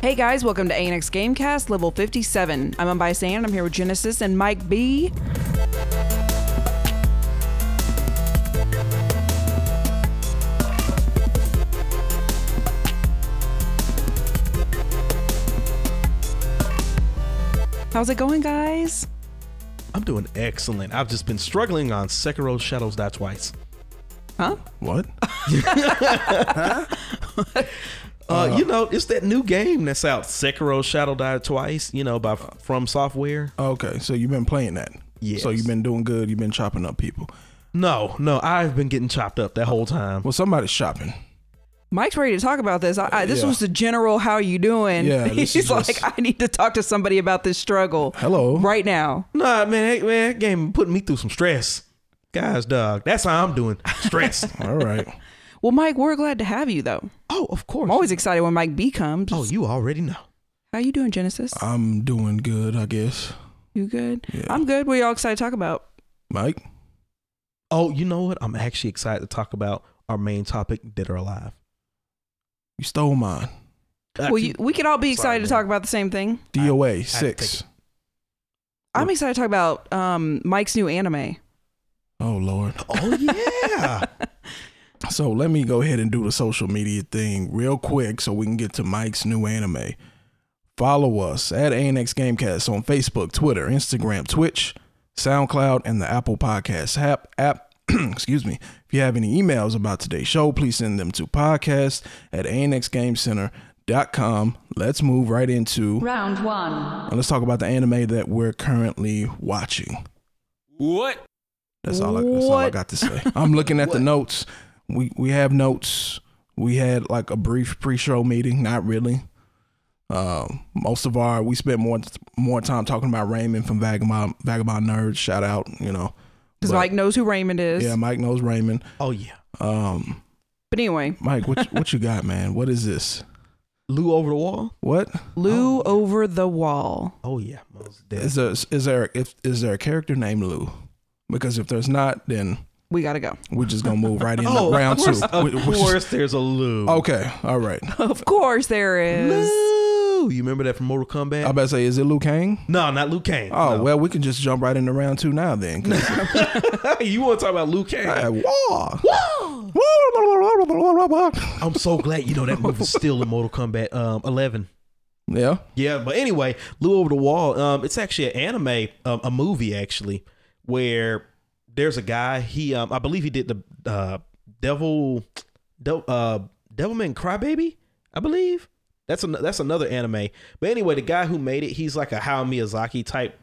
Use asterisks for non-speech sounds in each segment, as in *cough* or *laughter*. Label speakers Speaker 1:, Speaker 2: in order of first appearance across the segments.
Speaker 1: Hey guys, welcome to ANX Gamecast, level 57. I'm Ambai Sand. I'm here with Genesis and Mike B. How's it going, guys?
Speaker 2: I'm doing excellent. I've just been struggling on Sekiro Shadows Die Twice.
Speaker 1: Huh?
Speaker 2: *laughs*
Speaker 3: What?
Speaker 2: Uh,
Speaker 1: Uh-huh.
Speaker 2: you know, it's that new game that's out, Sekiro Shadow Die Twice. You know, by From Software.
Speaker 3: Oh, Okay, so you've been playing that.
Speaker 2: Yes.
Speaker 3: So you've been doing good. You've been chopping up people.
Speaker 2: No, no, I've been getting chopped up that whole time.
Speaker 3: Well, somebody's shopping.
Speaker 1: Mike's ready to talk about this. I, I, this
Speaker 3: Yeah.
Speaker 1: was the general "How you doing?" *laughs*
Speaker 3: Yeah, this
Speaker 1: He's
Speaker 3: is
Speaker 1: like,
Speaker 3: just-
Speaker 1: "I need to talk to somebody about this struggle
Speaker 3: Hello.
Speaker 1: right now."
Speaker 2: Nah, man, hey, man, that game putting me through some stress. Guys, dog, that's how I'm doing.
Speaker 1: *laughs*
Speaker 2: Stress. *laughs*
Speaker 3: All right.
Speaker 1: Well, Mike, we're glad to have you, though.
Speaker 2: oh, of course.
Speaker 1: I'm always excited when Mike B comes.
Speaker 2: oh, you already know.
Speaker 1: How you doing, Genesis?
Speaker 3: I'm doing good, I guess.
Speaker 1: you good?
Speaker 3: Uh, Yeah.
Speaker 1: I'm good. What are y'all excited to talk about?
Speaker 3: Mike.
Speaker 2: Oh, you know what? I'm actually excited to talk about our main topic, Dead or Alive.
Speaker 3: You stole mine.
Speaker 1: Well, you, we could all be
Speaker 2: Sorry,
Speaker 1: excited to
Speaker 2: man.
Speaker 1: talk about the same thing.
Speaker 3: DOA
Speaker 2: I take
Speaker 3: six.
Speaker 1: I'm excited to talk about um, Mike's new anime.
Speaker 3: Oh Lord.
Speaker 2: Oh
Speaker 1: *laughs*
Speaker 2: yeah.
Speaker 3: So let me go ahead and do the social media thing real quick so we can get to Mike's new anime. Follow us at ANX Gamecast on Facebook, Twitter, Instagram, Twitch, SoundCloud, and the Apple Podcast app. app *clears throat* excuse me. If you have any emails about today's show, please send them to podcast at anxgamecenter.com. Let's move right into
Speaker 4: Round one.
Speaker 3: and let's talk about the anime that we're currently watching.
Speaker 5: What?
Speaker 3: That's all. I, that's all I
Speaker 1: What?
Speaker 3: got to say. I'm looking at the notes. We we have notes. We had like a brief pre-show meeting. Not really. Um, most of our we spent more more time talking about Raymond from Vagabond Vagabond Nerds. Shout out, you know.
Speaker 1: Because
Speaker 3: But-
Speaker 1: Mike knows who Raymond is.
Speaker 3: Yeah, Mike knows Raymond.
Speaker 2: oh yeah.
Speaker 3: Um,
Speaker 1: But anyway,
Speaker 3: Mike, what what you got, man? What is this?
Speaker 2: Lou over the wall.
Speaker 3: What
Speaker 1: Lou over the wall.
Speaker 2: Oh yeah. Most dead. *laughs*
Speaker 3: is there? Is there if is there a character named Lou? Because if there's not, then
Speaker 1: We gotta go.
Speaker 3: we're just gonna
Speaker 2: *laughs*
Speaker 3: move right into round
Speaker 2: Oh, of course,
Speaker 3: two.
Speaker 2: Of
Speaker 3: which- which is-
Speaker 2: course, there's a Lou.
Speaker 3: Okay, all right.
Speaker 1: Of course, there is.
Speaker 2: Lou. You remember that from Mortal Kombat?
Speaker 3: I about to say, is it Liu Kang?
Speaker 2: no, not Liu Kang.
Speaker 3: Oh
Speaker 2: No.
Speaker 3: well, we can just jump right into round two now then. 'cause
Speaker 2: *laughs* you want to talk about Liu Kang?
Speaker 3: I- Whoa.
Speaker 2: I'm so glad you know that movie's still in Mortal Kombat um, 11.
Speaker 3: yeah.
Speaker 2: Yeah, but anyway, Lou Over the Wall. Um, it's actually an anime, um, a movie actually, where there's a guy. He, um, I believe he did the uh, Devil, Devil, uh, Devilman Crybaby. I believe that's an, that's another anime. But anyway, the guy who made it, he's like a Hayao Miyazaki type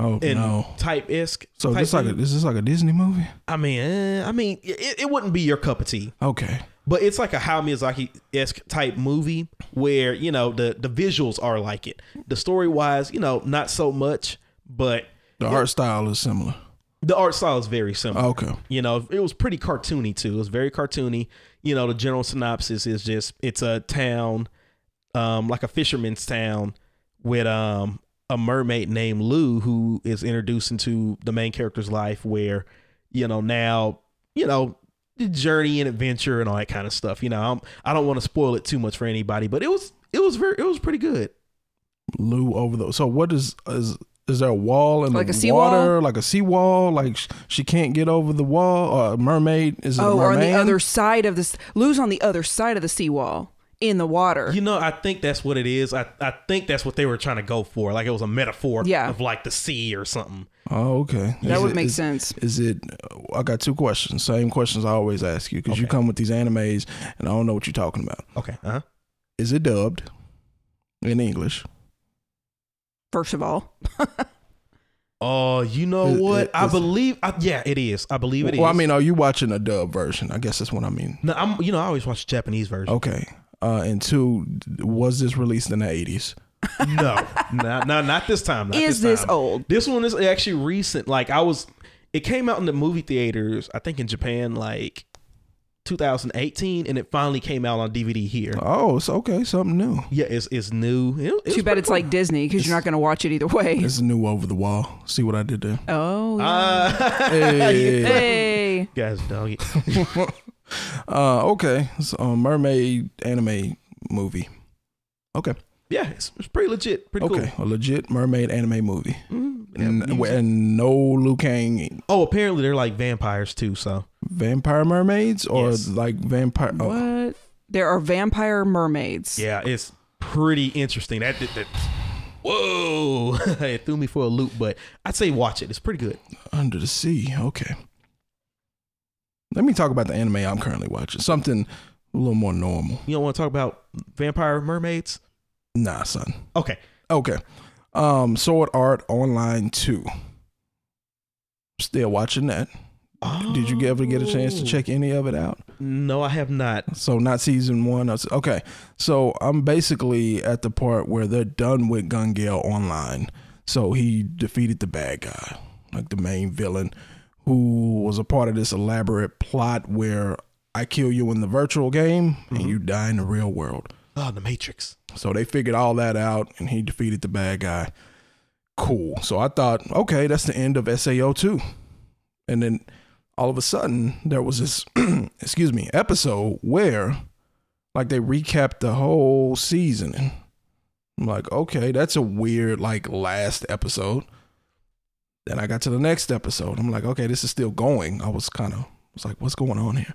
Speaker 3: Oh
Speaker 2: and
Speaker 3: no.
Speaker 2: type esque.
Speaker 3: So this like a, is this like a Disney movie?
Speaker 2: I mean, eh, I mean, it, it wouldn't be your cup of tea.
Speaker 3: Okay.
Speaker 2: But it's like a Hayao Miyazaki esque type movie where you know the the visuals are like it. The story wise, you know, not so much, but
Speaker 3: The art style is similar.
Speaker 2: the art style is very similar.
Speaker 3: Okay.
Speaker 2: You know, it was pretty cartoony too. It was very cartoony. You know, the general synopsis is just it's a town, um, like a fisherman's town, with um a mermaid named Lou who is introduced into the main character's life, where you know now you know the journey and adventure and all that kind of stuff. You know, I'm, I don't want to spoil it too much for anybody, but it was it was very it was pretty good.
Speaker 3: Lou over the. So what is is is there a wall in
Speaker 1: Like a
Speaker 3: the
Speaker 1: seawall?
Speaker 3: water? Like a seawall? Like sh- she can't get over the wall? Or a mermaid? Is it a
Speaker 1: Oh, or on the
Speaker 3: merman?
Speaker 1: other side of this. Lou's on the other side of the seawall in the water.
Speaker 2: You know, I think that's what it is. I, I think that's what they were trying to go for. Like it was a metaphor
Speaker 1: Yeah.
Speaker 2: of like the sea or something.
Speaker 3: Oh, okay.
Speaker 1: that
Speaker 3: Is
Speaker 1: would
Speaker 3: it-
Speaker 1: make
Speaker 3: is-
Speaker 1: sense.
Speaker 3: Is it? uh, I got two questions. Same questions I always ask you because you come with these animes and I don't know what you're talking about.
Speaker 2: Okay. Uh-huh.
Speaker 3: Is it dubbed in English?
Speaker 1: First of all,
Speaker 2: Oh, you know
Speaker 3: Is-
Speaker 2: what?
Speaker 3: is-
Speaker 2: I
Speaker 3: is-
Speaker 2: believe. I, yeah, it is. I believe it is.
Speaker 3: well, I mean, are you watching a dub version? I guess that's what I mean.
Speaker 2: no, I'm. You know, I always watch the Japanese version.
Speaker 3: Okay. Uh, and two, was this released in the 80s?
Speaker 2: no, no, no, not this time. Not
Speaker 1: Is this
Speaker 2: this, time.
Speaker 1: old?
Speaker 2: This one is actually recent. Like I was, it came out in the movie theaters. I think in Japan, like 2018, and it finally came out on DVD here.
Speaker 3: Oh, it's okay. Something new.
Speaker 2: Yeah, it's it's new. It- it
Speaker 1: too
Speaker 2: was
Speaker 1: bad
Speaker 2: pretty
Speaker 1: it's like Disney because you're not going to watch it either way.
Speaker 3: It's new over the wall. See what I
Speaker 2: *laughs*
Speaker 3: did there?
Speaker 1: *laughs* Oh,
Speaker 2: cool.
Speaker 1: yeah.
Speaker 2: Uh, *laughs*
Speaker 3: *laughs* Hey.
Speaker 1: hey.
Speaker 2: guys, doggy.
Speaker 3: uh, okay. It's a mermaid anime movie. Okay.
Speaker 2: Yeah, it's, it's pretty legit. Pretty
Speaker 3: Okay, a legit mermaid anime movie,
Speaker 2: cool. Mm-hmm. Yeah,
Speaker 3: and,
Speaker 2: music.
Speaker 3: and no Liu Kang
Speaker 2: oh, apparently they're like vampires too. So
Speaker 3: vampire mermaids or
Speaker 2: Yes.
Speaker 3: like vampire. Oh,
Speaker 1: What? There are vampire mermaids.
Speaker 2: yeah, it's pretty interesting. That, that, that whoa, *laughs* it threw me for a loop. But I'd say watch it. It's pretty good.
Speaker 3: under the sea. Okay. Let me talk about the anime I'm currently watching. Something a little more normal.
Speaker 2: You don't want to talk about vampire mermaids?
Speaker 3: Nah, son.
Speaker 2: Okay,
Speaker 3: Okay. Um, Sword Art Online 2. Still watching that. Did you ever get a chance to
Speaker 2: Oh.
Speaker 3: check any of it out?
Speaker 2: no, I have not.
Speaker 3: So not season one. that's- Okay. So I'm basically at the part where they're done with Gun Gale online. So he defeated the bad guy, like the main villain, who was a part of this elaborate plot where I kill you in the virtual game and you die in the real world.
Speaker 2: Oh, the Matrix.
Speaker 3: So they figured all that out and he defeated the bad guy. Cool. So I thought, okay, that's the end of SAO 2. And then all of a sudden, there was this, *clears throat* excuse me, episode where like they recapped the whole season. I'm like, okay, that's a weird, like, last episode. Then I got to the next episode. I'm like, okay, this is still going. I was kind of, was like, what's going on here?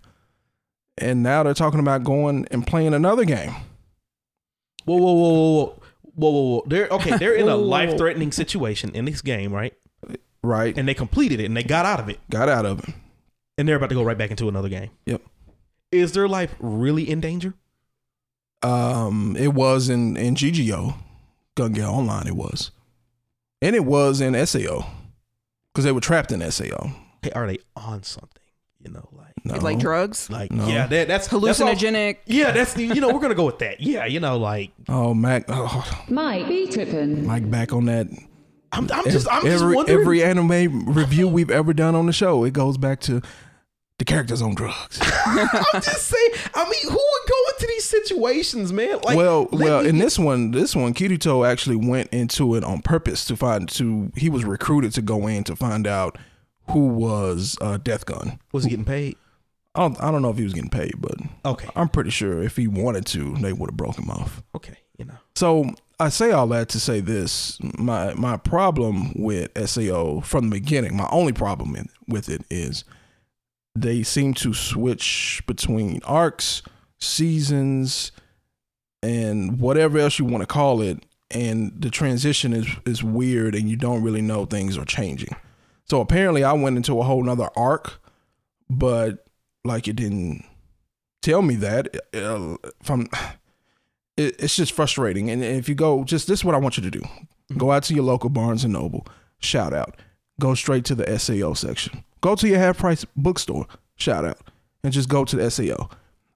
Speaker 3: And now they're talking about going and playing another game.
Speaker 2: Whoa, whoa, whoa, whoa, whoa. Whoa, whoa, whoa. They're okay, they're in a
Speaker 3: *laughs* Whoa, whoa, whoa.
Speaker 2: life threatening situation in this game, right?
Speaker 3: Right.
Speaker 2: And they completed it and they got out of it.
Speaker 3: got out of it.
Speaker 2: And they're about to go right back into another game.
Speaker 3: Yep.
Speaker 2: Is their life really in danger?
Speaker 3: Um, it was in in GGO, Gun Gale Online. It was, and it was in SAO, because they were trapped in SAO.
Speaker 2: Hey, are they on something? You know, like
Speaker 3: No,
Speaker 1: Like drugs,
Speaker 2: like
Speaker 3: No.
Speaker 2: yeah, that, that's that's all-
Speaker 1: hallucinogenic.
Speaker 2: yeah, that's you know, we're gonna go with that. Yeah, you know, like
Speaker 3: Oh, Mac, oh,
Speaker 4: Might be trippin'.
Speaker 3: Mike, back on that.
Speaker 2: I'm, I'm just I'm just
Speaker 3: every
Speaker 2: wondering
Speaker 3: every anime review we've ever done on the show, it goes back to the characters on drugs.
Speaker 2: *laughs* I'm just saying I mean, who would go into these situations, man? *laughs* Like
Speaker 3: well,
Speaker 2: let
Speaker 3: well,
Speaker 2: me-
Speaker 3: in this one, this one, Kirito actually went into it on purpose to find to he was recruited to go in to find out who was uh, Death Gun.
Speaker 2: was he getting paid?
Speaker 3: I don't, I don't know if he was getting paid, but
Speaker 2: Okay.
Speaker 3: I'm pretty sure if he wanted to, they would have broke him off.
Speaker 2: Okay, you know.
Speaker 3: So I say all that to say this: my my problem with SAO from the beginning, my only problem in, with it is they seem to switch between arcs, seasons, and whatever else you want to call it, and the transition is is weird, and you don't really know things are changing. So apparently, I went into a whole nother arc, but like it didn't tell me that. Uh, if I'm it, it's just frustrating. And if you go, just this is what I want you to do: go out to your local Barnes and Noble, shout out. Go straight to the SAO section. Go to your half price bookstore, shout out, and just go to the SAO,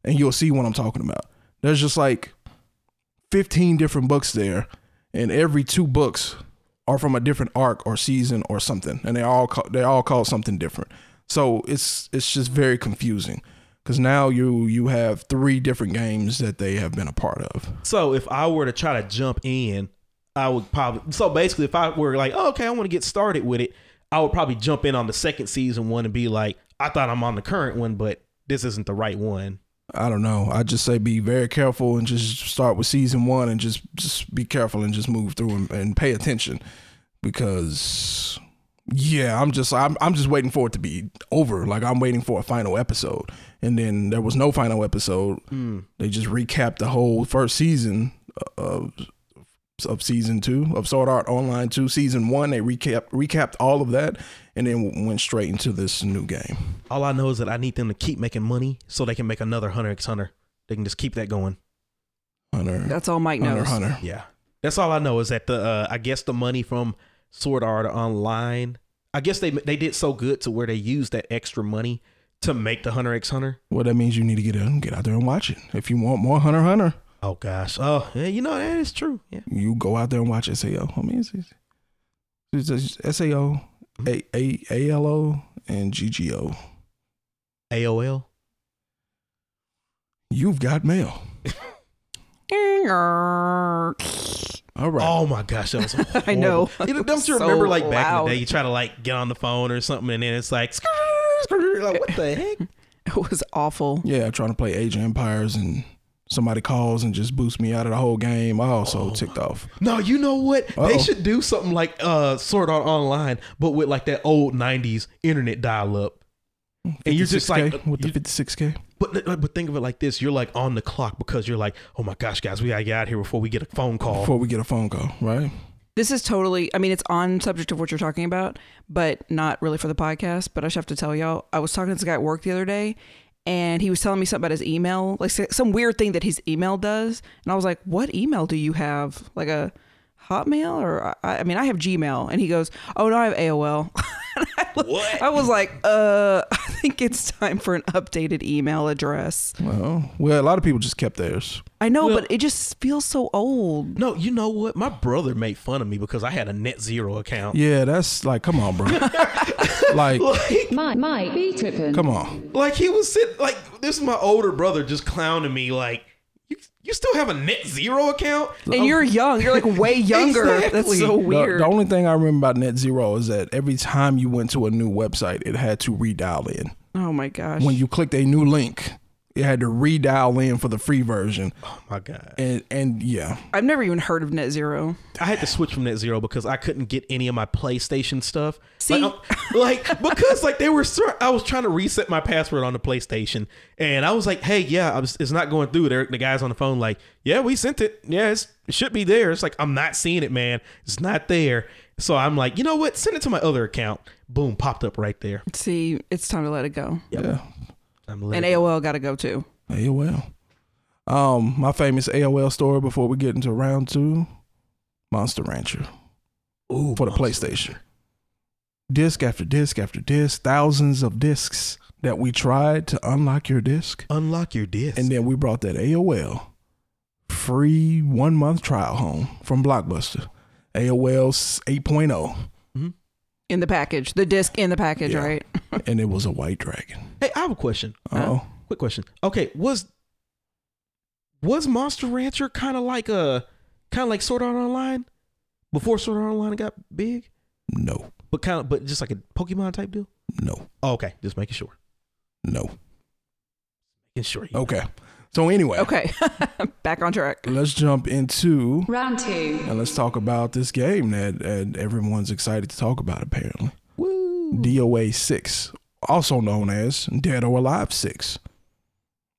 Speaker 3: and you'll see what I'm talking about. There's just like 15 different books there, and every two books are from a different arc or season or something, and they all ca- they all called something different. So it's it's just very confusing because now you you have three different games that they have been a part of.
Speaker 2: So if I were to try to jump in, I would probably. So basically, if I were like, oh, okay, I want to get started with it, I would probably jump in on the second season one and be like, I thought I'm on the current one, but this isn't the right one.
Speaker 3: I don't know. I just say be very careful and just start with season one and just just be careful and just move through and, and pay attention because yeah, I'm just I'm I'm just waiting for it to be over. Like I'm waiting for a final episode, and then there was no final episode. They just recapped the whole first season of of season two of Sword Art Online two season one. They recap recapped all of that, and then went straight into this new game.
Speaker 2: All I know is that I need them to keep making money so they can make another Hunter X Hunter. They can just keep that going.
Speaker 3: Hunter,
Speaker 1: That's all Mike
Speaker 3: Hunter,
Speaker 1: knows.
Speaker 3: Hunter.
Speaker 2: Yeah, that's all I know is that the uh, I guess the money from Sword Art Online. I guess they they did so good to where they used that extra money to make the Hunter X Hunter.
Speaker 3: Well, that means you need to get out, get out there and watch it. If you want more Hunter x Hunter,
Speaker 2: Oh gosh. Oh, yeah, you know that is true. Yeah.
Speaker 3: you go out there and watch SAO. I mean, it's, it's, it's just SAO, A- A- ALO, and GGO.
Speaker 2: AOL.
Speaker 3: You've got mail. All right.
Speaker 2: Oh my
Speaker 1: *laughs*
Speaker 2: gosh, that was horrible.
Speaker 1: I know.
Speaker 2: You know,
Speaker 1: It
Speaker 2: don't
Speaker 1: was
Speaker 2: you
Speaker 1: so
Speaker 2: remember like back in
Speaker 1: loud.
Speaker 2: the day, you try to like get on the phone or something, and then it's like, "Skrrr,
Speaker 1: *laughs*
Speaker 2: skrrr," like what the heck?
Speaker 1: *laughs* It was awful.
Speaker 2: Oh.
Speaker 3: Yeah, trying to play Age of Empires and somebody calls and just boosts me out of the whole game, I
Speaker 2: Oh.
Speaker 3: also ticked off.
Speaker 2: No, you know what? They
Speaker 3: Uh-oh.
Speaker 2: should do something like uh sort out online, but with like that old '90s internet dial-up. And you're just
Speaker 3: 56K,
Speaker 2: like, uh,
Speaker 3: with
Speaker 2: you-
Speaker 3: the 56k.
Speaker 2: But but think of it like this: you're like on the clock because you're like, oh my gosh, guys, we gotta get out here before we get a phone call.
Speaker 3: Before we get a phone call, right?
Speaker 1: This is totally, I mean, it's on subject of what you're talking about, but not really for the podcast. But I just have to tell y'all, I was talking to this guy at work the other day, and he was telling me something about his email, like s- some weird thing that his email does. And I was like, what email do you have? Like a Hotmail? Or, I, I mean, I have Gmail. And he goes, oh, no, I have *laughs* AOL. And I was-
Speaker 2: What?
Speaker 1: I was like, uh, *laughs* I think it's time for an updated email address.
Speaker 3: Well, well, a lot of people just kept theirs.
Speaker 1: I know,
Speaker 2: Well-
Speaker 1: but it just feels so old.
Speaker 2: No, you know what? My brother made fun of me because I had a net zero account.
Speaker 3: Yeah, that's like, come on, bro.
Speaker 2: *laughs*
Speaker 3: like,
Speaker 2: Like,
Speaker 4: Might might be tripping.
Speaker 3: come on.
Speaker 2: like he was sitting like this is my older brother just clowning me like you you still have a net zero account?
Speaker 1: And you're young. You're like
Speaker 2: *laughs*
Speaker 1: way younger. That's
Speaker 2: Oh. Exactly.
Speaker 1: so
Speaker 2: The-
Speaker 3: The,
Speaker 1: weird.
Speaker 3: the only thing I remember about Net Zero is that every time you went to a new website, it had to redial in.
Speaker 1: Oh my gosh.
Speaker 3: When you clicked a new link, it had to redial in for the free version.
Speaker 2: Oh my god.
Speaker 3: And and yeah,
Speaker 1: I've never even heard of net zero.
Speaker 2: I had to switch from net zero because I couldn't get any of my PlayStation stuff.
Speaker 1: See?
Speaker 2: like, I'm-
Speaker 3: *laughs*
Speaker 2: like, because like they were, sor- I was trying to reset my password on the PlayStation, and I was like, "Hey, yeah, I was, it's not going through." There, the guys on the phone like, "Yeah, we sent it. Yeah, it's, it should be there." It's like I'm not seeing it, man. It's not there. So I'm like, you know what? Send it to my other account. Boom, popped up right there.
Speaker 1: See, it's time to let it go.
Speaker 3: yeah.
Speaker 2: I'm lit.
Speaker 1: And AOL got to go too.
Speaker 3: AOL. Um, my famous AOL story before we get into round two, Monster Rancher.
Speaker 2: Ooh,
Speaker 3: for the PlayStation. Disc after disc after disc, thousands of discs that we tried to unlock your disc.
Speaker 2: Unlock your disc.
Speaker 3: And then we brought that AOL free one month trial home from Blockbuster. AOL 8.0.
Speaker 1: In the package, the disc in the package,
Speaker 3: Yeah.
Speaker 1: right?
Speaker 3: and it was a white dragon.
Speaker 2: hey, I have a question.
Speaker 3: Oh,
Speaker 2: Quick question. Okay, was was Monster Rancher kind of like a kind of like Sword Art Online before Sword Art Online got big,
Speaker 3: no,
Speaker 2: but kind of but just like a Pokemon type deal?
Speaker 3: no,
Speaker 2: Oh, okay, just making sure.
Speaker 3: no.
Speaker 2: Making sure. you-
Speaker 3: Okay. So, anyway,
Speaker 1: Okay. *laughs* Back on track.
Speaker 3: let's jump into
Speaker 4: Round two.
Speaker 3: and let's talk about this game that, that everyone's excited to talk about, apparently.
Speaker 2: Woo.
Speaker 3: DOA 6, also known as Dead or Alive 6.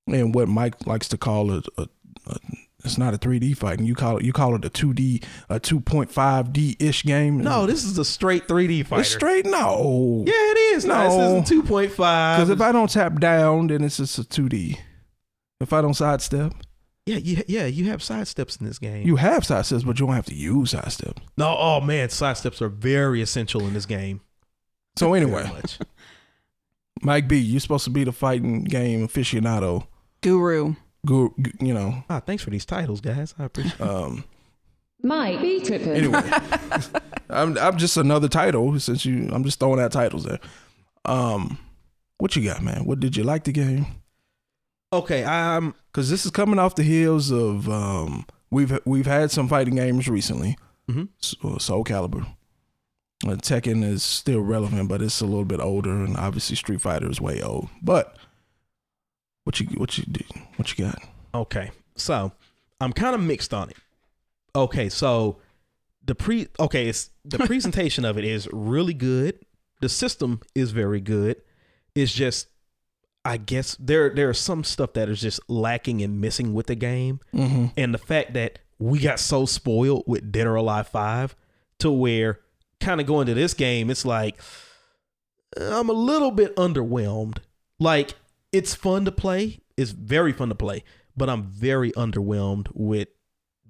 Speaker 3: And what Mike likes to call it a, a it's not a 3D fight, and you call it you call it a 2D, a 2.5D ish game.
Speaker 2: No, this is a straight 3D fighter.
Speaker 3: it's straight no.
Speaker 2: Yeah, it is. No,
Speaker 3: No.
Speaker 2: this is a 2.5.
Speaker 3: Because if I don't tap down, then it's just a 2D. If I don't sidestep,
Speaker 2: yeah, you, yeah, you have sidesteps in this game.
Speaker 3: you have sidesteps, but you don't have to use sidestep.
Speaker 2: no, oh man, sidesteps are very essential in this game.
Speaker 3: So
Speaker 2: Very
Speaker 3: anyway,
Speaker 2: much.
Speaker 3: Mike B, you're supposed to be the fighting game aficionado.
Speaker 1: Guru.
Speaker 3: Guru, you know.
Speaker 2: Ah, thanks for these titles, guys. I appreciate.
Speaker 3: *laughs* Um,
Speaker 4: Might be tripping.
Speaker 3: anyway,
Speaker 1: *laughs*
Speaker 3: I'm I'm just another title since you. I'm just throwing out titles there. Um, what you got, man? What did you like the game?
Speaker 2: Okay, I'm
Speaker 3: Because this is coming off the heels of um, we've we've had some fighting games recently.
Speaker 2: Mhm.
Speaker 3: So, Soul Calibur, uh, Tekken is still relevant, but it's a little bit older, and obviously Street Fighter is way old. But what you what you do? What you got?
Speaker 2: Okay. So I'm kind of mixed on it. Okay, so the pre okay, it's the presentation of it is really good. The system is very good. It's just I guess there there are some stuff that is just lacking and missing with the game.
Speaker 3: Mm-hmm.
Speaker 2: And the fact that we got so spoiled with Dead or Alive 5 to where kind of going to this game, it's like I'm a little bit underwhelmed. Like it's fun to play. It's very fun to play, but I'm very underwhelmed with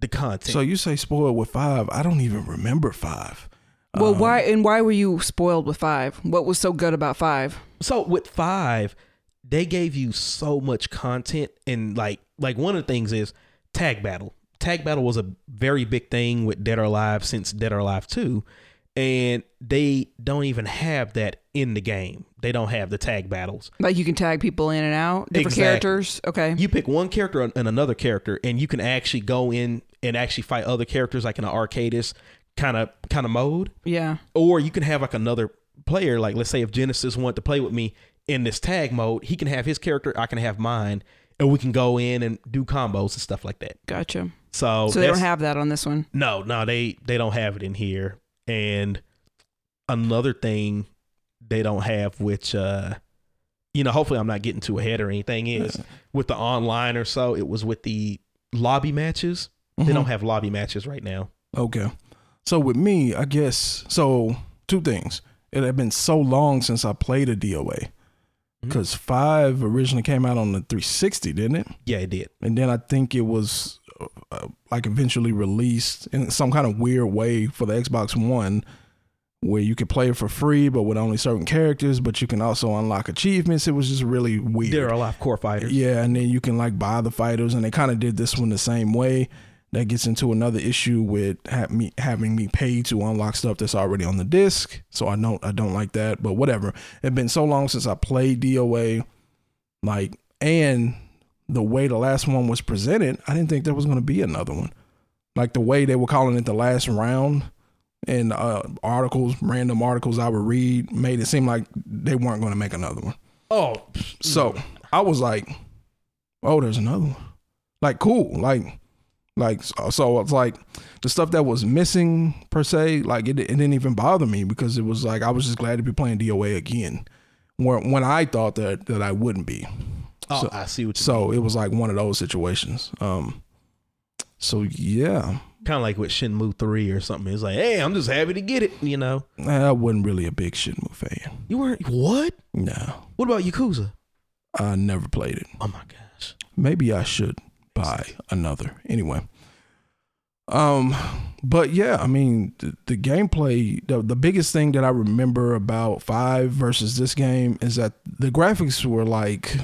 Speaker 2: the content.
Speaker 3: So you say spoiled with five? I don't even remember five.
Speaker 1: Well,
Speaker 3: Um,
Speaker 1: why and why were you spoiled with five? What was so good about five?
Speaker 2: so with five they gave you so much content and like like one of the things is tag battle tag battle was a very big thing with dead or alive since dead or alive 2 and they don't even have that in the game they don't have the tag battles
Speaker 1: Like you can tag people in and out, different
Speaker 2: Exactly.
Speaker 1: characters. Okay.
Speaker 2: you pick one character and another character and you can actually go in and actually fight other characters like in an arcadist kind of kind of mode
Speaker 1: yeah.
Speaker 2: or you can have like another player like let's say if genesis wanted to play with me in this tag mode he can have his character i can have mine and we can go in and do combos and stuff like that.
Speaker 1: Gotcha.
Speaker 3: Oh,
Speaker 2: So,
Speaker 1: so they don't
Speaker 2: that's-
Speaker 1: have that on this one.
Speaker 2: no, no, they they don't have it in here. And another thing they don't have, which uh you know, hopefully I'm not getting too ahead or anything, is with the online or so, it was with the lobby matches.
Speaker 3: Um,
Speaker 1: Mm-hmm.
Speaker 2: They don't have lobby matches right now.
Speaker 3: Okay. So with me, I guess so two things. It had been so long since I played a DOA. Because five originally came out on the 360, didn't it?
Speaker 2: Yeah, it did.
Speaker 3: And then I think it was uh, uh, like eventually released in some kind of weird way for the Xbox One, where you could play it for free, but with only certain characters. But you can also unlock achievements. It was just really weird.
Speaker 2: There are a lot of core fighters.
Speaker 3: Yeah, and then you can like buy the fighters, and they kind of did this one the same way. That gets into another issue with ha- me having me pay to unlock stuff that's already on the disc. So I don't I don't like that, but whatever. It's been so long since I played DOA, like, and the way the last one was presented, I didn't think there was going to be another one. Like the way they were calling it the last round, and uh, articles, random articles I would read, made it seem like they weren't going to make another one.
Speaker 2: Oh,
Speaker 3: So I was like, oh, there's another one. Like, cool. Like, like so, so it's like the stuff that was missing per se, like it, it didn't even bother me because it was like I was just glad to be playing DOA again. When when I thought that that I wouldn't be.
Speaker 2: oh
Speaker 3: So-
Speaker 2: I see what you
Speaker 3: So it was like one of those situations. Um so yeah.
Speaker 2: kind of like with Shenmue 3 or something. It's like, "Hey, I'm just happy to get it," you know.
Speaker 3: I wasn't really a big shit move fan.
Speaker 2: You weren't what?
Speaker 3: No.
Speaker 2: What about Yakuza?
Speaker 3: I never played it.
Speaker 2: Oh my gosh.
Speaker 3: maybe I should buy another. Anyway. Um but yeah, I mean the, the gameplay the, the biggest thing that I remember about 5 versus this game is that the graphics were like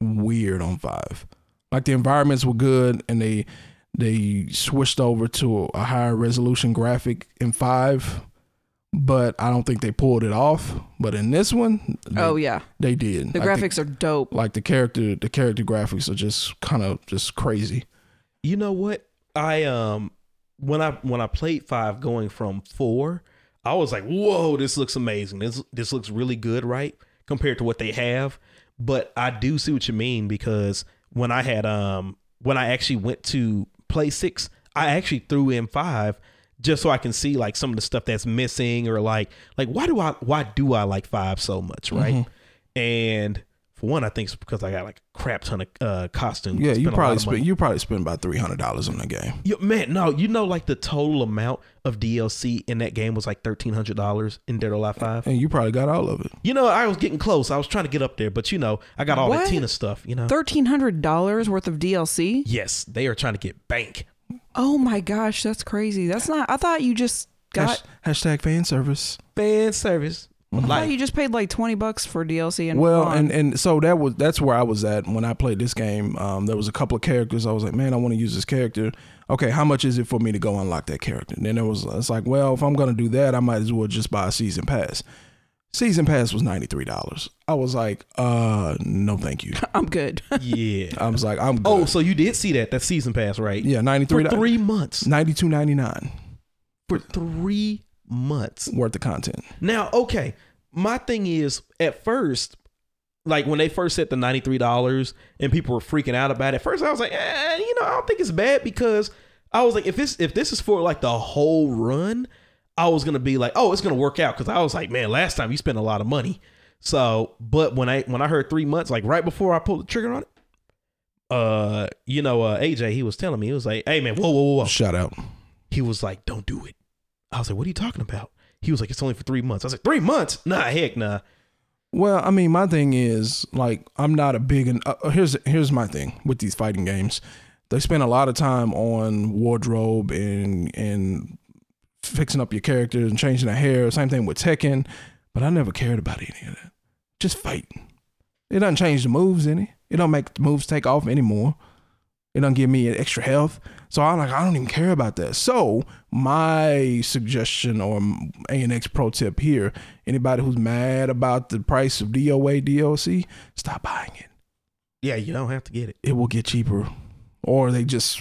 Speaker 3: weird on 5. Like the environments were good and they they switched over to a higher resolution graphic in 5, but I don't think they pulled it off, but in this one they,
Speaker 1: Oh yeah,
Speaker 3: they did.
Speaker 1: the
Speaker 3: I think-
Speaker 1: graphics are dope.
Speaker 3: like the character the character graphics are just kind of just crazy
Speaker 2: You know what? I um when I when I played five going from four, I was like, whoa, this looks amazing. This this looks really good, right? Compared to what they have. But I do see what you mean because when I had um when I actually went to play six, I actually threw in five just so I can see like some of the stuff that's missing or like like why do I why do I like five so much, right?
Speaker 3: Mm-hmm.
Speaker 2: And for one, I think it's because I got like a crap ton of uh, costumes.
Speaker 3: yeah
Speaker 2: Spent
Speaker 3: you
Speaker 2: a lot
Speaker 3: probably
Speaker 2: of money.
Speaker 3: spend you probably spend about $300 on the game
Speaker 2: Yo, man, no, you know, like the total amount of DLC in that game was like thirteen hundred dollars in Dead or Alive Five.
Speaker 3: and you probably got all of it
Speaker 2: You know, I was getting close. I was trying to get up there, but you know, I got all
Speaker 1: What?
Speaker 2: the Tina stuff. You know,
Speaker 1: Thirteen hundred dollars worth of DLC.
Speaker 2: yes, they are trying to get bank.
Speaker 1: Oh my gosh, that's crazy. That's not. I thought you just got.
Speaker 3: Hash- hashtag fan service
Speaker 2: Fan service,
Speaker 1: I thought
Speaker 2: like
Speaker 1: you just paid like twenty bucks for DLC and
Speaker 3: well
Speaker 1: on.
Speaker 3: and and so that was that's where i was at when i played this game um there was a couple of characters i was like man i want to use this character okay how much is it for me to go unlock that character and then there was it's like well if i'm gonna do that i might as well just buy a season pass season pass was $93 i was like uh no thank you
Speaker 1: *laughs* I'm good.
Speaker 3: *laughs*
Speaker 2: yeah.
Speaker 3: i was like i'm
Speaker 2: *laughs*
Speaker 3: good.
Speaker 2: Oh, so you did see that that season pass, right?
Speaker 3: yeah 93
Speaker 2: For three months.
Speaker 3: 92.99
Speaker 2: For three months.
Speaker 3: worth of content.
Speaker 2: Now, okay, my thing is at first, like when they first said the ninety three dollars and people were freaking out about it. At first, I was like, eh, you know, I don't think it's bad because I was like, if this if this is for like the whole run, I was gonna be like, oh, it's gonna work out because I was like, man, last time you spent a lot of money. So, but when I when I heard three months, like right before I pulled the trigger on it, uh, you know, uh, AJ, he was telling me, he was like, hey man, whoa, whoa, whoa, whoa,
Speaker 3: Shout out.
Speaker 2: he was like, "Don't do it." I was like, "What are you talking about?" He was like, "It's only for three months." I was like, three months? Nah, heck, nah."
Speaker 3: Well, I mean, my thing is like I'm not a big and uh, here's here's my thing with these fighting games. They spend a lot of time on wardrobe and and fixing up your characters and changing their hair. Same thing with Tekken, but I never cared about any of that. Just fight. It doesn't change the moves any. It don't make the moves take off anymore. It don't give me extra health. So I'm like, I don't even care about that. So my suggestion or ANX pro tip here, anybody who's mad about the price of DOA DLC, stop buying it.
Speaker 2: Yeah, you don't have to get it.
Speaker 3: It will get cheaper. Or they just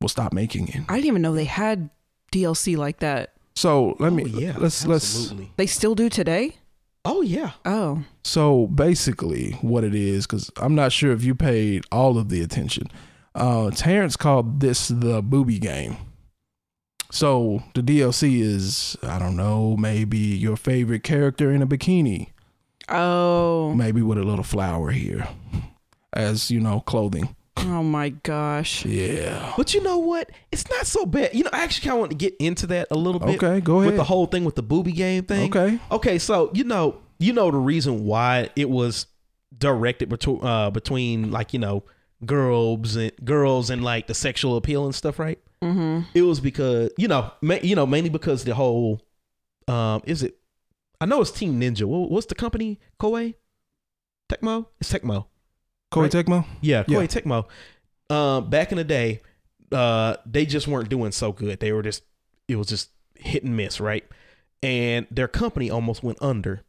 Speaker 3: will stop making it.
Speaker 1: I didn't even know they had DLC like that.
Speaker 3: So let me
Speaker 2: Oh, yeah,
Speaker 3: let's let's
Speaker 2: absolutely.
Speaker 1: They still do today.
Speaker 2: Oh yeah.
Speaker 1: Oh,
Speaker 3: So basically, what it is, because I'm not sure if you paid all of the attention, uh, Terrence called this the booby game. So the DLC is, I don't know, maybe your favorite character in a bikini,
Speaker 1: oh,
Speaker 3: maybe with a little flower here, as you know, clothing.
Speaker 1: oh my gosh.
Speaker 3: Yeah.
Speaker 2: But you know what? It's not so bad. You know, I actually kind of want to get into that a little bit.
Speaker 3: Okay, go
Speaker 2: With the
Speaker 3: ahead.
Speaker 2: whole thing with the booby game thing.
Speaker 3: Okay.
Speaker 2: Okay, so you know, you know the reason why it was directed between uh between like, you know, girls and girls and like the sexual appeal and stuff, right?
Speaker 1: Mm-hmm.
Speaker 2: It was because, you know, ma- you know, mainly because the whole um is it I know it's Team Ninja. Wha- What's the company? Koei? Tecmo? It's Tecmo.
Speaker 3: Koei
Speaker 2: Right.
Speaker 3: Tecmo?
Speaker 2: Yeah,
Speaker 3: Yeah.
Speaker 2: Koei Tecmo. Uh, back in the day, uh, they just weren't doing so good. They were just it was just hit and miss, right? And their company almost went under.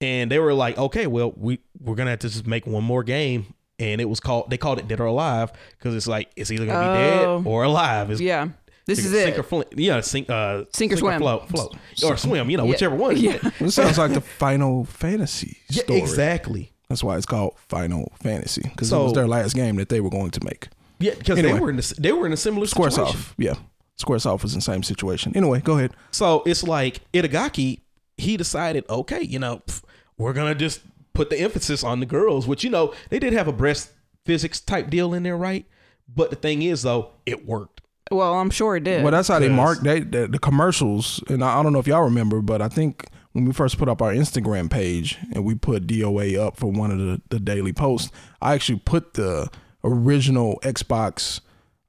Speaker 2: And they were like, okay, well, we we're gonna have to just make one more game. And it was called they called it Dead or Alive because it's like it's either gonna be
Speaker 1: Oh.
Speaker 2: dead or alive. It's
Speaker 1: Yeah. This
Speaker 2: sink-
Speaker 1: is
Speaker 2: Sink or
Speaker 1: it.
Speaker 2: fl- yeah, sink, uh,
Speaker 1: Sink or swim.
Speaker 2: float, float, or swim. You know,
Speaker 1: Yeah.
Speaker 2: whichever
Speaker 1: *laughs*
Speaker 2: one. *laughs*
Speaker 1: Yeah.
Speaker 3: It sounds like the Final Fantasy
Speaker 2: Yeah,
Speaker 3: story.
Speaker 2: exactly.
Speaker 3: That's why it's called Final Fantasy, because it
Speaker 2: So-
Speaker 3: was their last game that they were going to make.
Speaker 2: Yeah, because
Speaker 3: Anyway.
Speaker 2: they were in the, they were in a similar
Speaker 3: Squaresoft.
Speaker 2: situation.
Speaker 3: Yeah. Squaresoft was in the same situation. Anyway, go ahead.
Speaker 2: So it's like Itagaki, he decided, okay, you know, pff, we're gonna just put the emphasis on the girls, which you know they did have a breast physics type deal in there, right? But the thing is, though, it worked.
Speaker 1: Well, I'm sure it did.
Speaker 3: Well, that's how they
Speaker 2: Yes.
Speaker 3: mark they, the, the commercials. And I, I don't know if y'all remember, but I think when we first put up our Instagram page and we put DOA up for one of the, the daily posts, I actually put the original Xbox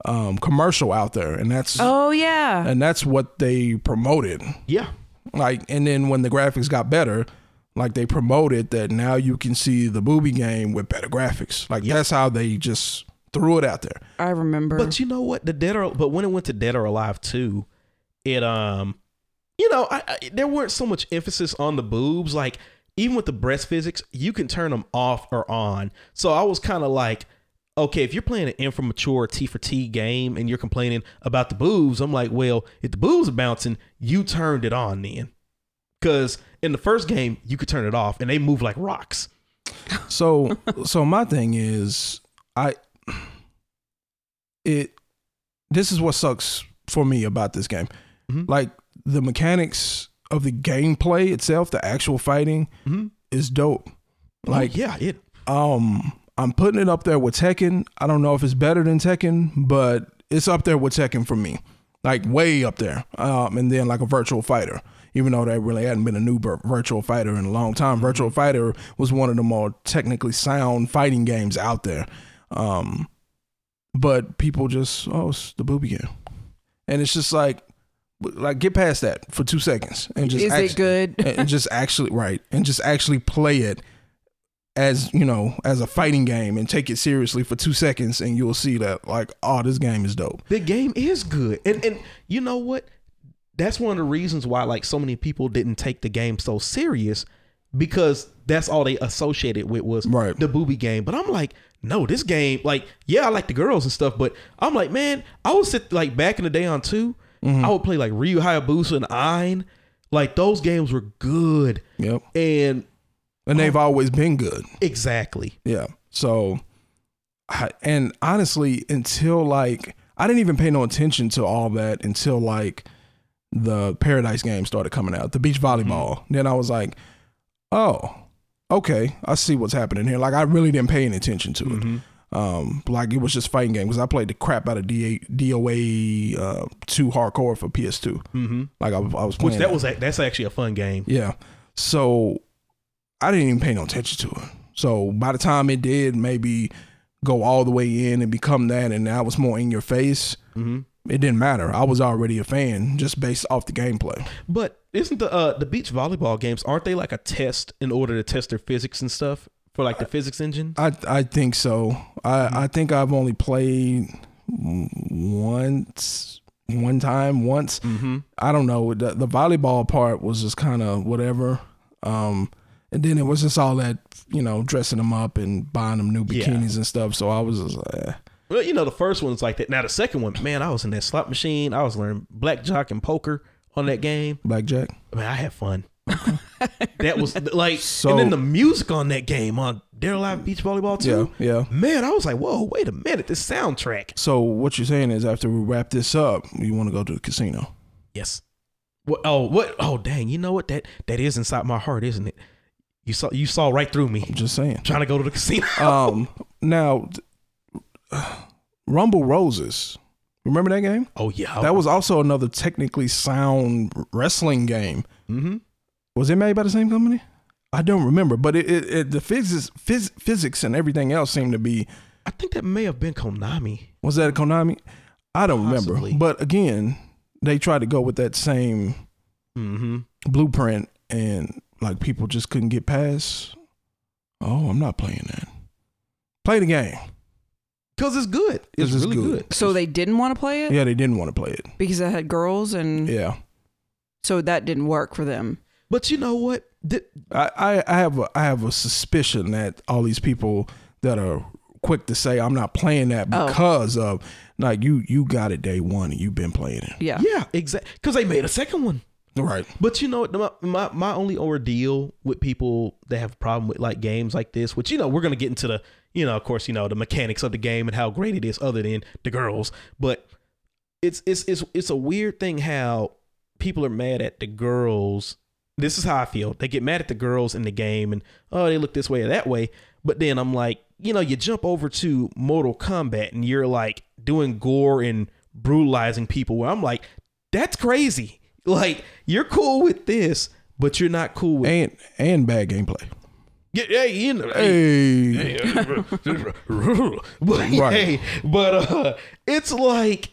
Speaker 3: um, commercial out there, and that's
Speaker 1: oh yeah.
Speaker 3: and that's what they promoted.
Speaker 2: Yeah,
Speaker 3: Like, and then when the graphics got better, like they promoted that now you can see the booby game with better graphics. Like that's how they just threw it out there.
Speaker 1: I remember.
Speaker 2: but you know what? The dead or but when it went to Dead or Alive too, it um, you know, I, I there weren't so much emphasis on the boobs. Like even with the breast physics, you can turn them off or on. So I was kind of like. okay, if you're playing an inframature T for T game and you're complaining about the boobs, I'm like, well, if the boobs are bouncing, you turned it on then. Because in the first game, you could turn it off and they move like rocks.
Speaker 3: So so my thing is I it this is what sucks for me about this game.
Speaker 2: Mhm.
Speaker 3: Like the mechanics of the gameplay itself, the actual fighting
Speaker 2: Mhm.
Speaker 3: is dope. Like
Speaker 2: Like, yeah, it.
Speaker 3: um I'm putting it up there with Tekken. I don't know if it's better than Tekken, but it's up there with Tekken for me. Like way up there. Um and then like a virtual fighter. Even though there really hadn't been a new vir- virtual fighter in a long
Speaker 1: Mm-hmm.
Speaker 3: time, virtual fighter was one of the more technically sound fighting games out there. Um but people just oh, it's the booby game. And it's just like like get past that for 2 seconds and just
Speaker 1: is
Speaker 3: act-
Speaker 1: it good?
Speaker 3: and and just actually right and just actually play it as you know as a fighting game and take it seriously for two seconds and you'll see that like oh this game is dope
Speaker 2: The game is good. And, and you know what? That's one of the reasons why, like, so many people didn't take the game so serious because that's all they associated with was
Speaker 3: Right.
Speaker 2: the booby game. But I'm like, no, this game, like, yeah, I like the girls and stuff, but I'm like, man, I would sit like back in the day on 2 I would play like Ryu Hayabusa and Ein. Like those games were good.
Speaker 3: yep
Speaker 2: And
Speaker 3: and
Speaker 2: Uh-huh.
Speaker 3: they've always been good
Speaker 2: exactly.
Speaker 3: yeah so I, and honestly until like i didn't even pay no attention to all that until like the paradise game started coming out the beach
Speaker 2: Mm-hmm.
Speaker 3: volleyball then i was like oh okay i see what's happening here like i really didn't pay any attention to it
Speaker 2: Mm-hmm.
Speaker 3: um like it was just fighting game because i played the crap out of DA, doa uh 2 hardcore for ps2
Speaker 2: Mm-hmm.
Speaker 3: like i, I was
Speaker 2: Which
Speaker 3: playing
Speaker 2: that was a, that's actually a fun game.
Speaker 3: yeah. So I didn't even pay no attention to it. So by the time it did maybe go all the way in and become that and I was more in your face,
Speaker 2: Mm-hmm.
Speaker 3: it didn't matter. I was already a fan just based off the gameplay.
Speaker 2: But isn't the uh, the beach volleyball games aren't they like a test in order to test their physics and stuff for like the physics engine?
Speaker 3: I I think so. I, I think I've only played once one time once
Speaker 2: Mm-hmm.
Speaker 3: I don't know. The, the volleyball part was just kind of whatever. Um, and then it was just all that, you know, dressing them up and buying them new
Speaker 2: Yeah.
Speaker 3: bikinis and stuff. So I was just like, eh.
Speaker 2: Well, you know the first one's like that. Now the second one, man, I was in that slot machine. I was learning blackjack and poker on that game.
Speaker 3: blackjack. *laughs*
Speaker 2: Man, I had fun. That was like,
Speaker 3: So-
Speaker 2: and then the music on that game on Daryl Live Beach Volleyball too.
Speaker 3: Yeah, yeah.
Speaker 2: Man, I was like, whoa, wait a minute, this soundtrack.
Speaker 3: So what you're saying is after we wrap this up, you want to go to the casino.
Speaker 2: Yes. What, oh, what? Oh, dang! You know what? That that is inside my heart, isn't it? You saw you saw right through me. *laughs*
Speaker 3: Just saying.
Speaker 2: trying to go to the casino.
Speaker 3: Um now th- Rumble Roses. Remember that game?
Speaker 2: oh yeah,
Speaker 3: That was also another technically sound wrestling game.
Speaker 2: hmm
Speaker 3: Was it made by the same company? I don't remember, but it, it, it the physics phys, physics and everything else seemed to be
Speaker 2: I think that may have been Konami.
Speaker 3: was that Konami? I don't
Speaker 2: Possibly.
Speaker 3: remember. But again, they tried to go with that same
Speaker 2: Mm-hmm.
Speaker 3: blueprint and like people just couldn't get past. Oh, I'm not playing that. Play the game.
Speaker 2: Cause it's good. It's,
Speaker 3: This is
Speaker 2: really good.
Speaker 1: So they didn't want to play it
Speaker 3: Yeah, they didn't want to play it.
Speaker 1: because it had girls, and
Speaker 3: Yeah.
Speaker 1: so that didn't work for them.
Speaker 2: But you know what? Th-
Speaker 3: I, I, I have a I have a suspicion that all these people that are quick to say I'm not playing that
Speaker 1: Oh.
Speaker 3: because of like you you got it day one and you've been playing it.
Speaker 1: Yeah.
Speaker 2: yeah, exactly. Cause they made a second one.
Speaker 3: Right.
Speaker 2: But you know, what? my, my my only ordeal with people that have a problem with like games like this, which you know, we're gonna get into the you know, of course, you know, the mechanics of the game and how great it is, other than the girls. But it's it's it's it's a weird thing how people are mad at the girls. This is how I feel. They get mad at the girls in the game and oh, they look this way or that way. But then I'm like, you know, you jump over to Mortal Kombat and you're like doing gore and brutalizing people where I'm like, that's crazy. Like, you're cool with this, but you're not cool with
Speaker 3: And and bad gameplay.
Speaker 2: yeah, yeah, you know,
Speaker 3: Hey.
Speaker 2: but, hey, but uh, it's like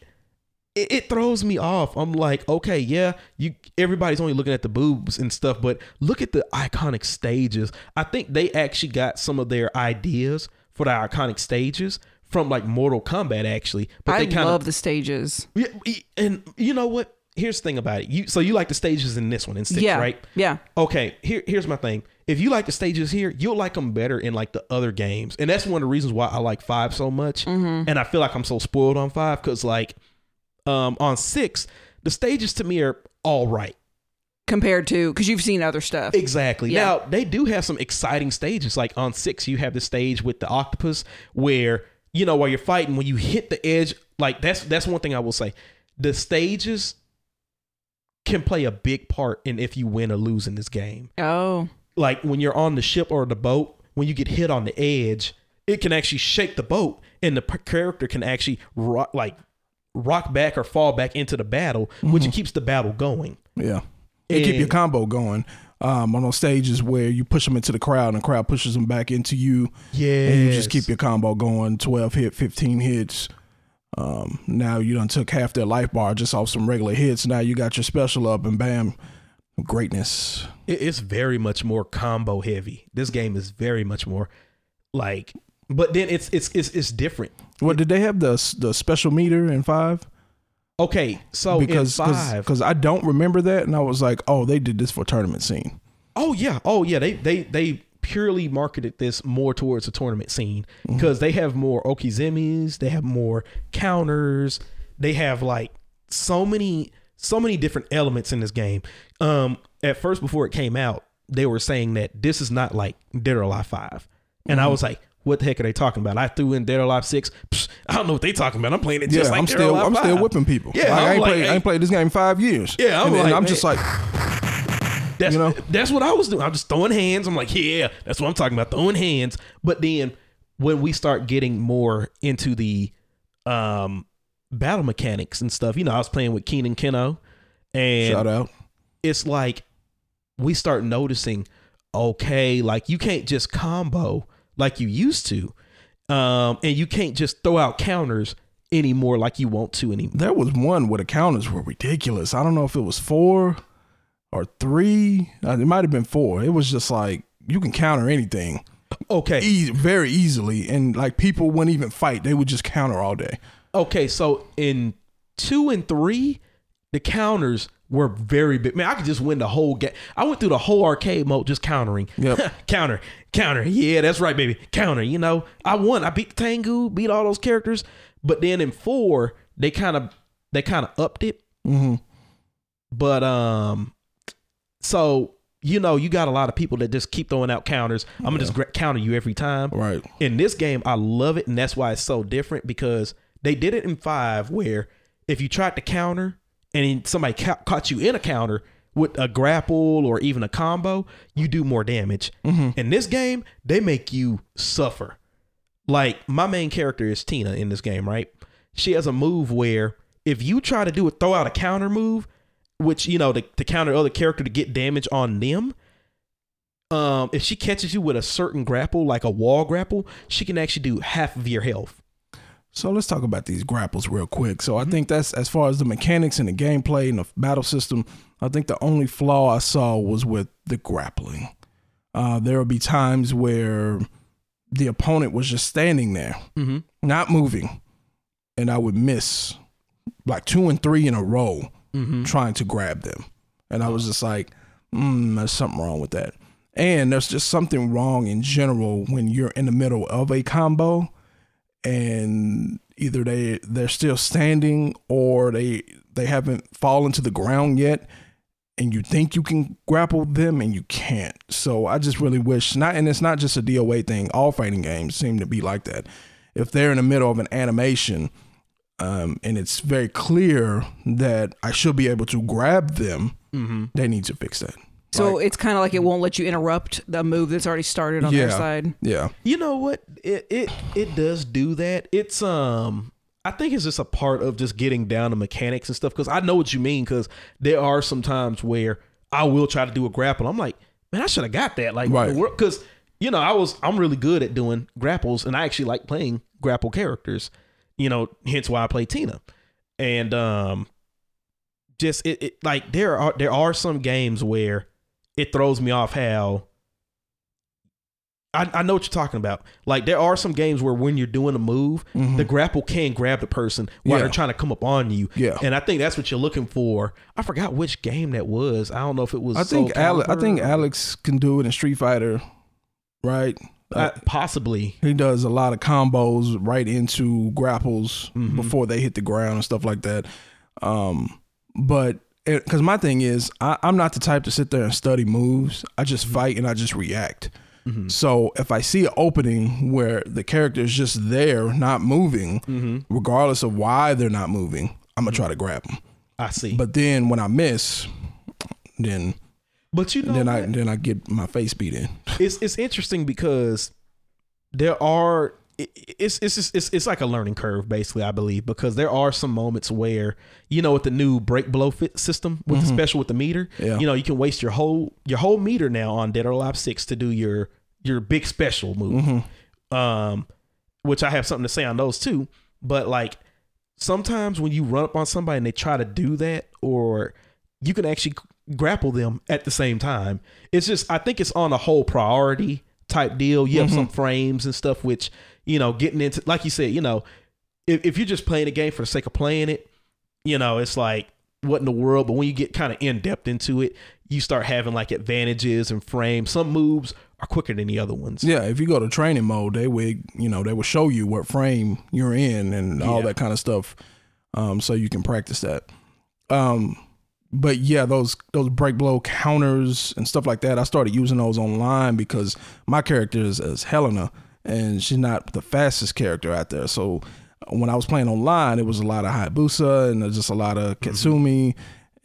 Speaker 2: it, it throws me off. I'm like, okay, yeah, you everybody's only looking at the boobs and stuff, but look at the iconic stages. I think they actually got some of their ideas for the iconic stages from like Mortal Kombat, actually. But
Speaker 1: I
Speaker 2: they kind
Speaker 1: love
Speaker 2: of
Speaker 1: the stages.
Speaker 2: yeah, e- and you know what? Here's the thing about it. You so you like the stages in this one instead,
Speaker 1: yeah.
Speaker 2: right?
Speaker 1: Yeah.
Speaker 2: okay here, here's my thing if you like the stages here you'll like them better in like the other games and that's one of the reasons why i like five so much and i feel like i'm so spoiled on five because like um on six the stages to me are all right
Speaker 1: Compared to because you've seen other stuff.
Speaker 2: Exactly.
Speaker 1: Yeah.
Speaker 2: Now they do have some exciting stages. Like on six, you have the stage with the octopus where you know while you're fighting, when you hit the edge, like that's that's one thing I will say. The stages can play a big part in if you win or lose in this game
Speaker 1: oh.
Speaker 2: like when you're on the ship or the boat, when you get hit on the edge, it can actually shake the boat, and the p- character can actually rock, like rock back or fall back into the battle,
Speaker 3: Mm-hmm.
Speaker 2: which keeps the battle going.
Speaker 3: Yeah. It keep
Speaker 2: And-
Speaker 3: your combo going. Um, on those stages where you push them into the crowd and the crowd pushes them back into you. And you just keep your combo going 12 hit, 15 hits. Um, now you done took half their life bar just off some regular hits. Now you got your special up and bam, greatness.
Speaker 2: It- It's very much more combo heavy. This game is very much more like, but then it's it's it's it's different.
Speaker 3: What did they have the the special meter in five?
Speaker 2: Okay, so
Speaker 3: Because
Speaker 2: Oh, in five,
Speaker 3: because I don't remember that, and I was like, oh, they did this for tournament scene.
Speaker 2: Oh yeah, oh yeah. They they they purely marketed this more towards the tournament scene
Speaker 3: Mm-hmm.
Speaker 2: because they have more okizemis, they have more counters, they have like so many so many different elements in this game. Um, at first before it came out, they were saying that this is not like Dead or Alive Five, and
Speaker 3: Mm-hmm.
Speaker 2: I was like. What the heck are they talking about? I threw in Dead or Alive Six. Psh, I don't know what they talking about. I'm playing it just
Speaker 3: yeah,
Speaker 2: like
Speaker 3: I'm
Speaker 2: Dead or
Speaker 3: still
Speaker 2: Alive
Speaker 3: I'm still
Speaker 2: 5.
Speaker 3: whipping people.
Speaker 2: Yeah,
Speaker 3: Like,
Speaker 2: I'm
Speaker 3: I, ain't
Speaker 2: like,
Speaker 3: played, I
Speaker 2: hey.
Speaker 3: ain't played this game in five years.
Speaker 2: Yeah, I'm
Speaker 3: and, then
Speaker 2: like,
Speaker 3: I'm just
Speaker 2: man.
Speaker 3: like,
Speaker 2: That's
Speaker 3: You know?
Speaker 2: that's what I was doing. I'm just throwing hands. I'm like, yeah, that's what I'm talking about, throwing hands. But then when we start getting more into the um battle mechanics and stuff, you know, I was playing with Keenan Keno and
Speaker 3: shout out.
Speaker 2: it's like we start noticing okay like you can't just combo like you used to um and you can't just throw out counters anymore like you want to anymore
Speaker 3: There was one where the counters were ridiculous. I don't know if it was four or three. Uh, It might have been four. It was just like you can counter anything
Speaker 2: okay
Speaker 3: eas very easily, and like people wouldn't even fight. They would just counter all day.
Speaker 2: Okay, so in two and three, the counters were very big. Man, I could just win the whole game. I went through the whole arcade mode just countering.
Speaker 3: Yep.
Speaker 2: *laughs* counter, counter. Yeah, that's right, baby. Counter. You know, I won. I beat Tengu, beat all those characters. But then in four, they kind of they kind of upped it.
Speaker 3: Mm-hmm.
Speaker 2: But um, so you know, you got a lot of people that just keep throwing out counters. I'm gonna just gra- counter you every time.
Speaker 3: Right.
Speaker 2: In this game, I love it, and that's why it's so different because they did it in five, where if you tried to counter and somebody ca- caught you in a counter with a grapple or even a combo, you do more damage. In this game, they make you suffer like my main character is Tina in this game, right? She has a move where if you try to do a throw out a counter move, which you know to, to counter other character to get damage on them, um, if she catches you with a certain grapple, like a wall grapple, she can actually do half of your health.
Speaker 3: So let's talk about these grapples real quick. So I think that's as far as the mechanics and the gameplay and the battle system. I think the only flaw I saw was with the grappling. Uh, there will be times where the opponent was just standing there, not moving, and I would miss like two and three in a row trying to grab them, and I was just like, mm, "There's something wrong with that." And there's just something wrong in general when you're in the middle of a combo and either they they're still standing or they they haven't fallen to the ground yet and you think you can grapple them and you can't so i just really wish not and it's not just a doa thing all fighting games seem to be like that if they're in the middle of an animation um, and it's very clear that i should be able to grab them
Speaker 2: Mm-hmm.
Speaker 3: they need to fix that
Speaker 1: So it's kind of like it won't let you interrupt the move that's already started on their side.
Speaker 3: yeah
Speaker 2: You know what? It it it does do that. It's um I think it's just a part of just getting down to mechanics and stuff cuz I know what you mean cuz there are some times where I will try to do a grapple. I'm like, man, I should have got that. Like
Speaker 3: Right.
Speaker 2: cuz you know, I was I'm really good at doing grapples and I actually like playing grapple characters. You know, hence why I play Tina. And um just it, it like there are there are some games where it throws me off how I, I know what you're talking about. Like there are some games where when you're doing a move, the grapple can grab the person while
Speaker 3: Mm-hmm. Yeah.
Speaker 2: they're trying to come up on you.
Speaker 3: Yeah.
Speaker 2: And I think that's what you're looking for. I forgot which game that was. I don't know if it was
Speaker 3: i think
Speaker 2: Soul
Speaker 3: Ale- i
Speaker 2: Calibur
Speaker 3: think
Speaker 2: or-
Speaker 3: alex can do it in street fighter right
Speaker 2: Uh, possibly.
Speaker 3: He does a lot of combos right into grapples before they hit the ground and stuff like that. Um, but because my thing is, I, I'm not the type to sit there and study moves. I just fight and I just react. So if I see an opening where the character is just there, not moving, regardless of why they're not moving, I'm gonna try to grab them.
Speaker 2: I see. But,
Speaker 3: But then when I miss, then
Speaker 2: you know
Speaker 3: then I
Speaker 2: what?
Speaker 3: then I get my face beat in.
Speaker 2: it's it's interesting because there are it- it's it's just- it's it's like a learning curve basically I believe because there are some moments where you know with the new break blow fit system with the special with the meter
Speaker 3: Yeah.
Speaker 2: you know you can waste your whole your whole meter now on Dead or Alive six to do your your big special move um which I have something to say on those too but like sometimes when you run up on somebody and they try to do that or you can actually grapple them at the same time it's just i think it's on a whole priority type deal you have some frames and stuff which you know getting into like you said you know if, if you're just playing a game for the sake of playing it you know it's like what in the world but when you get kind of in-depth into it you start having like advantages and frames some moves are quicker than the other ones
Speaker 3: Yeah, if you go to training mode, they would you know they will show you what frame you're in and all
Speaker 2: Yeah.
Speaker 3: that kind of stuff, um, so you can practice that. Um, but yeah, those those break blow counters and stuff like that, I started using those online because my character is, is Helena, and she's not the fastest character out there. So when I was playing online, it was a lot of Hayabusa and there's just a lot of Katsumi.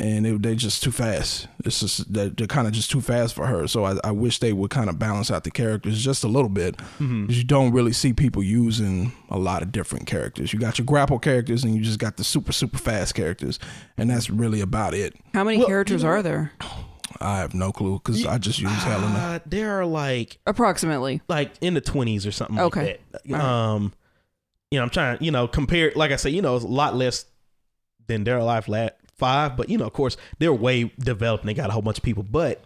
Speaker 3: And it, they just too fast. It's just they're, they're kind of just too fast for her. So I, I wish they would kind of balance out the characters just a little bit. 'Cause You don't really see people using a lot of different characters. You got your grapple characters, and you just got the super super fast characters, and that's really about it.
Speaker 1: How many
Speaker 2: Well,
Speaker 1: characters are there?
Speaker 3: I have no clue because I just
Speaker 2: *sighs*
Speaker 3: use Helena.
Speaker 2: uh, there are like
Speaker 1: Approximately.
Speaker 2: like in the twenties or something
Speaker 1: Okay.
Speaker 2: like
Speaker 1: All
Speaker 2: that.
Speaker 1: right.
Speaker 2: Um, you know, I'm trying, you know, compare. Like I say, you know, it's a lot less than Dead or Alive La- Five, but you know, of course, they're way developed and they got a whole bunch of people. But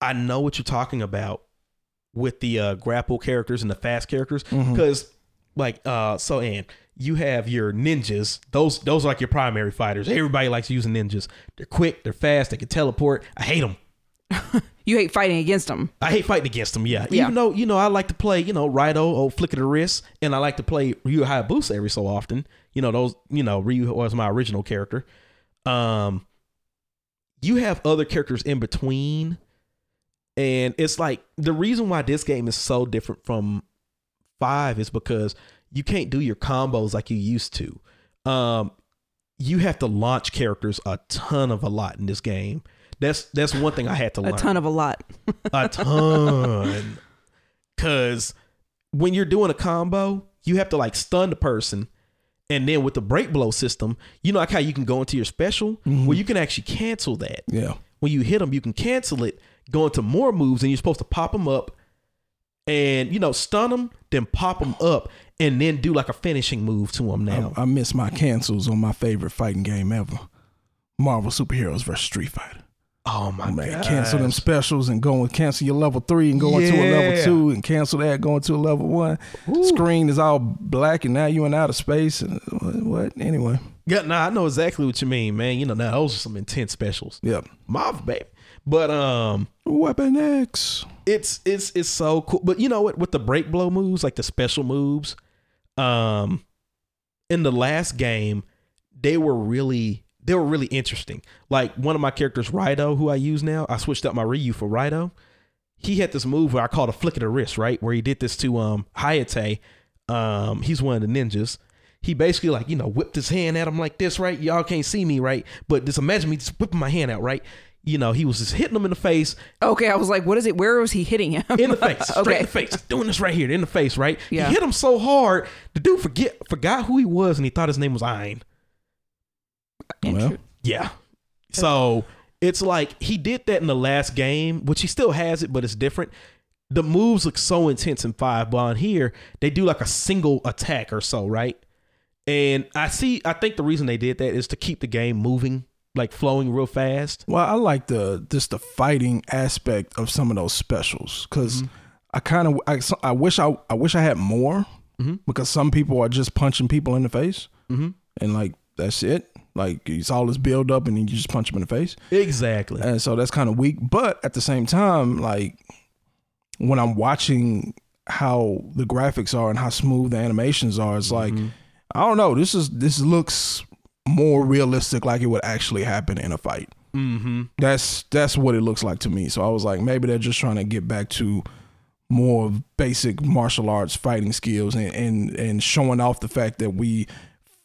Speaker 2: I know what you're talking about with the uh, grapple characters and the fast characters
Speaker 1: Mm-hmm.
Speaker 2: because, like, uh, so and you have your ninjas. Those those are like your primary fighters. Everybody likes using ninjas. They're quick. They're fast. They can teleport. I hate them.
Speaker 1: You hate fighting against them.
Speaker 2: I hate fighting against them. Yeah.
Speaker 1: Yeah.
Speaker 2: Even though, you know, I like to play, you know, Rido or Flick of the Wrist, and I like to play Ryu Hayabusa every so often. You know, those, you know, Ryu was my original character. Um, you have other characters in between And it's like the reason why this game is so different from five is because you can't do your combos like you used to. Um, you have to launch characters a ton of a lot in this game. That's that's one thing I had
Speaker 1: A
Speaker 2: to learn
Speaker 1: ton of a lot.
Speaker 2: a ton. *laughs* Cause when you're doing a combo, you have to like stun the person. And then with the break blow system, you know like how you can go into your special where you can actually cancel that.
Speaker 3: Yeah.
Speaker 2: When you hit them, you can cancel it, go into more moves, and you're supposed to pop them up and you know stun them, then pop them up, and then do like a finishing move to them. Now
Speaker 3: I, I miss my cancels on my favorite fighting game ever Marvel Superheroes versus Street Fighter.
Speaker 2: Oh my
Speaker 3: Man,
Speaker 2: god.
Speaker 3: cancel them specials and go and cancel your level three and go into a level
Speaker 2: Yeah.
Speaker 3: two and cancel that, go into a level one. Screen is all black and now you in outer space. And what? what? Anyway,
Speaker 2: Yeah, nah, I know exactly what you mean, man. You know, now those are some intense specials.
Speaker 3: yep.
Speaker 2: Marvel, baby. But um
Speaker 3: Weapon X.
Speaker 2: it's it's it's so cool. But you know what? With the break blow moves, like the special moves, um, in the last game, they were really they were really interesting. Like one of my characters, Raido, who I use now, I switched up my Ryu for Raido. He had this move where I called a flick of the wrist, right? Where he did this to um Hayate. Um, he's one of the ninjas. He basically like, you know, whipped his hand at him like this, right? Y'all can't see me, right? But just imagine me just whipping my hand out, right? You know, he was just hitting him in the face,
Speaker 1: Okay, I was like, what is it? Where was he hitting him?
Speaker 2: in the face, straight
Speaker 1: *laughs* okay.
Speaker 2: in the face, doing this right here, in the face, right?
Speaker 1: Yeah.
Speaker 2: He hit him so hard, the dude forget forgot who he was, and he thought his name was Ayn.
Speaker 3: Well,
Speaker 2: Yeah. So it's like he did that in the last game, which he still has it, but it's different. The moves look so intense in five, but on here they do like a single attack or so, right? And I see. I think the reason they did that is to keep the game moving, like flowing real fast.
Speaker 3: well, I like the just the fighting aspect of some of those specials because I kind of I, so- I wish I I wish I had more because some people are just punching people in the face and like that's it. Like it's all this build up and then you just punch them in the face.
Speaker 2: Exactly.
Speaker 3: and so that's kind of weak. But at the same time, like when I'm watching how the graphics are and how smooth the animations are, it's
Speaker 2: Mm-hmm.
Speaker 3: like I don't know. This is this looks more realistic, like it would actually happen in a fight.
Speaker 2: mm-hmm.
Speaker 3: That's that's what it looks like to me. So I was like, maybe they're just trying to get back to more basic martial arts fighting skills and and, and showing off the fact that we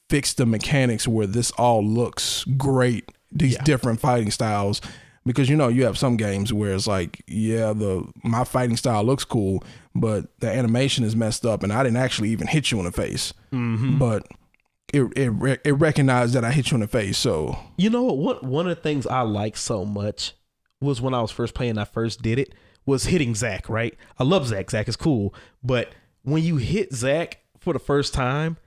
Speaker 3: fixed the mechanics where this all looks great. These
Speaker 2: Yeah.
Speaker 3: different fighting styles. Because you know you have some games where it's like, yeah, the my fighting style looks cool, but the animation is messed up, and I didn't actually even hit you in the face.
Speaker 2: Mm-hmm.
Speaker 3: But it it re- it recognized that I hit you in the face, so
Speaker 2: You know what? One one of the things I like so much was when I was first playing. I first did it was hitting Zach. Right? I love Zach. Zach is cool. But when you hit Zach for the first time,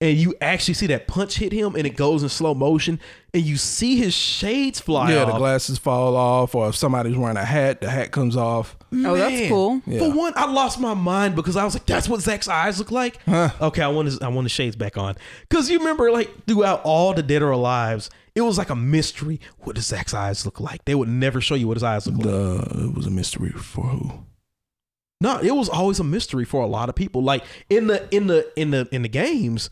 Speaker 2: and you actually see that punch hit him, and it goes in slow motion, and you see his shades fly
Speaker 3: Yeah, the
Speaker 2: off.
Speaker 3: glasses fall off, or if somebody's wearing a hat, the hat comes off.
Speaker 1: Oh, that's
Speaker 2: Man,
Speaker 1: cool.
Speaker 3: Yeah.
Speaker 2: For one, I lost my mind because I was like, "That's what Zach's eyes look like." Okay, I want his, I want the shades back on because you remember, like throughout all the Dead or Alive's, it was like a mystery. What does Zach's eyes look like? They would never show you what his eyes look like.
Speaker 3: The it was a mystery for who?
Speaker 2: No, it was always a mystery for a lot of people. Like in the in the in the in the games,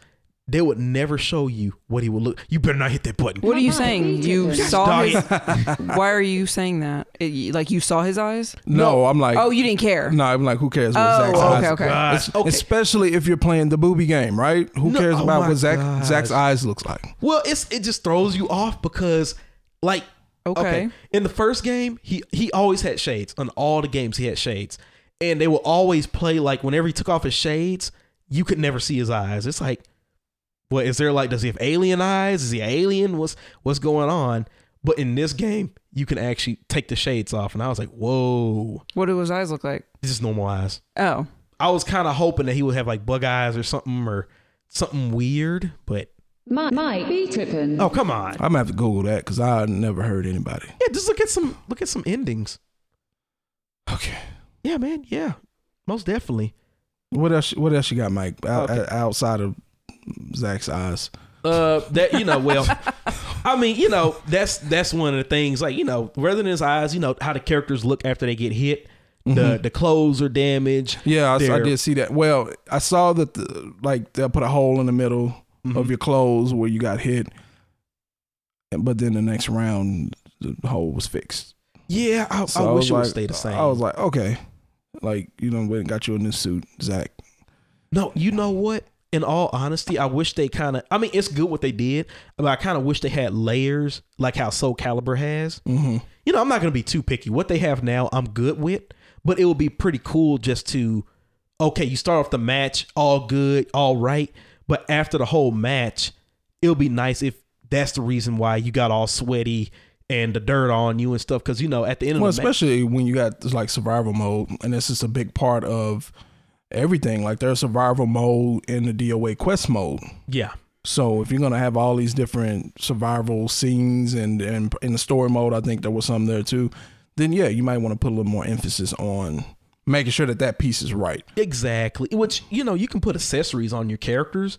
Speaker 2: they would never show you what he would look. You better not hit that button.
Speaker 1: What are you
Speaker 4: Come on,
Speaker 1: saying?
Speaker 4: beat it
Speaker 1: You
Speaker 4: then. Yes,
Speaker 1: saw
Speaker 2: dog
Speaker 1: his.
Speaker 2: it.
Speaker 1: Why are you saying that? It- you- like you saw his eyes?
Speaker 3: No, I'm like,
Speaker 1: Oh, you didn't care.
Speaker 3: no, I'm like, who cares? What
Speaker 1: Oh,
Speaker 3: Zach's
Speaker 1: okay,
Speaker 3: eyes-
Speaker 1: okay.
Speaker 2: God.
Speaker 3: It's-
Speaker 2: Okay.
Speaker 3: Especially if you're playing the booby game, right? Who
Speaker 2: No,
Speaker 3: cares
Speaker 2: oh
Speaker 3: about
Speaker 2: my
Speaker 3: what Zach
Speaker 2: gosh.
Speaker 3: Zach's eyes looks like?
Speaker 2: Well, it's it just throws you off because like
Speaker 1: Okay.
Speaker 2: In the first game, he he always had shades. On all the games he had shades. And they will always play like whenever he took off his shades, you could never see his eyes. It's like what is there like does he have alien eyes? Is he an alien? What's what's going on? But in this game, you can actually take the shades off. And I was like, whoa,
Speaker 1: What do his eyes look like?
Speaker 2: this is normal eyes.
Speaker 1: Oh,
Speaker 2: I was kind of hoping that he would have like bug eyes or something or something weird, but
Speaker 4: Might, might be tripping.
Speaker 2: oh come on.
Speaker 3: I'm gonna have to Google that because I never heard anybody.
Speaker 2: Yeah, just look at some look at some endings.
Speaker 3: Okay,
Speaker 2: Yeah, man. Yeah, most definitely.
Speaker 3: what else? What else you got, Mike? Out,
Speaker 2: Okay.
Speaker 3: Outside of Zach's eyes,
Speaker 2: Uh, that you know, well, *laughs* I mean, you know, that's that's one of the things. Like you know, rather than his eyes, you know how the characters look after they get hit.
Speaker 3: Mm-hmm.
Speaker 2: The the clothes are damaged.
Speaker 3: yeah, I, s- I
Speaker 2: They're-
Speaker 3: did see that. Well, I saw that the, like they'll put a hole in the middle
Speaker 2: Mm-hmm.
Speaker 3: of your clothes where you got hit, and- but then the next round the hole was fixed.
Speaker 2: Yeah, I,
Speaker 3: So
Speaker 2: I wish it
Speaker 3: was
Speaker 2: would
Speaker 3: like-
Speaker 2: stay the same.
Speaker 3: I was like, okay, like you know, went and got you a new suit, Zach.
Speaker 2: No, you know what? In all honesty, I wish they kind of. I mean, it's good what they did, but I kind of wish they had layers like how Soul Calibur has. Mm-hmm. You know, I'm not gonna be too picky. What they have now, I'm good with. But it would be pretty cool just to, okay, you start off the match all good, all right, but after the whole match, it'll be nice if that's the reason why you got all sweaty and the dirt on you and stuff. Because you know, at the end
Speaker 3: Well,
Speaker 2: of the match,
Speaker 3: especially when you got this, like survival mode, and this is a big part of everything. Like there's survival mode and the DOA quest mode.
Speaker 2: yeah,
Speaker 3: So if you're gonna have all these different survival scenes and and in the story mode, I think there was some there too. Then yeah, you might want to put a little more emphasis on making sure that that piece is right.
Speaker 2: Exactly. Which, you know, you can put accessories on your characters.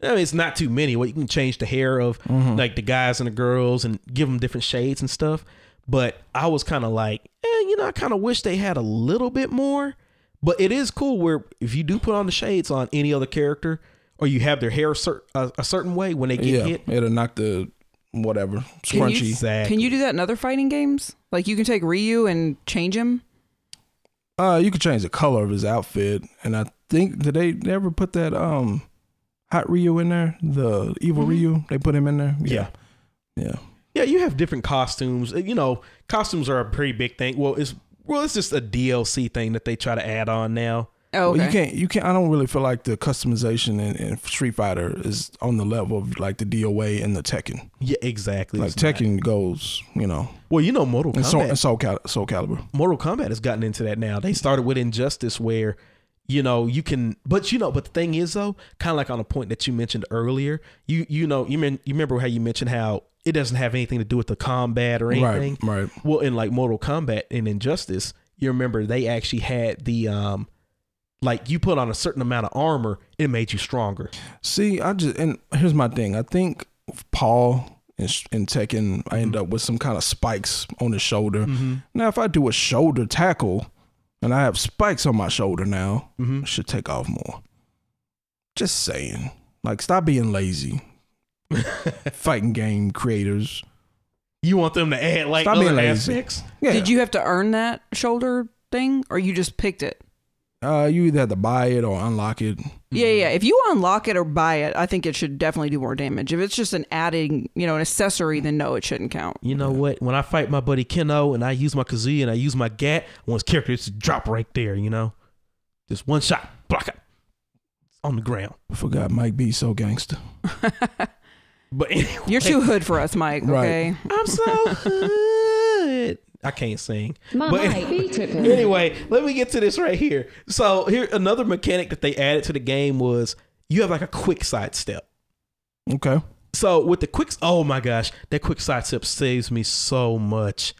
Speaker 2: I mean, it's not too many. What you can change the hair of
Speaker 1: Mm-hmm.
Speaker 2: like the guys and the girls and give them different shades and stuff. But I was kind of like, eh, you know, I kind of wish they had a little bit more. But it is cool where if you do put on the shades on any other character or you have their hair cer- a, a certain way when they get
Speaker 3: yeah,
Speaker 2: hit,
Speaker 3: it'll knock the whatever
Speaker 1: Can
Speaker 3: scrunchy.
Speaker 1: you,
Speaker 2: Exactly.
Speaker 1: can you do that in other fighting games? Like you can take Ryu and change him.
Speaker 3: Uh, you could change the color of his outfit, and I think did they never put that um hot Ryu in there? The evil Ryu, they put him in there.
Speaker 2: Yeah.
Speaker 3: yeah.
Speaker 2: Yeah, you have different costumes. Uh, You know, costumes are a pretty big thing. Well, it's well, it's just a DLC thing that they try to add on now.
Speaker 1: Oh, okay.
Speaker 3: Well, you can't. You can't. I don't really feel like the customization in, in Street Fighter is on the level of like the DOA and the Tekken.
Speaker 2: Yeah, exactly.
Speaker 3: Like
Speaker 2: It's not.
Speaker 3: Tekken goes, you know,
Speaker 2: Well, you know, Mortal
Speaker 3: and Soul,
Speaker 2: Kombat.
Speaker 3: and Soul, Cal- Soul Calibur.
Speaker 2: Mortal Kombat has gotten into that now. They started with Injustice, where you know you can, but you know, but the thing is though, kind of like on a point that you mentioned earlier, you you know, you mean you remember how you mentioned how it doesn't have anything to do with the combat or anything,
Speaker 3: right.
Speaker 2: Well, in like Mortal Kombat and Injustice, you remember they actually had the um, like you put on a certain amount of armor, it made you stronger.
Speaker 3: See, I just and here's my thing. I think Paul in, Sh- in Tekken, I
Speaker 1: Mm-hmm.
Speaker 3: end up with some kind of spikes on his shoulder. Now, if I do a shoulder tackle, and I have spikes on my shoulder now,
Speaker 1: Mm-hmm.
Speaker 3: I should take off more. Just saying, like, stop being
Speaker 1: *laughs*
Speaker 3: lazy. Fighting game creators.
Speaker 2: You want them to add like
Speaker 3: Stop being
Speaker 2: other
Speaker 3: lazy.
Speaker 2: aspects.
Speaker 3: Yeah.
Speaker 1: Did you have to earn that shoulder thing, or you just picked it?
Speaker 3: Uh, you either had to buy it or unlock it.
Speaker 1: Yeah,
Speaker 3: Mm-hmm.
Speaker 1: yeah. If you unlock it or buy it, I think it should definitely do more damage. If it's just an adding, you know, an accessory, then no, it shouldn't count.
Speaker 2: You know what? When I fight my buddy Keno and I use my Kazoo and I use my Gat, I want his character just to drop right there, you know? Just one shot, block it on the ground.
Speaker 3: Forgot Mike B. So gangster.
Speaker 2: But *laughs* anyway,
Speaker 1: You're too hood for us, Mike.
Speaker 3: Right.
Speaker 1: Okay.
Speaker 2: I'm so hood. I can't sing. But
Speaker 4: Might be tripping.
Speaker 2: anyway, let me get to this right here. So here another mechanic that they added to the game was you have like a quick sidestep.
Speaker 3: Okay.
Speaker 2: So with the quick, oh my gosh, that quick sidestep saves me so much.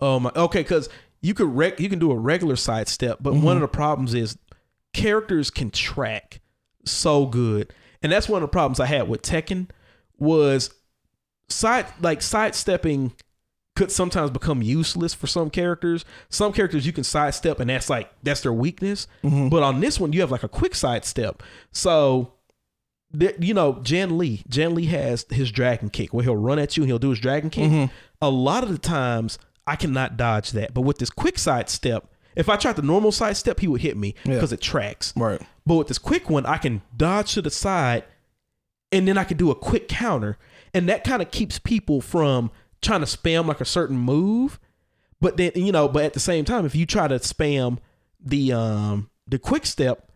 Speaker 2: Oh my, okay, because you could rec, you can do a regular sidestep, but one of the problems is characters can track so good, and that's one of the problems I had with Tekken was side like sidestepping could sometimes become useless for some characters. Some characters you can sidestep, and that's like that's their weakness. But on this one, you have like a quick sidestep, so there- you know, Jan Lee, Jan Lee has his dragon kick where he'll run at you and he'll do his dragon kick. A lot of the times, I cannot dodge that. But with this quick side step, if I tried the normal side step, he would hit me
Speaker 3: Yeah.
Speaker 2: because it tracks.
Speaker 3: Right.
Speaker 2: But with this quick one, I can dodge to the side and then I can do a quick counter. And that kind of keeps people from trying to spam like a certain move. But then, you know, but at the same time, if you try to spam the um the quick step,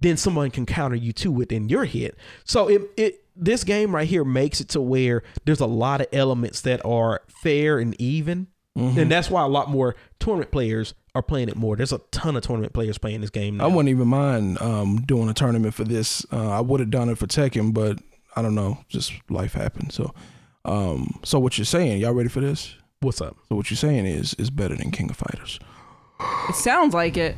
Speaker 2: then someone can counter you too within your hit. So it it this game right here makes it to where there's a lot of elements that are fair and even.
Speaker 3: Mm-hmm.
Speaker 2: And that's why a lot more tournament players are playing it more. There's a ton of tournament players playing this game now.
Speaker 3: I wouldn't even mind um, doing a tournament for this. Uh, I would have done it for Tekken, but I don't know. Just life happened. So, um, so what you're saying? Y'all ready for this?
Speaker 2: What's up?
Speaker 3: So what you're saying is is better than King of Fighters.
Speaker 1: It sounds like it.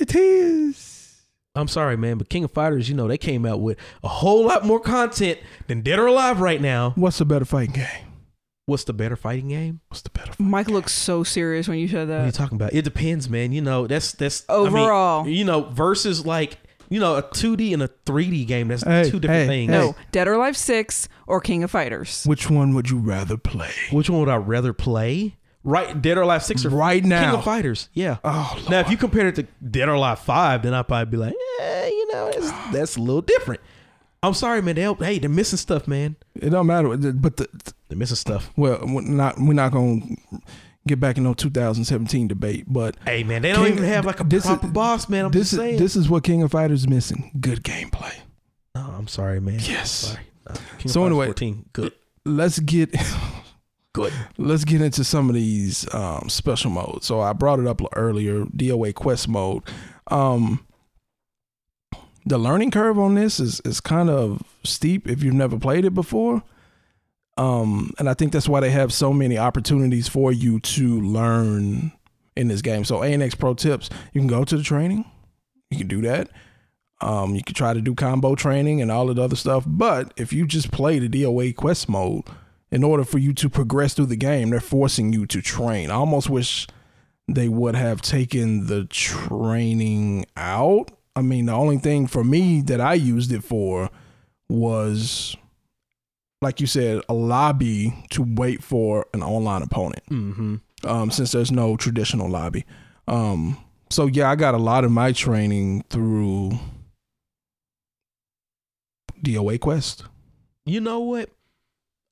Speaker 3: It is.
Speaker 2: I'm sorry, man, but King of Fighters, you know, they came out with a whole lot more content than Dead or Alive right now.
Speaker 3: What's the better fighting game?
Speaker 2: What's the better fighting game?
Speaker 3: What's the better? Fight?
Speaker 1: Mike looks so serious when you said
Speaker 2: What are you
Speaker 1: that.
Speaker 2: talking about? It depends, man. You know, that's that's I mean,
Speaker 1: Overall.
Speaker 2: you know, versus like you know a 2D and a 3D game. That's
Speaker 3: Hey,
Speaker 2: two different
Speaker 3: hey,
Speaker 2: things.
Speaker 3: hey.
Speaker 1: No, Dead or Alive Six or King of Fighters.
Speaker 3: Which one would you rather play?
Speaker 2: Which one would I rather play? Right, Dead or Alive Six or
Speaker 3: Right now.
Speaker 2: King of Fighters. Yeah.
Speaker 3: Oh,
Speaker 2: now if you compare it to Dead or Alive Five, then I'd probably be like, eh, you know, it's, that's a little different. I'm sorry, man. They, hey, they're missing stuff, man.
Speaker 3: It don't matter. But the,
Speaker 2: They're missing stuff.
Speaker 3: well, we're not we're not gonna get back in no 2017 debate. But
Speaker 2: Hey, man, they don't
Speaker 3: King-
Speaker 2: even have like a
Speaker 3: this is-
Speaker 2: proper boss, man. I'm
Speaker 3: this
Speaker 2: just saying.
Speaker 3: is this is what King of Fighters missing. Good gameplay.
Speaker 2: no, I'm sorry, man.
Speaker 3: Yes.
Speaker 2: Sorry. No, King
Speaker 3: So
Speaker 2: Fighters
Speaker 3: anyway-
Speaker 2: 14.
Speaker 3: *clears throat*
Speaker 2: good.
Speaker 3: Let's get *laughs*
Speaker 2: Good.
Speaker 3: let's get into some of these um, special modes. So I brought it up earlier, DOA quest mode. Um, the learning curve on this is is kind of steep if you've never played it before. Um, and I think that's why they have so many opportunities for you to learn in this game. So ANX Pro Tips, you can go to the training, you can do that. Um, you can try to do combo training and all of the other stuff. But if you just play the DOA quest mode, in order for you to progress through the game, they're forcing you to train. I almost wish they would have taken the training out. I mean, the only thing for me that I used it for was, like you said, a lobby to wait for an online opponent
Speaker 2: Mm-hmm.
Speaker 3: um, since there's no traditional lobby. Um, so yeah, I got a lot of my training through DOA Quest.
Speaker 2: you know what?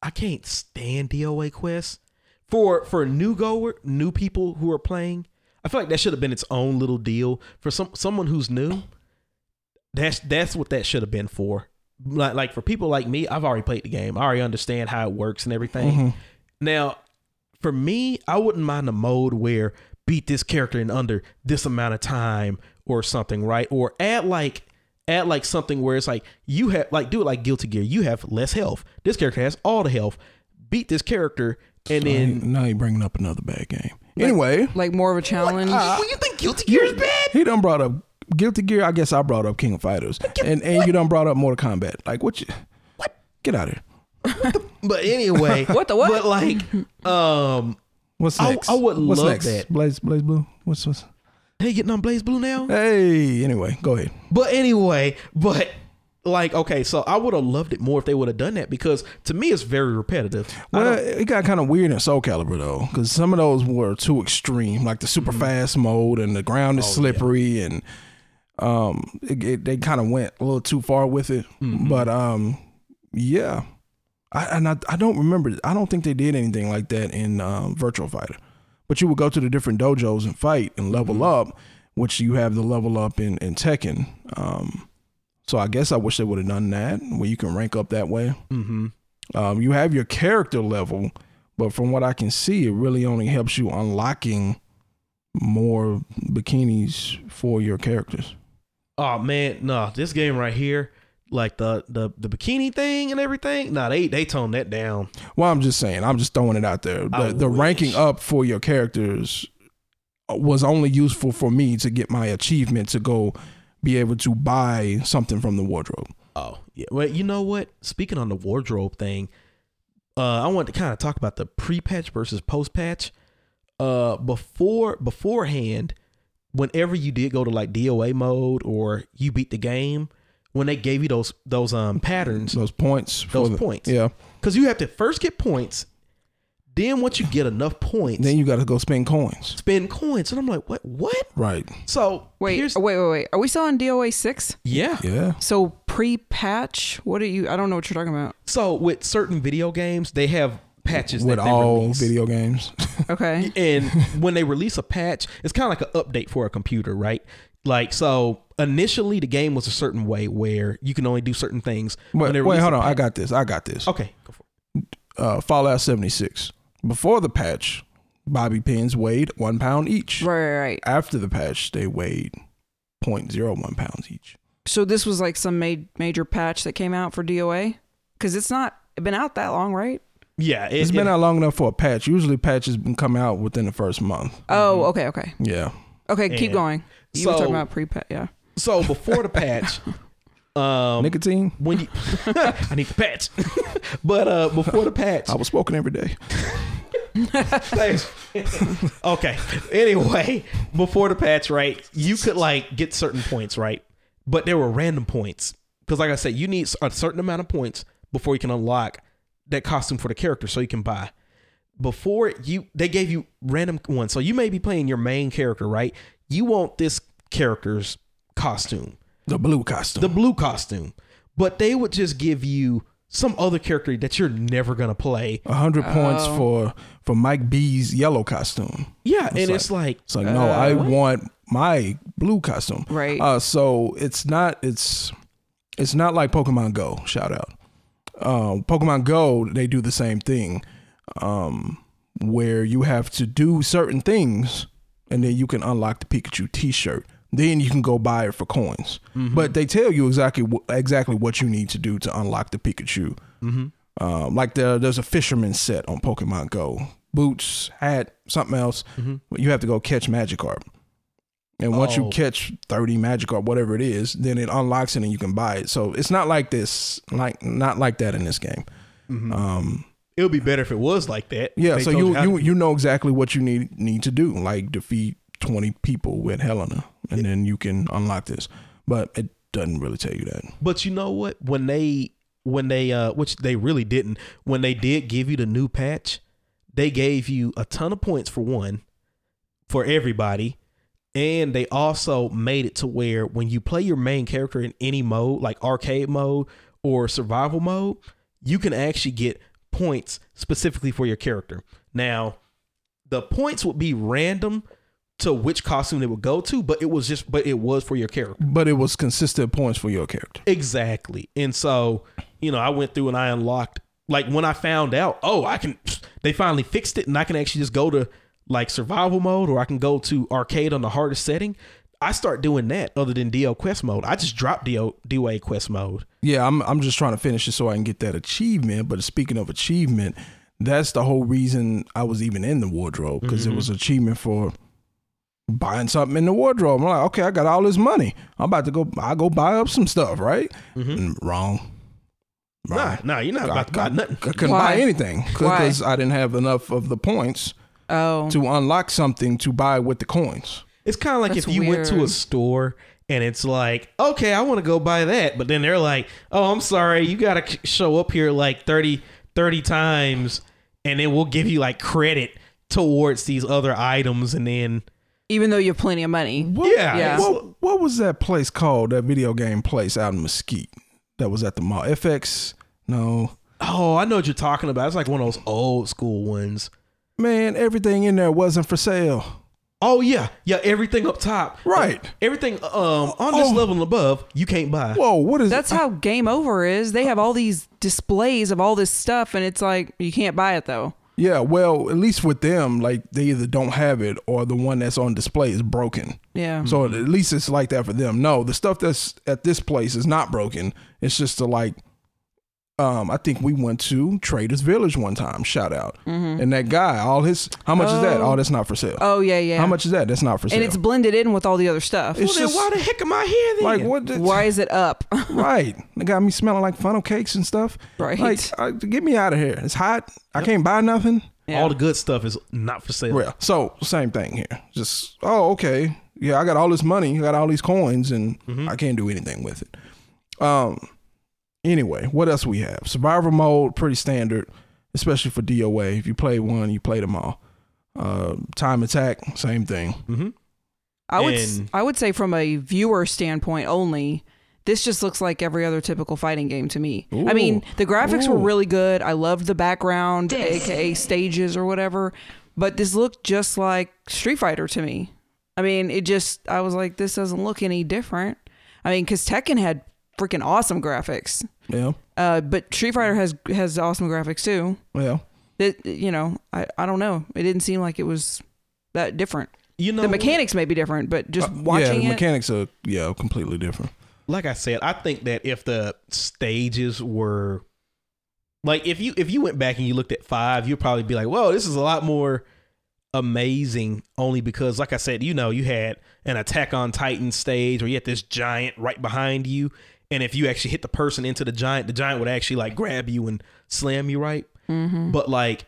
Speaker 2: I can't stand DOA Quest. For for new goer, new people who are playing, I feel like that should have been its own little deal. For some someone who's new, that's that's what that should have been for. Like like for people like me, I've already played the game. I already understand how it works and
Speaker 3: Mm-hmm.
Speaker 2: everything. Now, for me, I wouldn't mind a mode where beat this character in under this amount of time or something, right? Or add like add like something where it's like you have like do it like Guilty Gear. You have less health. This character has all the health. Beat this character and then
Speaker 3: now you're bringing up another bad game.
Speaker 2: *laughs*
Speaker 3: Anyway,
Speaker 1: Like more of a challenge.
Speaker 3: Uh,
Speaker 2: what you think Guilty Gear is bad?
Speaker 3: he done brought up Guilty Gear. I guess I brought up King of Fighters, and and you done brought up Mortal Kombat. Like what? You, what? Get out of here.
Speaker 2: But anyway,
Speaker 1: *laughs* What the what?
Speaker 2: But like, um,
Speaker 3: What's
Speaker 2: I-
Speaker 3: next?
Speaker 2: I would
Speaker 3: what's
Speaker 2: love
Speaker 3: next?
Speaker 2: that.
Speaker 3: Blaze Blaze Blue. What's what's?
Speaker 2: hey, getting on Blaze Blue now.
Speaker 3: Hey. Anyway, go ahead.
Speaker 2: But anyway, but like, okay, so I would have loved it more if they would have done that because to me it's very repetitive. I
Speaker 3: Well,
Speaker 2: don't-
Speaker 3: it got kind of weird in Soul Calibur though, because some of those were too extreme, like the super
Speaker 2: Mm-hmm.
Speaker 3: fast mode and the ground
Speaker 2: Oh,
Speaker 3: is slippery, and um, it, it, they kind of went a little too far with it.
Speaker 2: Mm-hmm.
Speaker 3: But um, yeah, I and I, I don't remember. I don't think they did anything like that in um, Virtual Fighter. But you would go to the different dojos and fight and level
Speaker 2: Mm-hmm.
Speaker 3: up, which you have the level up in in Tekken. Um, so I guess I wish they would have done that where you can rank up that way.
Speaker 2: Mm-hmm.
Speaker 3: Um, you have your character level, but from what I can see, it really only helps you unlocking more bikinis for your characters.
Speaker 2: Oh man, no, this game right here, like the the the bikini thing and everything. No, they they toned that down.
Speaker 3: Well, I'm just saying, I'm just throwing it out there.
Speaker 2: I
Speaker 3: The, the
Speaker 2: wish.
Speaker 3: ranking up for your characters was only useful for me to get my achievement to go be able to buy something from the wardrobe.
Speaker 2: Oh yeah. Well, you know what? Speaking on the wardrobe thing, uh, I want to kind of talk about the pre-patch versus post-patch. Uh, before beforehand, whenever you did go to like DOA mode or you beat the game, when they gave you those those um patterns,
Speaker 3: Those points. for
Speaker 2: Those
Speaker 3: the-
Speaker 2: points.
Speaker 3: Yeah.
Speaker 2: because you have to first get points. Then once you get enough points,
Speaker 3: Then you got to go spend coins.
Speaker 2: spend coins. And I'm like, what? What?
Speaker 3: Right.
Speaker 2: So
Speaker 1: Wait,
Speaker 2: here's-
Speaker 1: wait, wait, wait. Are we still on DOA six?
Speaker 2: yeah.
Speaker 3: Yeah.
Speaker 1: So pre-patch? What are you? I don't know what you're talking
Speaker 3: *laughs*
Speaker 1: about.
Speaker 2: So with certain video games, they have patches
Speaker 3: With
Speaker 2: that they
Speaker 3: all
Speaker 2: release.
Speaker 3: video games. *laughs*
Speaker 1: Okay.
Speaker 2: and *laughs* when they release a patch, it's kind of like an update for a computer, right? Like so, initially the game was a certain way where you can only do certain things.
Speaker 3: Wait,
Speaker 2: When they
Speaker 3: wait,
Speaker 2: release
Speaker 3: hold
Speaker 2: a
Speaker 3: on. I
Speaker 2: patch-
Speaker 3: got this. I got this.
Speaker 2: Okay, go for
Speaker 3: uh, Fallout 76. Before the patch, bobby pins weighed one pound each.
Speaker 1: Right, right, right.
Speaker 3: After the patch, they weighed 0.01 pounds each.
Speaker 1: So this was like some ma- major patch that came out for DOA because it's not it been out that long, right?
Speaker 2: it. Yeah, it,
Speaker 3: It's
Speaker 2: it-
Speaker 3: been out long enough for a patch. Usually, patches been come out within the first month.
Speaker 1: Oh, okay, okay,
Speaker 3: Yeah.
Speaker 1: okay.
Speaker 2: And
Speaker 1: keep going. You were
Speaker 2: so-
Speaker 1: talking about pre-patch, yeah.
Speaker 2: *laughs* so before the
Speaker 3: *laughs*
Speaker 2: patch. Um,
Speaker 3: Nicotine,
Speaker 2: when
Speaker 3: *laughs*
Speaker 2: you, *laughs* I need the patch, *laughs* but uh, before the patch,
Speaker 3: I was smoking every day.
Speaker 2: Thanks. *laughs* okay. Anyway, before the patch, right, you could like get certain points, right? But there were random points because, like I said, you need a certain amount of points before you can unlock that costume for the character, so you can buy. before you they gave you random one. So you may be playing your main character, right? You want this character's costume,
Speaker 3: The blue costume.
Speaker 2: the blue costume, but they would just give you some other character that you're never gonna play.
Speaker 3: A hundred points for for Mike B's yellow costume.
Speaker 2: Yeah, and it's like
Speaker 3: It's like, no, I want my blue costume.
Speaker 1: Right.
Speaker 3: Uh, so it's not it's it's not like Pokemon Go. Shout out. Um, Pokemon Go, they do the same thing, um, where you have to do certain things, and then you can unlock the Pikachu T-shirt. Then you can go buy it for coins. But they tell you exactly wh- exactly what you need to do to unlock the Pikachu. Um, like the, there's a fisherman set on Pokemon Go. Boots, hat, something else. You have to go catch Magikarp. And once
Speaker 2: Oh.
Speaker 3: you catch 30 Magikarp, whatever it is, then it unlocks it and you can buy it. So it's not like this, like not like that in this game. Um,
Speaker 2: it would be better if it was like that.
Speaker 3: yeah,
Speaker 2: They
Speaker 3: so
Speaker 2: told
Speaker 3: you
Speaker 2: how
Speaker 3: you,
Speaker 2: to-
Speaker 3: you know exactly what you need need to do, like defeat 20 people with Helena, and then you can unlock this. But it doesn't really tell you that.
Speaker 2: But you know what? When they when they uh which they really didn't, when they did give you the new patch, they gave you a ton of points for one for everybody. And they also made it to where when you play your main character in any mode, like arcade mode or survival mode, you can actually get points specifically for your character. Now, the points would be random to which costume it would go to, but it was just but it was for your character.
Speaker 3: But it was consistent points for your character.
Speaker 2: Exactly. And so, you know, I went through and I unlocked like when I found out, oh, I can they finally fixed it and I can actually just go to like survival mode or I can go to arcade on the hardest setting. I start doing that other than DO quest mode. I just dropped DO DOA quest mode.
Speaker 3: Yeah, I'm I'm just trying to finish it so I can get that achievement. But speaking of achievement, that's the whole reason I was even in the wardrobe because
Speaker 2: Mm-hmm.
Speaker 3: it was achievement for buying something in the wardrobe. I'm like, okay, I got all this money. I'm about to go. I go buy up some stuff, right? Mm, Wrong.
Speaker 2: Mm-hmm. Nah, nah, you're not about to buy nothing.
Speaker 3: I couldn't
Speaker 1: Why?
Speaker 3: buy anything
Speaker 1: Why?
Speaker 3: because I didn't have enough of the points
Speaker 1: Oh,
Speaker 3: to
Speaker 2: Mm-hmm.
Speaker 3: unlock something to buy with the coins.
Speaker 2: It's kind of like
Speaker 1: That's
Speaker 2: if you went to a
Speaker 1: weird.
Speaker 2: store and it's like, okay, I want to go buy that, but then they're like, oh, I'm sorry, you got to show up here like 30, 30 times, and then we'll give you like credit towards these other items, and then
Speaker 1: even though you have plenty of money.
Speaker 2: yeah,
Speaker 1: Yeah.
Speaker 2: it's-
Speaker 3: What, what was that place called? That video game place out in Mesquite that was at the mall. FX. No.
Speaker 2: oh, I know what you're talking about. It's like one of those old school ones.
Speaker 3: Man, everything in there wasn't for sale.
Speaker 2: Oh yeah, yeah, everything up top,
Speaker 3: Right.
Speaker 2: Everything um on this
Speaker 3: Oh.
Speaker 2: level and above, you can't buy.
Speaker 3: Whoa, what is
Speaker 1: That's
Speaker 3: I-
Speaker 1: how Game Over is. They have all these displays of all this stuff, and it's like you can't buy it though.
Speaker 3: yeah, well, at least with them, like they either don't have it or the one that's on display is broken.
Speaker 1: Yeah.
Speaker 3: So at least it's like that for them. No, the stuff that's at this place is not broken. It's just the like um I think we went to Traders Village one time, shout out. And that guy, all his how much is that?
Speaker 1: Mm-hmm. Oh.
Speaker 3: Oh, that's not for sale.
Speaker 1: oh yeah, yeah.
Speaker 3: How much is that? That's not for sale.
Speaker 1: And it's blended in with all the other stuff.
Speaker 3: It's
Speaker 2: well, then
Speaker 3: just-
Speaker 2: why the heck am I here? Then?
Speaker 3: like what the-
Speaker 1: Why is it up?
Speaker 3: Right. They got me smelling like funnel cakes and stuff.
Speaker 1: *laughs* Right.
Speaker 3: Like, I, get me out of here. It's hot. I can't buy nothing.
Speaker 1: Yeah.
Speaker 2: All the good stuff is not for sale.
Speaker 3: Well, so same thing here. Just, oh, okay. Yeah, I got all this money. I got all these coins and I can't do anything with it. Um, anyway, what else we have? Survivor mode, pretty standard, especially for DOA. If you play one, you play them all. Uh, time attack, same thing.
Speaker 2: Mm-hmm.
Speaker 1: I would s-
Speaker 2: And-
Speaker 1: I would say from a viewer standpoint only, this just looks like every other typical fighting game to me. I mean, the graphics were
Speaker 3: Ooh.
Speaker 1: really good. I loved the background,
Speaker 4: This.
Speaker 1: aka stages or whatever, but this looked just like Street Fighter to me. I mean, it just I was like this doesn't look any different. I mean, cuz Tekken had freaking awesome graphics.
Speaker 3: Yeah.
Speaker 1: Uh, but Street Fighter has has awesome graphics too.
Speaker 3: Well,
Speaker 1: That you know, I I don't know. It didn't seem like it was that different.
Speaker 2: You know
Speaker 1: The
Speaker 2: what?
Speaker 1: mechanics may be different, but just
Speaker 3: Uh, yeah,
Speaker 1: watching
Speaker 3: the
Speaker 1: it,
Speaker 3: mechanics are yeah completely different.
Speaker 2: like I said, I think that if the stages were like if you if you went back and you looked at five, you'd probably be like, "Whoa, this is a lot more amazing." Only because, like I said, you know, you had an Attack on Titan stage where you had this giant right behind you, and if you actually hit the person into the giant, the giant would actually like grab you and slam you right. But like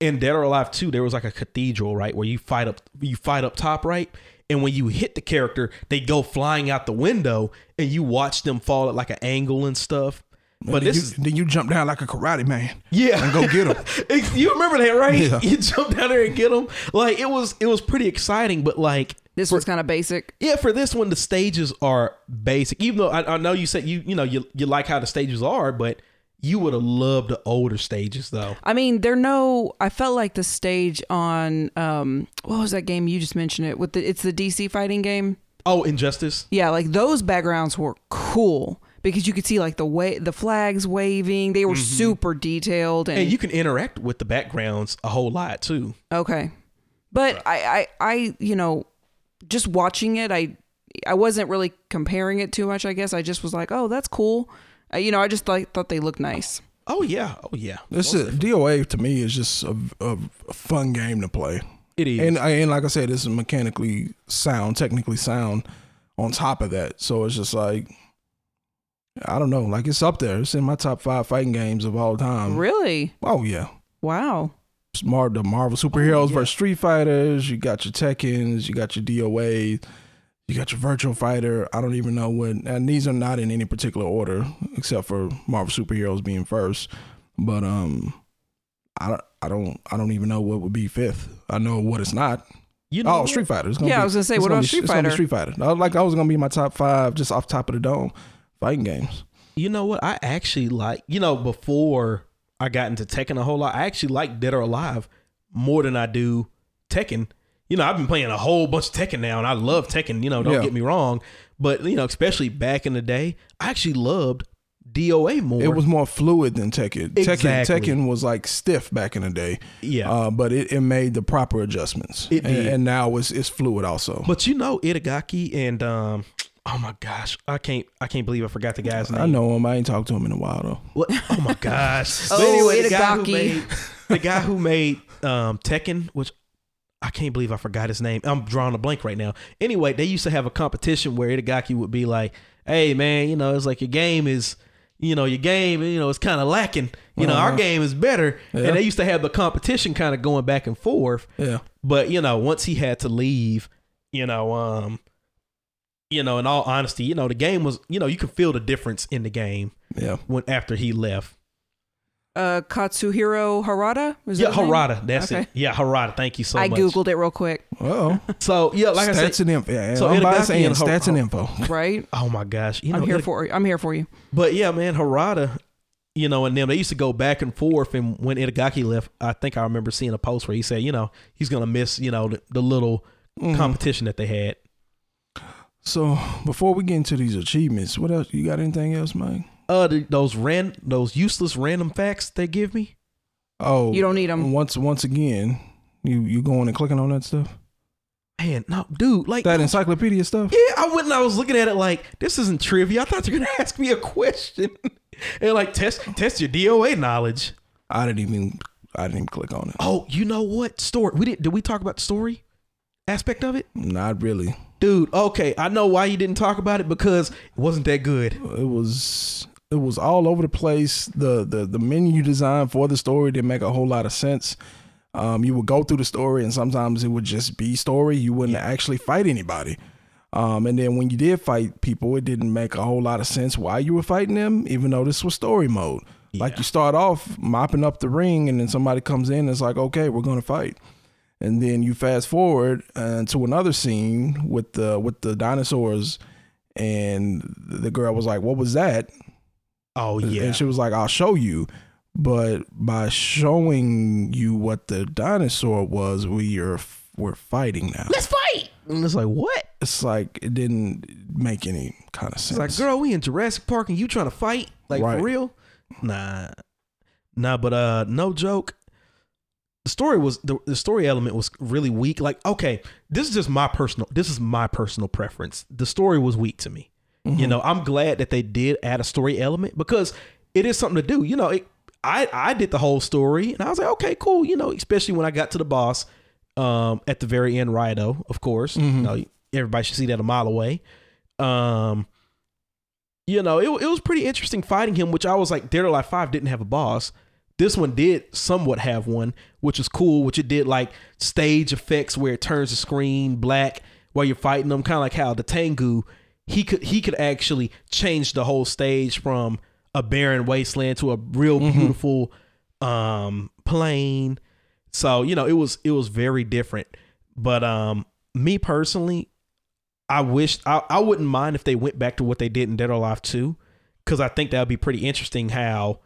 Speaker 2: in Dead or Alive 2, there was like a cathedral, right, where you fight up you fight up top right, and when you hit the character, they go flying out the window and you watch them fall at like an angle and stuff. But
Speaker 3: then
Speaker 2: this
Speaker 3: you,
Speaker 2: is
Speaker 3: then you jump down like a karate man.
Speaker 2: Yeah.
Speaker 3: and go get him.
Speaker 2: Ex- you remember that, right?
Speaker 3: Yeah.
Speaker 2: You jump down there and get them. Like it was, it was pretty exciting. But like,
Speaker 1: This one's kind of basic.
Speaker 2: yeah, for this one, the stages are basic. Even though I, I know you said you, you know, you you like how the stages are, but you would have loved the older stages though.
Speaker 1: I mean, there no. I felt like the stage on um, what was that game you just mentioned it with the it's the DC fighting game.
Speaker 2: Oh, Injustice.
Speaker 1: Yeah, like those backgrounds were cool because you could see like the way the flags waving. They were super detailed and,
Speaker 2: And you can interact with the backgrounds a whole lot too.
Speaker 1: okay. But I, I, I, you know, just watching it, I, I wasn't really comparing it too much. I guess I just was like, oh, that's cool. Uh, you know, I just like thought they looked nice.
Speaker 2: Oh yeah, oh yeah.
Speaker 3: This is DOA to me is just a, a, a fun game to play,
Speaker 2: It is.
Speaker 3: and and like I said, this is mechanically sound, technically sound. On top of that, so it's just like I don't know, like it's up there. It's in my top five fighting games of all time.
Speaker 1: Really?
Speaker 3: Oh yeah,
Speaker 1: Wow.
Speaker 3: It's Mar- the Marvel superheroes
Speaker 1: Oh,
Speaker 3: versus Street Fighters. You got your Tekkens, you got your DOA, you got your Virtual Fighter. I don't even know what, and these are not in any particular order except for Marvel superheroes being first. But um, I don't, I don't, I don't even know what would be fifth. I know what it's not.
Speaker 2: you know,
Speaker 3: Oh, Street Fighter. It's
Speaker 1: Yeah, I
Speaker 3: be-
Speaker 1: was gonna say,
Speaker 3: it's
Speaker 1: what about
Speaker 3: be-
Speaker 1: Street
Speaker 3: it's gonna be
Speaker 1: Fighter?
Speaker 3: Street Fighter. I was like, I was gonna be my top five just off top of the dome fighting games.
Speaker 2: you know what? I actually like. You know, before I got into Tekken a whole lot, I actually like Dead or Alive more than I do Tekken. You know, I've been playing a whole bunch of Tekken now, and I love Tekken. You know, don't
Speaker 3: Yeah.
Speaker 2: get me wrong, but you know, especially back in the day, I actually loved DOA more.
Speaker 3: It was more fluid than Tekken.
Speaker 2: Exactly.
Speaker 3: Tekken, Tekken was like stiff back in the day.
Speaker 2: Yeah.
Speaker 3: Uh, but it, it made the proper adjustments.
Speaker 2: It
Speaker 3: and,
Speaker 2: did.
Speaker 3: and now it's it's fluid also.
Speaker 2: but you know, Itagaki and um, oh my gosh, I can't, I can't believe I forgot the guy's name.
Speaker 3: I know him. I ain't talked to him in a while though.
Speaker 2: What? Oh my *laughs* gosh.
Speaker 1: Oh,
Speaker 2: But the guy, who
Speaker 1: Itagaki.
Speaker 2: made, the guy who made um, Tekken, which I can't believe I forgot his name. I'm drawing a blank right now. Anyway, they used to have a competition where Itagaki would be like, hey, man, you know, it's like your game is, you know, your game, you know, it's kind of lacking. You know, our game is better.
Speaker 3: Yeah.
Speaker 2: And they used to have the competition kind of going back and forth.
Speaker 3: Yeah.
Speaker 2: But, you know, once he had to leave, you know, um, you know, in all honesty, you know, the game was, you know, you could feel the difference in the game
Speaker 3: Yeah.
Speaker 2: when after he left.
Speaker 1: Uh, Katsuhiro Harada. Is
Speaker 2: Yeah,
Speaker 1: that his name?
Speaker 2: Harada. That's it.
Speaker 1: Okay.
Speaker 2: Yeah, Harada. Thank you so
Speaker 1: I
Speaker 2: much.
Speaker 1: googled it real quick.
Speaker 3: Well,
Speaker 2: So yeah, *laughs* like
Speaker 3: stats
Speaker 2: I said.
Speaker 3: and info. Yeah,
Speaker 2: So
Speaker 3: so I'm biased
Speaker 2: Itagaki
Speaker 3: saying
Speaker 2: and Ho-
Speaker 3: stats and
Speaker 2: Ho-
Speaker 3: info.
Speaker 1: Right.
Speaker 2: Oh my gosh, *laughs* you know,
Speaker 1: I'm here
Speaker 2: it-
Speaker 1: for you. I'm here for you.
Speaker 2: But yeah, man, Harada. You know, and them they used to go back and forth. And when Itagaki left, I think I remember seeing a post where he said, you know, he's gonna miss, you know, the, the little
Speaker 1: Mm-hmm.
Speaker 2: competition that they had.
Speaker 3: So before we get into these achievements, what else? You got anything else, Mike?
Speaker 2: Uh, the, those ran those useless random facts they give me.
Speaker 3: Oh,
Speaker 1: You don't need
Speaker 2: *laughs*
Speaker 1: 'em.
Speaker 3: Once once again, you you going and clicking on that stuff,
Speaker 2: Man, no, dude, like
Speaker 3: that encyclopedia stuff.
Speaker 2: Yeah, I went and I was looking at it like this isn't trivia. I thought you're gonna *laughs* ask me a question *laughs* and like test test your DOA knowledge.
Speaker 3: I didn't even I didn't even click on it.
Speaker 2: Oh, you know what story? We didn't. Did we talk about the story aspect of it,
Speaker 3: Not really.
Speaker 2: dude? Okay, I know why you didn't talk about it because it wasn't that good.
Speaker 3: it was it was all over the place. The the the menu design for the story didn't make a whole lot of sense. Um, you would go through the story, and sometimes it would just be story. You wouldn't actually fight anybody. Um, and then when you did fight people, it didn't make a whole lot of sense why you were fighting them, even though this was story mode. Like you start off mopping up the ring, and then somebody comes in and it's like, okay, we're gonna fight. And then you fast forward uh, to another scene with the with the dinosaurs, and the girl was like, "What was that?"
Speaker 2: Oh yeah,
Speaker 3: And she was like, I'll show you. But by showing you what the dinosaur was, we are we're fighting now.
Speaker 2: and it's like what?
Speaker 3: It's like it didn't make any kind of sense.
Speaker 2: It's like girl, we in Jurassic Park and you trying to fight like
Speaker 3: Right.
Speaker 2: for real? Nah, nah. But uh, no joke. The story was the, the story element was really weak. Like okay, this is just my personal. This is my personal preference. The story was weak to me. You know, I'm glad that they did add a story element because it is something to do. You know, it, I I did the whole story and I was like, okay, cool. You know, especially when I got to the boss um, at the very end, Rido, of course. You know, everybody should see that a mile away. Um, you know, it, it was pretty interesting fighting him, which I was like, Dead or Alive 5 didn't have a boss. This one did somewhat have one, which is cool, which it did like stage effects where it turns the screen black while you're fighting them, kind of like how the Tengu, he could he could actually change the whole stage from a barren wasteland to a real beautiful um plain. So, you know, it was it was very different. But um me personally, I wish I, I wouldn't mind if they went back to what they did in Dead or Alive 2 cuz I think that would be pretty interesting how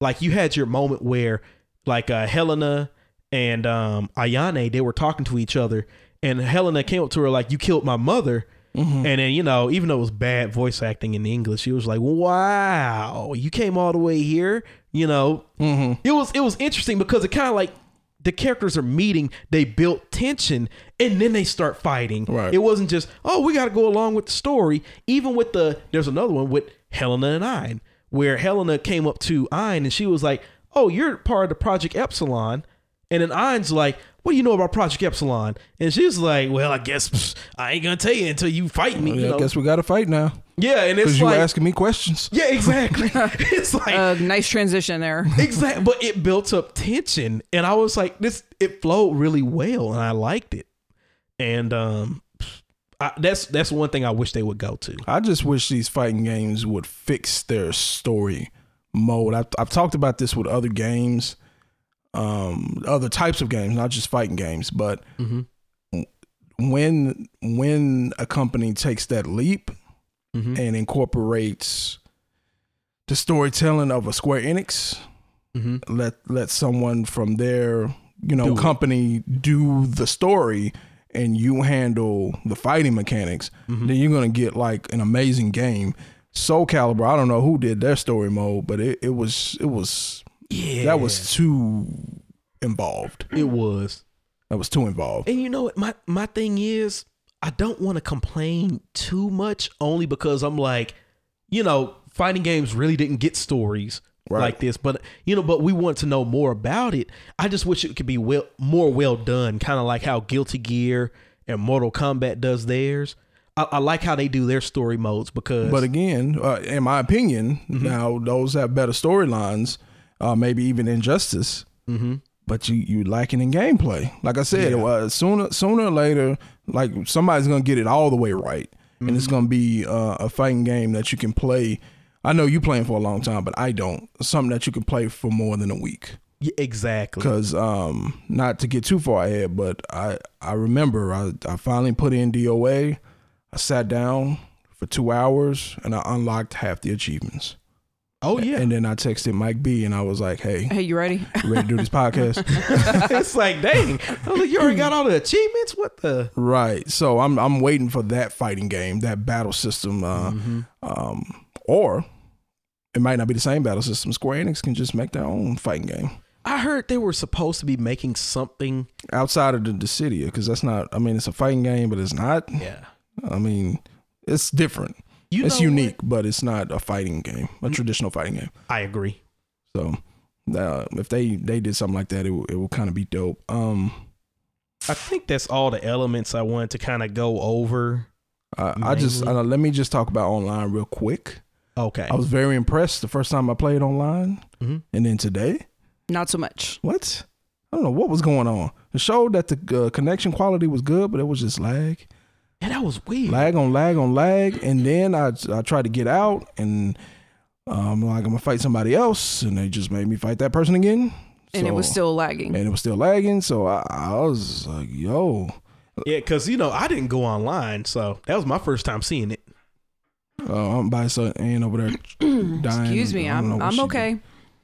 Speaker 2: like you had your moment where like uh Helena and um Ayane they were talking to each other and Helena came up to her like you killed my mother and then you know even though it was bad voice acting in English she was like wow you came all the way here you know it was it was interesting because it kind of like the characters are meeting they built tension and then they start fighting
Speaker 3: Right.
Speaker 2: it wasn't just oh we got to go along with the story even with the there's another one with helena and Ein, where helena came up to Ein and she was like oh you're part of the project epsilon and then Ein's like what do you know about project epsilon and she's like well i guess pff, i ain't gonna tell you until you fight me
Speaker 3: Oh, Yeah,
Speaker 2: you know?
Speaker 3: I guess we got to fight now
Speaker 2: yeah and
Speaker 3: because
Speaker 2: it's
Speaker 3: you
Speaker 2: like
Speaker 3: were asking me questions.
Speaker 2: yeah exactly *laughs* it's like
Speaker 1: Uh, nice transition
Speaker 2: *laughs*
Speaker 1: there.
Speaker 2: exactly but it built up tension and i was like this it flowed really well and i liked it and um I, that's that's one thing i wish they would go to
Speaker 3: I just wish these fighting games would fix their story mode. I've, I've talked about this with other games, um, other types of games, not just fighting games. But
Speaker 2: Mhm.
Speaker 3: when when a company takes that leap
Speaker 2: Mhm.
Speaker 3: and incorporates the storytelling of a Square Enix,
Speaker 2: Mhm.
Speaker 3: let let someone from their you know
Speaker 2: Do it.
Speaker 3: company do the story and you handle the fighting mechanics,
Speaker 2: Mm-hmm.
Speaker 3: then you're gonna get like an amazing game. Soul Calibur, I don't know who did their story mode, but it, it was it was
Speaker 2: yeah
Speaker 3: that was too involved.
Speaker 2: it was
Speaker 3: That was too involved.
Speaker 2: and you know what my my thing is i don't want to complain too much only because i'm like you know fighting games really didn't get stories
Speaker 3: Right.
Speaker 2: like this but you know but we want to know more about it i just wish it could be well more well done kind of like how guilty gear and mortal kombat does theirs i, I like how they do their story modes because
Speaker 3: But again, uh, in my opinion, now those have better storylines, uh, maybe even Injustice.
Speaker 2: Mhm.
Speaker 3: But you you lacking in gameplay. Like I said, uh, sooner sooner or later, like somebody's gonna get it all the way right, and it's gonna be uh, a fighting game that you can play. I know you playing for a long time, but I don't. Something that you can play for more than a week.
Speaker 2: Yeah, exactly
Speaker 3: *laughs* Cause um, not to get too far ahead, but I I remember I, I finally put in DOA. I sat down for two hours and I unlocked half the achievements.
Speaker 2: oh yeah
Speaker 3: And then I texted Mike B and I was like, "Hey,
Speaker 1: Hey, you ready? *laughs*
Speaker 3: ready to do
Speaker 2: *laughs*
Speaker 3: this podcast?"
Speaker 2: it's like dang i was like you already got all the achievements what the
Speaker 3: right. So I'm I'm waiting for that fighting game, that battle system, uh,
Speaker 2: Mm-hmm.
Speaker 3: um, or it might not be the same battle system. Square Enix can just make their own fighting game
Speaker 2: i heard they were supposed to be making something
Speaker 3: outside of the Dissidia, because that's not. I mean, it's a fighting game, but it's not.
Speaker 2: yeah
Speaker 3: I mean, it's different.
Speaker 2: You
Speaker 3: it's
Speaker 2: know
Speaker 3: unique, but it's not a fighting game, a traditional fighting game.
Speaker 2: i agree
Speaker 3: So, uh, if they they did something like that, it would- it would kind of be dope. Um,
Speaker 2: I think that's all the elements I wanted to kind of go over.
Speaker 3: I, I just
Speaker 2: Mainly.
Speaker 3: uh, let me just talk about online real quick.
Speaker 2: Okay.
Speaker 3: I was very impressed the first time I played online,
Speaker 2: Mhm.
Speaker 3: and then today,
Speaker 1: Not so much.
Speaker 3: what? I don't know what was going on. It showed that the uh, connection quality was good, but it was just lag.
Speaker 2: yeah, that was weird.
Speaker 3: lag on lag on lag and then i i tried to get out and um like i'm gonna fight somebody else and they just made me fight that person again
Speaker 1: And it
Speaker 3: So-
Speaker 1: was still lagging.
Speaker 3: and it was still lagging so i, I was like yo
Speaker 2: yeah, because, you know, I didn't go online. So that was my first time seeing it.
Speaker 3: uh, i'm by so and over there
Speaker 1: *clears throat*
Speaker 3: dying
Speaker 1: Excuse me,
Speaker 3: I don't know
Speaker 1: I'm
Speaker 3: what
Speaker 1: I'm
Speaker 3: she
Speaker 1: okay.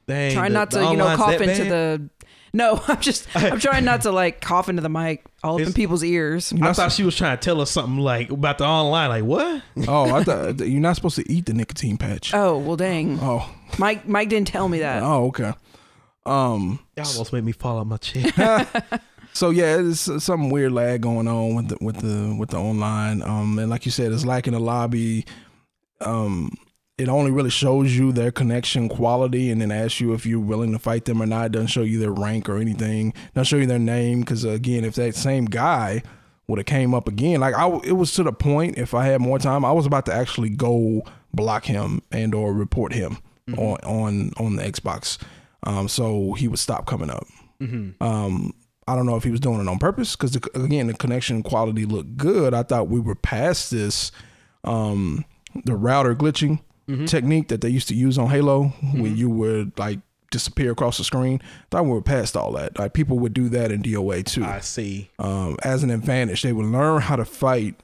Speaker 2: Dang.
Speaker 1: Try
Speaker 2: the-
Speaker 1: not
Speaker 2: the
Speaker 1: to, you know,
Speaker 2: online's
Speaker 1: cough
Speaker 2: that
Speaker 1: into
Speaker 2: bad?
Speaker 1: the. No, *laughs* I'm
Speaker 2: *laughs*
Speaker 1: just I'm trying not to like cough into the mic all up in
Speaker 2: It's-
Speaker 1: people's ears.
Speaker 3: did.
Speaker 2: I
Speaker 3: You're not
Speaker 2: thought she was trying to tell us something like about the online. Like, what?
Speaker 3: sup- oh i thought you're not supposed to eat the nicotine
Speaker 1: *laughs* *laughs*
Speaker 3: patch
Speaker 1: Oh well,
Speaker 2: *laughs*
Speaker 1: dang.
Speaker 3: oh
Speaker 1: Mike Mike didn't tell me that.
Speaker 3: oh okay um
Speaker 2: Y'all almost made me fall out my chair.
Speaker 3: So yeah, it's some weird lag going on with the with the with the online. Um, and like you said, it's lacking a lobby. Um, it only really shows you their connection quality, and then asks you if you're willing to fight them or not. It doesn't show you their rank or anything. Doesn't show you their name because again, if that same guy would have came up again, like I, it was to the point. If I had more time, I was about to actually go block him and or report him on on on the Xbox. Um, so he would stop coming up. Um, I don't know if he was doing it on purpose because again, the connection quality looked good. I thought we were past this. Um, the router glitching
Speaker 2: Mm-hmm.
Speaker 3: technique that they used to use on Halo when you would like disappear across the screen. I thought we were past all that. Like people would do that in DOA
Speaker 2: *laughs*
Speaker 3: too.
Speaker 2: I see.
Speaker 3: Um, as an advantage, they would learn how to fight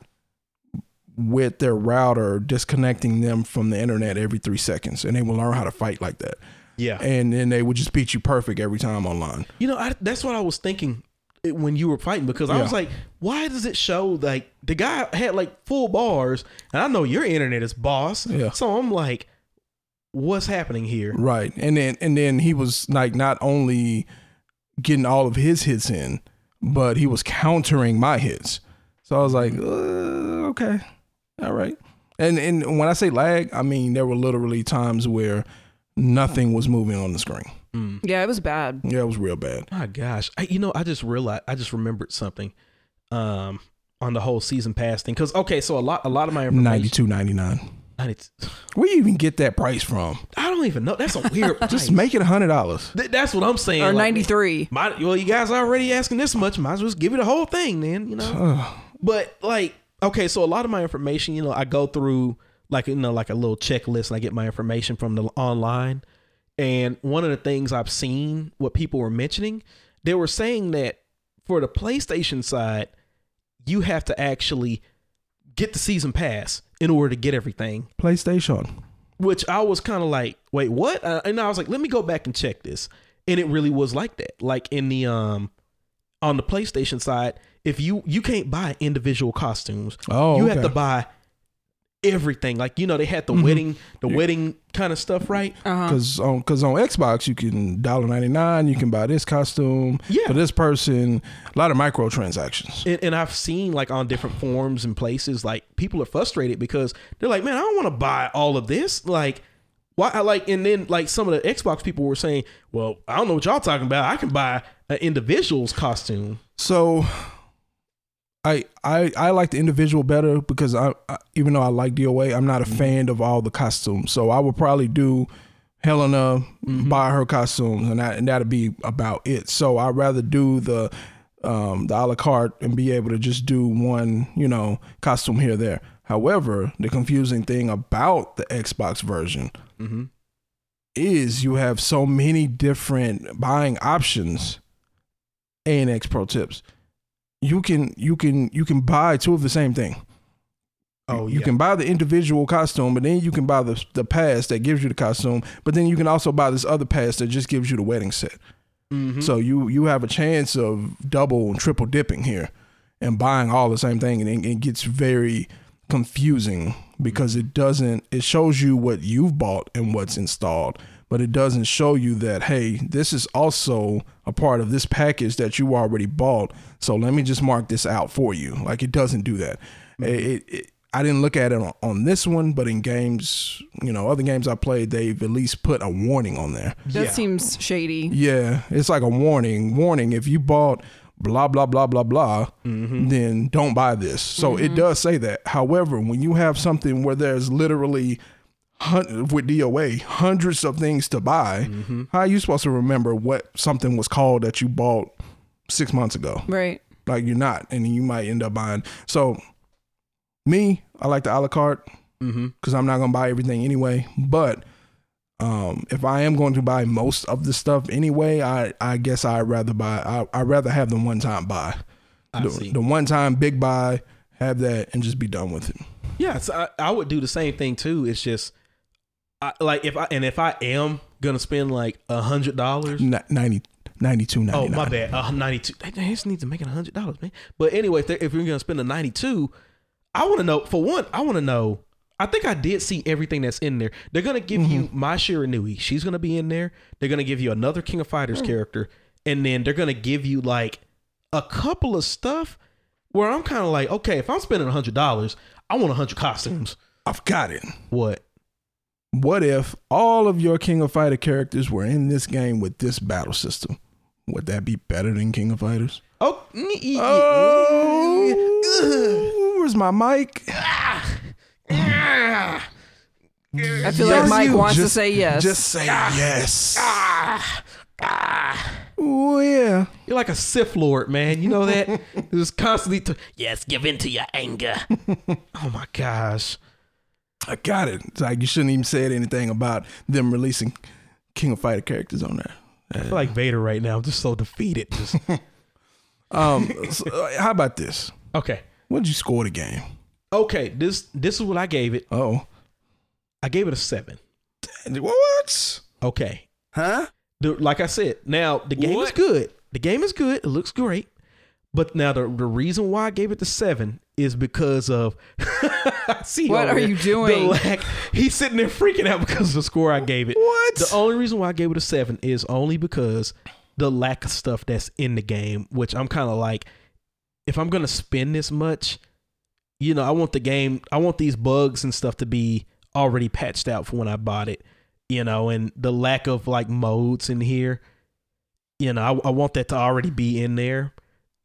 Speaker 3: with their router disconnecting them from the internet every three seconds, and they would learn how to fight like that.
Speaker 2: Yeah.
Speaker 3: And then they would just beat you perfect every time online.
Speaker 2: You know, I, that's what I was thinking it- when you were fighting because I
Speaker 3: Yeah.
Speaker 2: was like, why does it show like the guy had like full bars, and I know your internet is boss,
Speaker 3: Yeah.
Speaker 2: so I'm like, what's happening here?
Speaker 3: Right. And then and then he was like not only getting all of his hits in, but he was countering my hits. So I was like, uh, okay. All right. And and when I say lag, I mean there were literally times where nothing was moving on the screen.
Speaker 1: Yeah, it was bad.
Speaker 3: Yeah, it was real bad.
Speaker 2: My gosh, I, you know, I just realized I just remembered something, um, on the whole season pass thing because okay, so a lot a lot of my information,
Speaker 3: Ninety two ninety nine.
Speaker 2: and it's-
Speaker 3: Where you even get that price from?
Speaker 2: I don't even know. That's a weird.
Speaker 3: *laughs* Just
Speaker 2: price.
Speaker 3: make it hundred dollars.
Speaker 2: Th- that's what I'm saying.
Speaker 1: Or
Speaker 2: like,
Speaker 1: 93.
Speaker 2: might- well, you guys already asking this much. Might as well just give you the whole thing, then. You know. But like, okay, so a lot of my information, you know, I go through like you know, like a little checklist, and I get my information from the online. And one of the things I've seen, what people were mentioning, they were saying that for the PlayStation side, you have to actually get the season pass in order to get everything
Speaker 3: PlayStation.
Speaker 2: which I was kind of like, wait, what? Uh, and I was like, let me go back and check this. And it really was like that. Like in the um on the PlayStation side, if you you can't buy individual costumes.
Speaker 3: Oh,
Speaker 2: you have
Speaker 3: okay. Mm-hmm.
Speaker 2: to buy everything. Like you know, they had the wedding, the wedding kind of stuff, right?
Speaker 3: Cause on cause on Xbox you can dollar ninety nine, you can buy this costume
Speaker 2: Yeah.
Speaker 3: for this person. A lot of microtransactions.
Speaker 2: and, and I've seen like on different forums and places, like people are frustrated because they're like, man, I don't want to buy all of this. Like, why? I like, and then like some of the Xbox people were saying, well, I don't know what y'all talking about. I can buy an individual's costume.
Speaker 3: So I I I like the individual better because I, I even though I like DOA, I'm not a fan of all the costumes. So I would probably do Helena buy her costumes and that and that'd be about it. So I'd rather do the um the a la carte and be able to just do one, you know, costume here or there. However, the confusing thing about the Xbox version is you have so many different buying options. ANX Pro Tips. You can you can you can buy two of the same thing.
Speaker 2: Oh,
Speaker 3: you
Speaker 2: yeah.
Speaker 3: can buy the individual costume, but then you can buy the the pass that gives you the costume, but then you can also buy this other pass that just gives you the wedding set. So you you have a chance of double and triple dipping here and buying all the same thing and it, it gets very confusing because it doesn't it shows you what you've bought and what's installed but it doesn't show you that hey this is also a part of this package that you already bought so let me just mark this out for you like it doesn't do that It- it- it- i didn't look at it on, on this one but in games you know other games i played they've at least put a warning on there
Speaker 1: That seems shady.
Speaker 3: yeah, it's like a warning. Warning: if you bought blah blah blah blah blah, then don't buy this. So it does say that. However, when you have something where there's literally hun- with DOA hundreds of things to buy, how are you supposed to remember what something was called that you bought six months ago?
Speaker 1: Right.
Speaker 3: Like you're not, and you might end up buying. So me, I like the a la carte
Speaker 2: Mm-hmm.
Speaker 3: because I'm not gonna buy everything anyway. But um, if I am going to buy most of the stuff anyway, I I guess I'd rather buy. I I rather have the one time buy,
Speaker 2: I
Speaker 3: the,
Speaker 2: see.
Speaker 3: the one time big buy, have that and just be done with it.
Speaker 2: Yeah, so I, I would do the same thing too. It's just, I, like if I and if I am gonna spend like a hundred dollars.
Speaker 3: Ni- 90, 92,
Speaker 2: Oh
Speaker 3: 99.
Speaker 2: my bad, uh, ninety two. They they just need to make it a hundred dollars, man. But anyway, if, they're- if you're gonna spend a ninety two, I want to know. For one, I want to know. I think I did see everything that's in there. They're gonna give you my Shiranui. She's gonna be in there. They're gonna give you another King of Fighters character, and then they're gonna give you like a couple of stuff where I'm kind of like, okay, if I'm spending a hundred dollars, I want a hundred costumes.
Speaker 3: I've got it.
Speaker 2: What?
Speaker 3: What if all of your King of Fighter characters were in this game with this battle system? Would that be better than King of Fighters?
Speaker 2: Oh, n- e- e-
Speaker 3: Uh. Oh, where's my mic?
Speaker 1: I feel like Mike wants to say yes.
Speaker 3: Just say yes. Oh yeah.
Speaker 2: You're like a Sith Lord, man. You know that? Just constantly. T- yes, give in to your anger. oh my gosh.
Speaker 3: I got it. It's like you shouldn't even said anything about them releasing King of Fighter characters on there.
Speaker 2: I feel like Vader right now. I'm just so
Speaker 1: *laughs*
Speaker 2: defeated. Just,
Speaker 3: Um, so, uh, how about this?
Speaker 2: okay.
Speaker 3: What'd you score the game?
Speaker 2: Okay. This this is what I gave it.
Speaker 3: Oh,
Speaker 2: I gave it a seven.
Speaker 3: what?
Speaker 2: Okay.
Speaker 3: Huh?
Speaker 2: The, like I said, now the game is
Speaker 5: What?
Speaker 2: good. The game is good. It looks great. But now the, the reason why I gave it the seven is because of *laughs* I see
Speaker 1: What
Speaker 2: over
Speaker 1: are
Speaker 2: there,
Speaker 1: you doing?
Speaker 2: The lack. He's sitting there freaking out because of the score I gave it.
Speaker 3: What?
Speaker 2: The only reason why I gave it a seven is only because the lack of stuff that's in the game, which I'm kind of like, if I'm gonna spend this much, you know, I want the game, I want these bugs and stuff to be already patched out for when I bought it, you know, and the lack of like modes in here, you know, I, I want that to already be in there.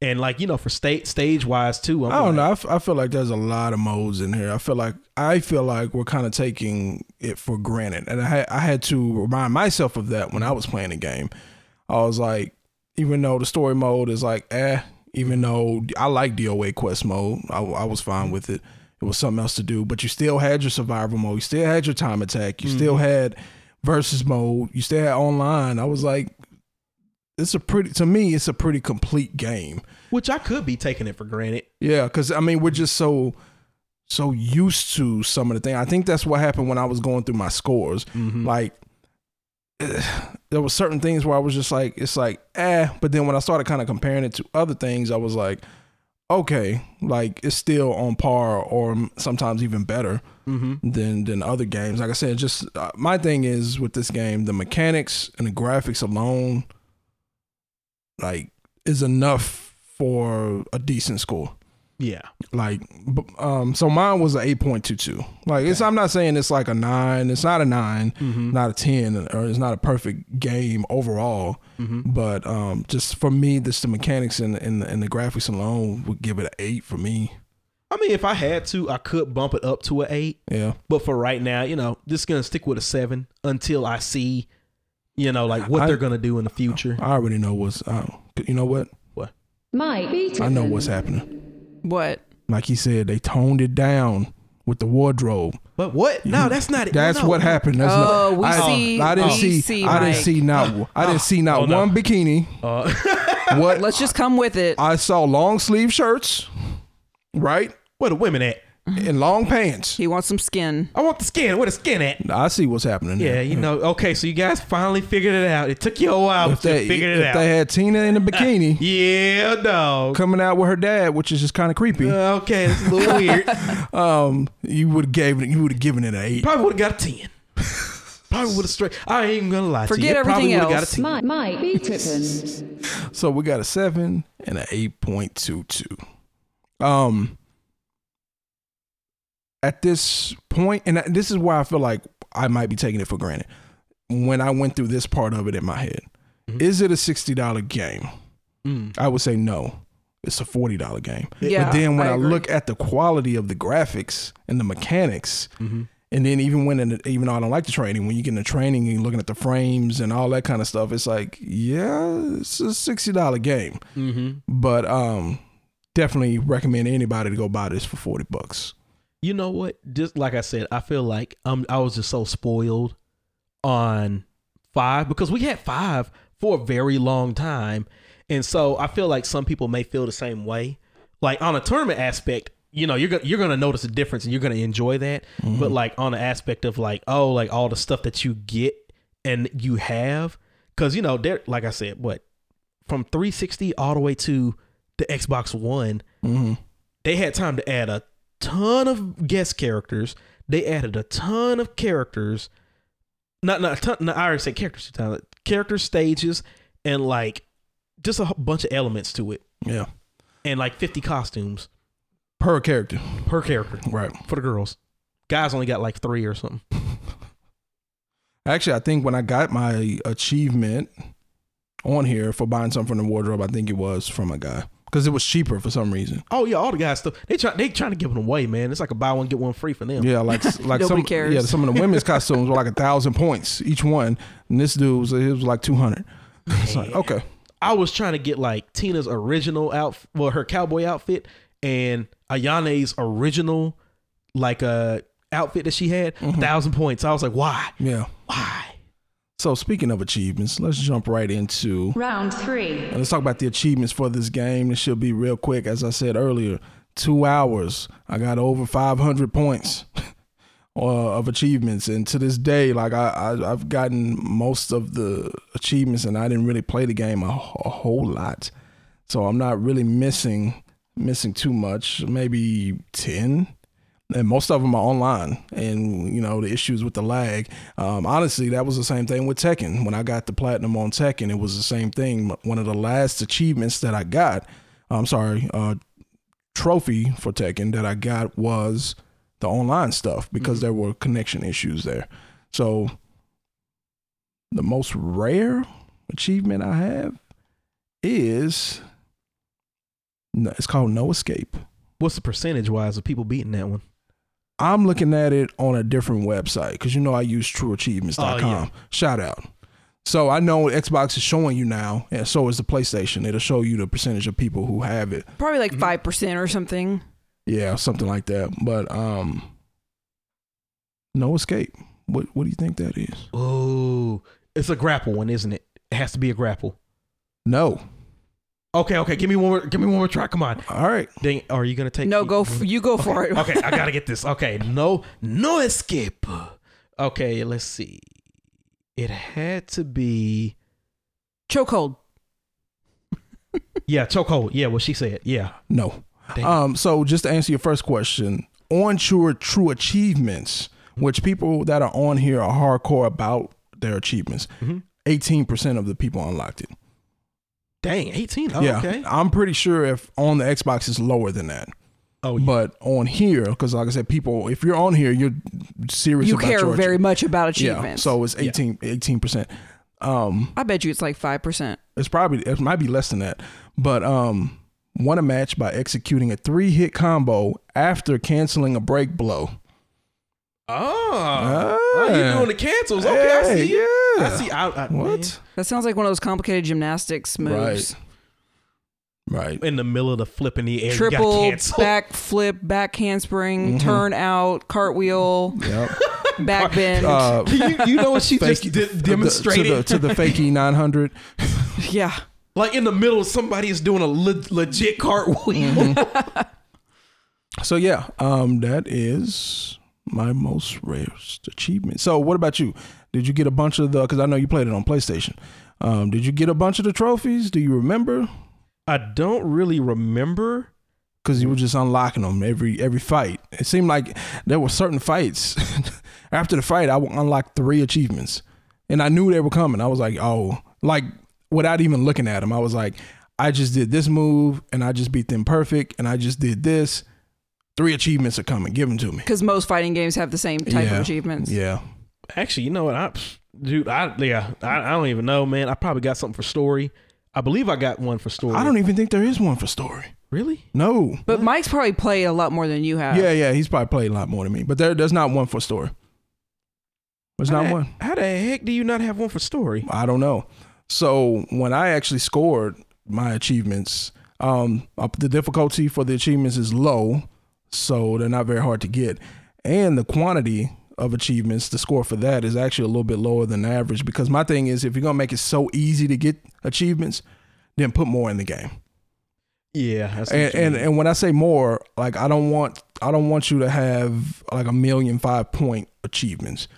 Speaker 2: And like you know, for state stage wise too, I'm
Speaker 3: I don't
Speaker 2: like,
Speaker 3: know. I, f- I feel like there's a lot of modes in here. I feel like I feel like we're kind of taking it for granted, and I had, I had to remind myself of that when I was playing the game. I was like, even though the story mode is like, eh. Even though I like DOA quest mode, I, I was fine with it. It was something else to do, but you still had your survival mode. You still had your time attack. You still had versus mode. You still had online. I was like, it's a pretty to me. It's a pretty complete game.
Speaker 2: which I could be taking it for granted.
Speaker 3: Yeah, because I mean, we're just so so used to some of the thing. I think that's what happened when I was going through my scores.
Speaker 2: Mm. Mm-hmm.
Speaker 3: Like *sighs* there were certain things where I was just like, it's like, eh. But then when I started kind of comparing it to other things, I was like, okay, like it's still on par or sometimes even better
Speaker 2: Mm-hmm.
Speaker 3: than than other games. Like I said, just uh, my thing is with this game, the mechanics and the graphics alone, like, is enough for a decent score
Speaker 2: Yeah,
Speaker 3: like b- um so mine was a 8.22 like it's i'm not saying it's like a 9 it's not a 9
Speaker 2: Mm-hmm.
Speaker 3: not a 10 or it's not a perfect game overall
Speaker 2: Mm-hmm.
Speaker 3: but um just for me just the mechanics and, and, and the graphics alone would give it an 8 for me
Speaker 2: I mean, if I had to, I could bump it up to an eight.
Speaker 3: yeah
Speaker 2: But for right now, you know, this is gonna stick with a seven until I see, you know, like what
Speaker 3: I-
Speaker 2: they're gonna do in the future.
Speaker 3: i already know what's uh, you know what
Speaker 4: Mike Beaton.
Speaker 3: i know what's happening
Speaker 1: What?
Speaker 3: like he said they toned it down with the wardrobe
Speaker 2: But what? No, that's not it. No,
Speaker 3: That's
Speaker 2: no.
Speaker 3: what happened. That's
Speaker 1: Oh,
Speaker 3: not,
Speaker 1: we
Speaker 3: I,
Speaker 1: see-
Speaker 3: I didn't
Speaker 1: we
Speaker 3: see.
Speaker 1: see,
Speaker 3: I didn't
Speaker 1: Mike.
Speaker 3: see not.
Speaker 2: *laughs*
Speaker 3: I didn't see not
Speaker 2: Oh, no.
Speaker 3: one bikini.
Speaker 2: Uh, *laughs*
Speaker 3: What
Speaker 1: Let's just come with it.
Speaker 3: I saw long sleeve shirts, right,
Speaker 2: where the women at?
Speaker 3: and long pants.
Speaker 1: He wants some skin.
Speaker 2: I want the skin. Where the skin at?
Speaker 3: I see what's happening.
Speaker 2: Yeah,
Speaker 3: there.
Speaker 2: you know. Okay, so you guys finally figured it out. It took you a while
Speaker 3: if
Speaker 2: to
Speaker 3: they
Speaker 2: figure it
Speaker 3: if
Speaker 2: out.
Speaker 3: they had Tina
Speaker 2: *laughs*
Speaker 3: in a bikini
Speaker 2: yeah, dog.
Speaker 3: coming out with her dad, which is just kind of creepy,
Speaker 2: Uh, okay, it's a little
Speaker 3: *laughs*
Speaker 2: weird.
Speaker 3: um, you would have gave it. You would have given it an eight.
Speaker 2: Probably would have got a ten. Probably would have straight. I ain't even gonna lie to you.
Speaker 1: Forget
Speaker 2: It probably
Speaker 1: everything
Speaker 2: would've Got
Speaker 1: else.
Speaker 2: a 10.
Speaker 4: Mike Mike Beatrippin.
Speaker 3: So we got a seven and an eight point two two. Um, at this point, and this is why I feel like I might be taking it for granted. When I went through this part of it in my head,
Speaker 2: Mm-hmm.
Speaker 3: is it a sixty dollar game?
Speaker 2: Mm.
Speaker 3: I would say no. It's a forty dollar game.
Speaker 1: Yeah,
Speaker 3: but then when
Speaker 1: I
Speaker 3: I,
Speaker 1: agree.
Speaker 3: look at the quality of the graphics and the mechanics,
Speaker 2: mm-hmm,
Speaker 3: and then even when in, even though I don't like the training, when you get in the training and you're looking at the frames and all that kind of stuff, it's like yeah, it's a sixty dollar game.
Speaker 2: mm-hmm.
Speaker 3: But um, definitely recommend anybody to go buy this for forty bucks.
Speaker 2: you know what? Just like I said, I feel like um, I was just so spoiled on five because we had five for a very long time, and so I feel like some people may feel the same way. Like on a tournament aspect, you know, you're gonna you're gonna notice a difference and you're gonna enjoy that. But like on the aspect of like oh, like all the stuff that you get and you have, because you know, they're like I said, what from 360 all the way to the Xbox One
Speaker 3: Mm-hmm.
Speaker 2: they had time to add a ton of guest characters. They added a ton of characters. Not not a ton. No, I already said characters. two times. Character stages and like just a whole bunch of elements to it,
Speaker 3: Yeah,
Speaker 2: and like fifty costumes
Speaker 3: per character,
Speaker 2: per character
Speaker 3: right?
Speaker 2: for the girls. Guys only got like three or something.
Speaker 3: Actually, I think when I got my achievement on here for buying something from the wardrobe, I think it was from a guy because it was cheaper for some reason.
Speaker 2: Oh yeah, all the guys stuff. They try they trying to give them away, man. It's like a buy one get one free for them.
Speaker 3: Yeah, like like
Speaker 1: Nobody
Speaker 3: some
Speaker 1: cares.
Speaker 3: yeah some of
Speaker 1: *laughs*
Speaker 3: the women's costumes were like a thousand points each one, and this dude was it was like two hundred. *laughs* It's like okay,
Speaker 2: I was trying to get like Tina's original outfit, well, her cowboy outfit, and Ayane's original, like uh, outfit that she had,
Speaker 1: Mm-hmm.
Speaker 2: thousand points. I was like, why?
Speaker 3: Yeah.
Speaker 2: Why?
Speaker 3: So speaking of achievements, let's jump right into
Speaker 4: Round three.
Speaker 3: Let's talk about the achievements for this game. This should be real quick. As I said earlier, two hours. I got over 500 points *laughs* uh, of achievements. And to this day, like I, I, I've gotten most of the achievements and I didn't really play the game a, a whole lot. So I'm not really missing missing too much, maybe 10 and most of them are online and you know the issues with the lag um, honestly that was the same thing with tekken when i got the platinum on tekken it was the same thing one of the last achievements that i got i'm sorry uh, trophy for tekken that i got was the online stuff because there were connection issues there so the most rare achievement i have is no, it's called no escape
Speaker 2: What's the percentage wise of people beating that one?
Speaker 3: I'm looking at it on a different website because you know I use
Speaker 2: Oh,
Speaker 3: trueachievements.com.
Speaker 2: yeah.
Speaker 3: Shout out. So I know Xbox is showing you now, and so is the PlayStation. It'll show you the percentage of people who have it.
Speaker 1: Probably like 5% or something.
Speaker 3: Yeah, something like that. But um no escape. What what do you think that is?
Speaker 2: Ooh, it's a grapple one, isn't it? It has to be a grapple.
Speaker 3: No.
Speaker 2: Okay, okay. Give me one. More, give me one more try. Come on.
Speaker 3: All right.
Speaker 2: Dang, are you gonna take?
Speaker 1: No, go
Speaker 2: *laughs*
Speaker 3: Mm-hmm.
Speaker 1: f- you go for it. *laughs*
Speaker 2: okay, I gotta get this. Okay, no, no escape. Okay, let's see. It had to be
Speaker 1: Chokehold.
Speaker 2: yeah, chokehold. Yeah, what she said. Yeah,
Speaker 3: No.
Speaker 2: Damn.
Speaker 3: Um, so just to answer your first question, on your true achievements,
Speaker 2: Mm-hmm.
Speaker 3: which people that are on here are hardcore about their achievements,
Speaker 2: Mm-hmm.
Speaker 3: 18% of the people unlocked it.
Speaker 2: dang, eighteen. Oh,
Speaker 3: yeah,
Speaker 2: okay.
Speaker 3: I'm pretty sure if on the Xbox it's lower than that.
Speaker 2: Oh, yeah.
Speaker 3: But on here, because like I said, people, if you're on here, you're serious.
Speaker 1: You
Speaker 3: about
Speaker 1: care
Speaker 3: your
Speaker 1: very much about
Speaker 3: Yeah,
Speaker 1: achievements.
Speaker 3: so it's 18 percent. Um,
Speaker 1: I bet you it's like 5%.
Speaker 3: it's probably it might be less than that, but um, won a match by executing a three hit combo after canceling a break blow.
Speaker 2: Oh, oh, you're
Speaker 3: Yeah.
Speaker 2: doing the cancels. Okay, I
Speaker 3: Hey,
Speaker 2: see. you. I
Speaker 3: yeah.
Speaker 2: see. I, I,
Speaker 3: What?
Speaker 1: That sounds like one of those complicated gymnastics moves.
Speaker 2: *laughs*
Speaker 3: Right.
Speaker 2: man, in the middle of the flip in the air, you got
Speaker 1: Triple
Speaker 2: canceled.
Speaker 1: back flip, back handspring, turn out, cartwheel,
Speaker 3: Mm-hmm.
Speaker 1: *laughs*
Speaker 3: Yep.
Speaker 1: back bend.
Speaker 3: Uh,
Speaker 2: *laughs* you, you know what she
Speaker 3: fake-
Speaker 2: just did, demonstrated?
Speaker 3: to the, to the fakey 900.
Speaker 1: yeah.
Speaker 2: *laughs* like in the middle, somebody is doing a le- legit cartwheel. *laughs*
Speaker 3: So yeah, um, that is my most rarest achievement. So what about you? Did you get a bunch of the? Because I know you played it on PlayStation. Um, did you get a bunch of the trophies? Do you remember?
Speaker 2: I don't really remember.
Speaker 3: Because you were just unlocking them every every fight. It seemed like there were certain fights. *laughs* After the fight, I would unlock three achievements, and I knew they were coming. I was like, oh, like without even looking at them, I was like, I just did this move, and I just beat them perfect, and I just did this. Three achievements are coming. Give them to me.
Speaker 1: Because most fighting games have the same type
Speaker 3: Yeah.
Speaker 1: of achievements.
Speaker 3: Yeah.
Speaker 2: Actually, you know what? I, dude, I yeah, I, I don't even know, man. I probably got something for story. I believe I got one for story.
Speaker 3: I don't even think there is one for story.
Speaker 2: really.
Speaker 3: No.
Speaker 1: But uh, Mike's probably played a lot more than you have.
Speaker 3: yeah, yeah, he's probably played a lot more than me, but there, there's not one for story. There's
Speaker 2: How
Speaker 3: not
Speaker 2: the-
Speaker 3: one.
Speaker 2: How the heck do you not have one for story?
Speaker 3: I don't know. So when I actually scored my achievements, um, up- the difficulty for the achievements is low, so they're not very hard to get, and the quantity of achievements, the score for that is actually a little bit lower than average. Because my thing is, if you're gonna make it so easy to get achievements, then put more in the game.
Speaker 2: Yeah, I see
Speaker 3: and,
Speaker 2: what you
Speaker 3: and
Speaker 2: mean.
Speaker 3: and when I say more, like I don't want I don't want you to have like a million five point achievements.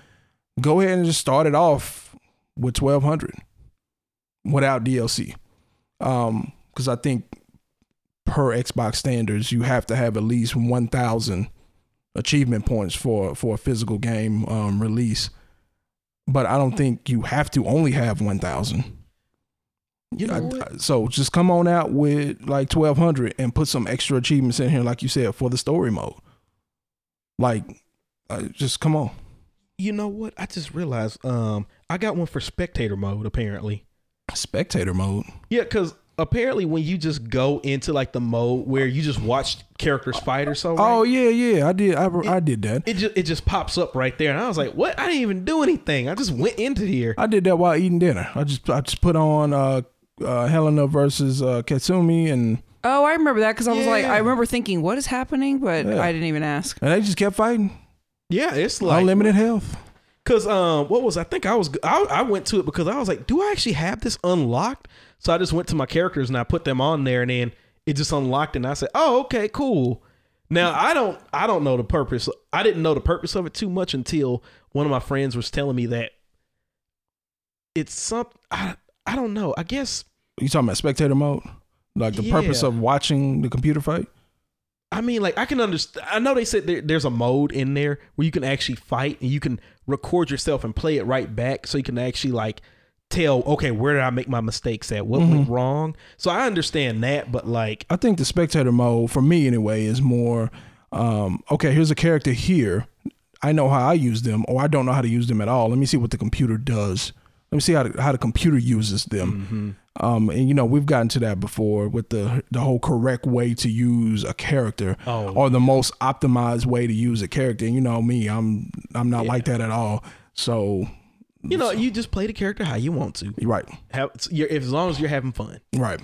Speaker 3: Go ahead and just start it off with twelve hundred without DLC, um, because I think per Xbox standards you have to have at least one thousand achievement points for for a physical game um, release. But I don't think you have to only have one thousand.
Speaker 2: you know
Speaker 3: I-
Speaker 2: what?
Speaker 3: I- so just come on out with like 1200 and put some extra achievements in here like you said for the story mode like uh, just come on
Speaker 2: you know what? I just realized. Um, I got one for spectator mode apparently.
Speaker 3: spectator mode
Speaker 2: Yeah, because apparently when you just go into like the mode where you just watch characters fight or so, right?
Speaker 3: oh yeah yeah i did i, I did that
Speaker 2: it just it just pops up right there, and I was like, "What? I didn't even do anything. I just went into here."
Speaker 3: i did that while eating dinner i just i just put on uh uh helena versus uh katsumi and
Speaker 1: Oh, I remember that because I was like,
Speaker 2: Yeah.
Speaker 1: I remember thinking, what is happening? But
Speaker 3: Yeah.
Speaker 1: I didn't even ask.
Speaker 3: and they just kept fighting
Speaker 2: Yeah, it's like
Speaker 3: Unlimited health.
Speaker 2: Cause um, what was I think I was I, I went to it because I was like, do I actually have this unlocked? So I just went to my characters and I put them on there, and then it just unlocked, and I said, oh okay, cool. Now I don't I don't know the purpose. I didn't know the purpose of it too much until one of my friends was telling me that it's some I I don't know. I guess
Speaker 3: You talking about spectator mode? Like the purpose
Speaker 2: Yeah.
Speaker 3: of watching the computer fight?
Speaker 2: I mean, like I can understand. I know they said there, there's a mode in there where you can actually fight and you can record yourself and play it right back, so you can actually like tell, okay, where did I make my mistakes at? What
Speaker 3: Mm-hmm.
Speaker 2: went wrong? So I understand that, but like,
Speaker 3: I think the spectator mode for me anyway is more um, okay, here's a character here. I know how I use them, or I don't know how to use them at all. Let me see what the computer does. Let me see how the, how the computer uses them. Um, and you know we've gotten to that before with the the whole correct way to use a character,
Speaker 2: Oh.
Speaker 3: or the most optimized way to use a character. And you know me, I'm I'm not like that at all. So
Speaker 2: you know, you just play the character how you want to.
Speaker 3: you're right.
Speaker 2: Have you're, if- as long as you're having fun.
Speaker 3: Right.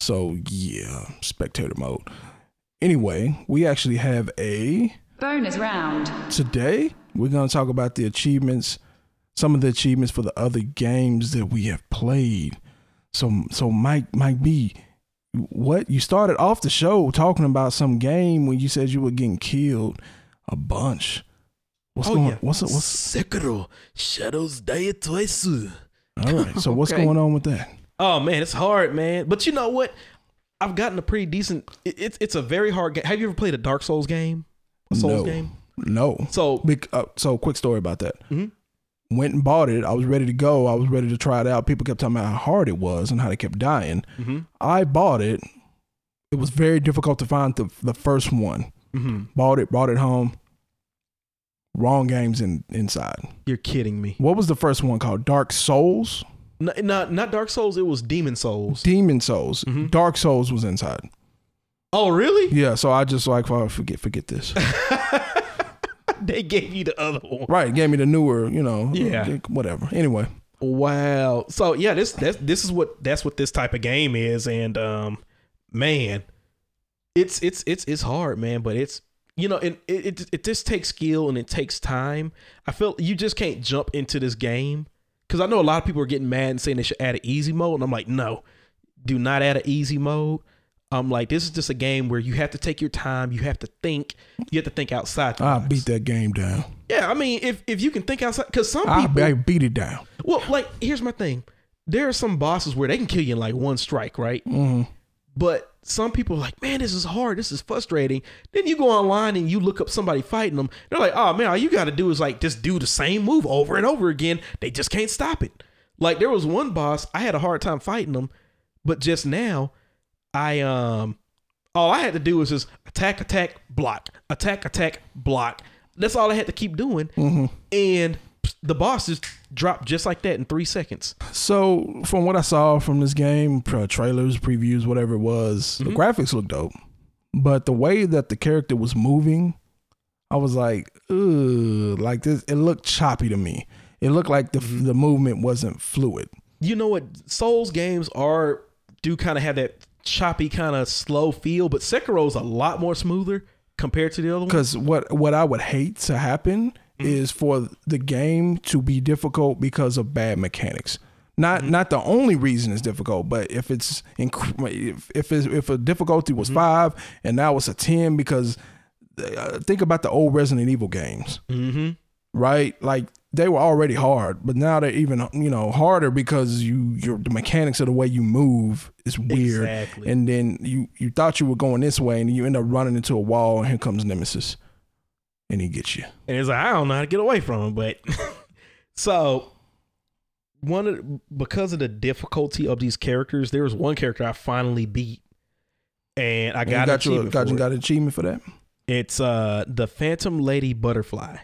Speaker 3: So yeah, spectator mode. Anyway, we actually have a
Speaker 4: Bonus round.
Speaker 3: today. We're gonna talk about the achievements, some of the achievements for the other games that we have played. So so Mike Mike B, what you started off the show talking about some game when you said you were getting killed a bunch. What's going? What's what's
Speaker 2: Oh, Sekiro Shadows Die Twice?
Speaker 3: all right?
Speaker 2: *laughs*
Speaker 3: So what's
Speaker 1: Okay.
Speaker 3: going on with that?
Speaker 2: Oh man, it's hard, man. But you know what? I've gotten a pretty decent. it- It's it's a very hard game. Have you ever played a Dark Souls game? A Souls
Speaker 3: no.
Speaker 2: game.
Speaker 3: No.
Speaker 2: So
Speaker 3: Bec- uh, so quick story about that.
Speaker 2: Mhm.
Speaker 3: Went and bought it. I was ready to go. I was ready to try it out. People kept talking about how hard it was and how they kept dying.
Speaker 2: Mhm.
Speaker 3: I bought it. It was very difficult to find the, the first one.
Speaker 2: Mhm.
Speaker 3: Bought it, brought it home. Wrong games in, inside.
Speaker 2: You're kidding me.
Speaker 3: What was the first one called? Dark Souls?
Speaker 2: Not, not not Dark Souls. It was Demon Souls.
Speaker 3: Demon Souls.
Speaker 2: Mhm.
Speaker 3: Dark Souls was inside.
Speaker 2: Oh really?
Speaker 3: Yeah, so I just like, well, forget forget this.
Speaker 2: They gave you the other one.
Speaker 3: right, it gave me the newer, you know,
Speaker 2: Yeah.
Speaker 3: whatever. Anyway,
Speaker 2: Wow. So yeah, this that's this is what that's what this type of game is, and um, man, it's it's it's it's hard, man. But it's you know, and it it it just takes skill and it takes time. I feel you just can't jump into this game because I know a lot of people are getting mad and saying they should add an easy mode, and I'm like, no, do not add an easy mode. I'm like, this is just a game where you have to take your time, you have to think, you have to think outside. the
Speaker 3: I
Speaker 2: box.
Speaker 3: beat that game down.
Speaker 2: Yeah, I mean, if if you can think outside, because some
Speaker 3: I,
Speaker 2: people
Speaker 3: I beat it down.
Speaker 2: well, like here's my thing. There are some bosses where they can kill you in like one strike, right? But some people are like, man, this is hard. This is frustrating. Then you go online and you look up somebody fighting them. They're like, oh man, all you got to do is like just do the same move over and over again. They just can't stop it. Like there was one boss I had a hard time fighting them, but just now, I um, all I had to do was just attack, attack, block, attack, attack, block. That's all I had to keep doing, and pss, the boss just dropped just like that in three seconds.
Speaker 3: So, from what I saw from this game, tra- trailers, previews, whatever it was, the graphics looked dope. But the way that the character was moving, I was like, ugh, like this, it looked choppy to me. It looked like the, the movement wasn't fluid.
Speaker 2: you know what souls games are do kind of have that choppy kind of slow feel but sekiro's a lot more smoother compared to the other one
Speaker 3: Because what, what I would hate to happen is for the game to be difficult because of bad mechanics. Not not the only reason it's difficult, but if it's inc- if if, it's, if a difficulty was five and now it's a ten because uh, think about the old Resident Evil games,
Speaker 2: mm-hmm
Speaker 3: right? Like they were already hard, but now they're even you know harder because you your the mechanics of the way you move is weird,
Speaker 2: Exactly.
Speaker 3: and then you you thought you were going this way and you end up running into a wall and here comes Nemesis, and he gets you.
Speaker 2: and it's like i don't know how to get away from him but *laughs* so one of the- because of the difficulty of these characters there was one character i finally beat and i
Speaker 3: And
Speaker 2: got,
Speaker 3: you got
Speaker 2: an
Speaker 3: your
Speaker 2: achievement
Speaker 3: got,
Speaker 2: for
Speaker 3: you
Speaker 2: it.
Speaker 3: got an achievement for that.
Speaker 2: it's uh the phantom lady butterfly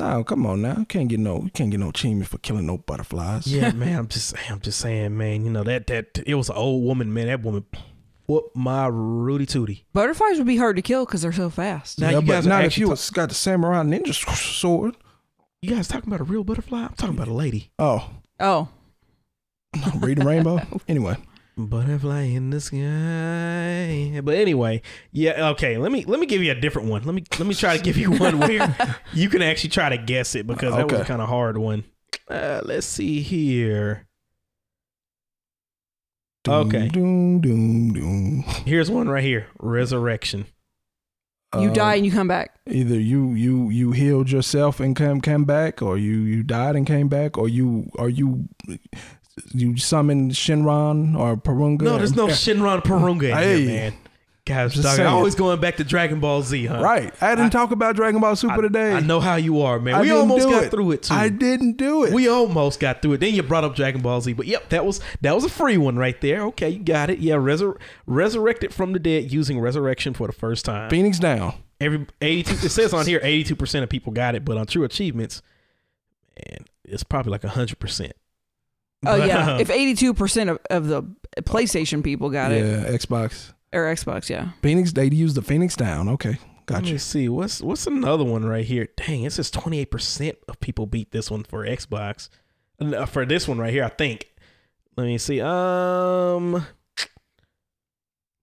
Speaker 3: No, come on now, can't get no can't get no achievement for killing no butterflies. *laughs*
Speaker 2: Yeah, man. I'm just, I'm just saying, man. You know that that it was an old woman, man. That woman whooped my rooty tooty.
Speaker 1: Butterflies would be hard to kill because they're so fast.
Speaker 2: Now
Speaker 3: Yeah,
Speaker 2: you
Speaker 3: but
Speaker 2: guys are
Speaker 3: not if
Speaker 2: actually
Speaker 3: you
Speaker 2: talk-
Speaker 3: was- got the samurai ninja sword.
Speaker 2: You guys talking about a
Speaker 3: *laughs*
Speaker 2: real butterfly? I'm talking about a lady.
Speaker 3: Oh,
Speaker 1: Oh,
Speaker 3: reading Oh, rainbow. Anyway,
Speaker 2: Butterfly in the sky. But anyway, yeah, okay. Let me let me give you a different one. Let me let me try to give
Speaker 3: *laughs*
Speaker 2: you one where you can actually try to guess it because that was
Speaker 3: Okay.
Speaker 2: a kind of hard one. Uh, let's see here. Okay.
Speaker 3: Doom, doom, doom.
Speaker 2: Here's one right here. Resurrection.
Speaker 1: You
Speaker 3: Um,
Speaker 1: die and you come back.
Speaker 3: Either you you you healed yourself and came came back, or you you died and came back, or you or you you summoned Shinron or Parunga.
Speaker 2: No, there's no
Speaker 3: *laughs*
Speaker 2: Shinron Perunga in
Speaker 3: Hey.
Speaker 2: here, man. Guys,
Speaker 3: Just
Speaker 2: dog, I'm
Speaker 3: saying.
Speaker 2: always going back to Dragon Ball Z, huh?
Speaker 3: right. I didn't talk about Dragon Ball Super
Speaker 2: I,
Speaker 3: today.
Speaker 2: I know how you are, man.
Speaker 3: I
Speaker 2: we
Speaker 3: didn't
Speaker 2: almost
Speaker 3: do
Speaker 2: got through it too.
Speaker 3: I didn't do it.
Speaker 2: We almost got through it. Then you brought up Dragon Ball Z, but yep, that was that was a free one right there. Okay, you got it. Yeah, resur- resurrected from the dead using resurrection for the first time.
Speaker 3: Phoenix down.
Speaker 2: Every eighty-two. It says on here eighty-two percent of people got it, but on True Achievements, man, it's probably like hundred percent.
Speaker 1: Oh
Speaker 2: *laughs*
Speaker 1: yeah. If eighty two percent of of the PlayStation people got it
Speaker 3: yeah, Xbox.
Speaker 1: or Xbox, yeah.
Speaker 3: Phoenix. They used the Phoenix down. Okay,
Speaker 2: Let
Speaker 3: gotcha.
Speaker 2: me see what's what's another one right here. Dang, it says twenty eight percent of people beat this one for Xbox. No, For this one right here, I think. Let me see. Um,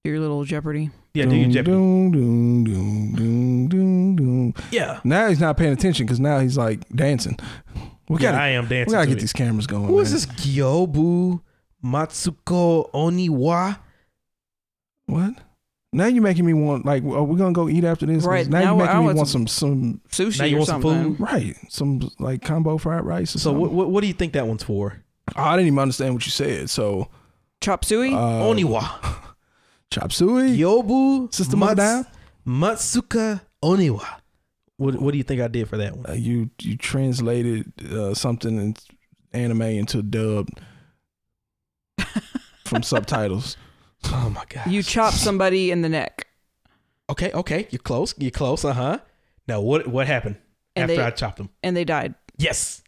Speaker 1: Do your little Jeopardy.
Speaker 2: yeah, do you
Speaker 3: Doom,
Speaker 2: Jeopardy?
Speaker 3: doom, doom, doom, doom, doom, doom.
Speaker 2: Yeah,
Speaker 3: Now he's not paying attention because now he's like dancing. We
Speaker 2: yeah,
Speaker 3: gotta,
Speaker 2: I am dancing.
Speaker 3: we gotta
Speaker 2: to
Speaker 3: get
Speaker 2: it.
Speaker 3: these cameras going.
Speaker 2: Who is
Speaker 3: man.
Speaker 2: this Gyobu Matsuko Oniwa?
Speaker 3: What? Now you're making me want like, are we gonna go eat after this? 'Cause
Speaker 1: Right,
Speaker 3: now,
Speaker 1: now
Speaker 3: you're
Speaker 1: I
Speaker 3: making me
Speaker 1: want
Speaker 3: want some, some
Speaker 1: Sushi
Speaker 2: Now you
Speaker 1: or
Speaker 2: want some
Speaker 1: something.
Speaker 3: right, some like combo fried rice. Or
Speaker 2: So
Speaker 3: something.
Speaker 2: what, what what do you think that one's for?
Speaker 3: I didn't even understand what you said. So
Speaker 1: Chop suey?
Speaker 3: uh,
Speaker 2: Oniwa.
Speaker 3: chop suey,
Speaker 2: Gyobu
Speaker 3: System of a Down?
Speaker 2: Matsuka Oniwa. What what do you think I did for that one?
Speaker 3: Uh, you you translated uh, something in anime into dubbed
Speaker 2: *laughs*
Speaker 3: from subtitles.
Speaker 2: Oh my god.
Speaker 1: you chop somebody in the neck.
Speaker 2: Okay, okay. You're close. You're close. Uh-huh. Now what what happened
Speaker 1: And
Speaker 2: after
Speaker 1: they-
Speaker 2: I chopped them?
Speaker 1: And they died.
Speaker 2: Yes.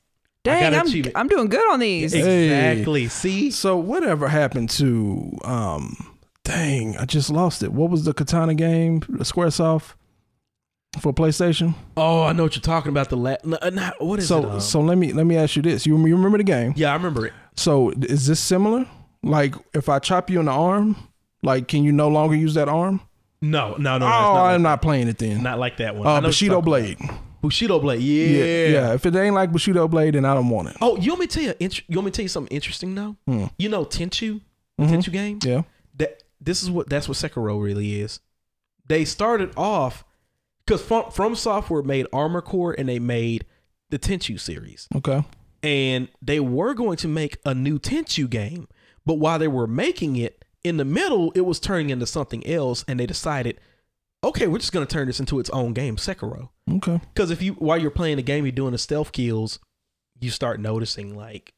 Speaker 2: I got
Speaker 1: Dang,
Speaker 2: an
Speaker 1: I'm
Speaker 2: achievement.
Speaker 1: I'm doing good on these.
Speaker 3: Yeah.
Speaker 2: Exactly. See?
Speaker 3: So whatever happened to um dang, I just lost it. What was the katana game? Squaresoft for PlayStation?
Speaker 2: Oh, I know what you're talking about. The la- n- uh, not- what is
Speaker 3: so
Speaker 2: it? um,
Speaker 3: so let me let me ask you this. You, you remember the game?
Speaker 2: yeah, I remember it.
Speaker 3: So is this similar? Like if I chop you in the arm, like can you no longer use that arm?
Speaker 2: No, no, no. no it's
Speaker 3: Oh,
Speaker 2: not like,
Speaker 3: I'm not playing it then.
Speaker 2: not like that one. I
Speaker 3: uh,
Speaker 2: know what you're
Speaker 3: Bushido
Speaker 2: talking about.
Speaker 3: Blade.
Speaker 2: Bushido Blade. Yeah.
Speaker 3: yeah. If it ain't like Bushido Blade, then I don't want it.
Speaker 2: Oh, you want me to tell you? int- You want me to tell you something interesting though? You know Tenchu, the
Speaker 3: Mhm.
Speaker 2: Tenchu game.
Speaker 3: Hmm. Yeah.
Speaker 2: That this is what that's what Sekiro really is. They started off because from, from Software made Armor Core and they made the Tenchu series,
Speaker 3: Okay.
Speaker 2: and they were going to make a new Tenchu game, but while they were making it, in the middle it was turning into something else, and they decided, okay, we're just going to turn this into its own game, Sekiro.
Speaker 3: Okay.
Speaker 2: Because if you while you're playing the game, you're doing the stealth kills, you start noticing like,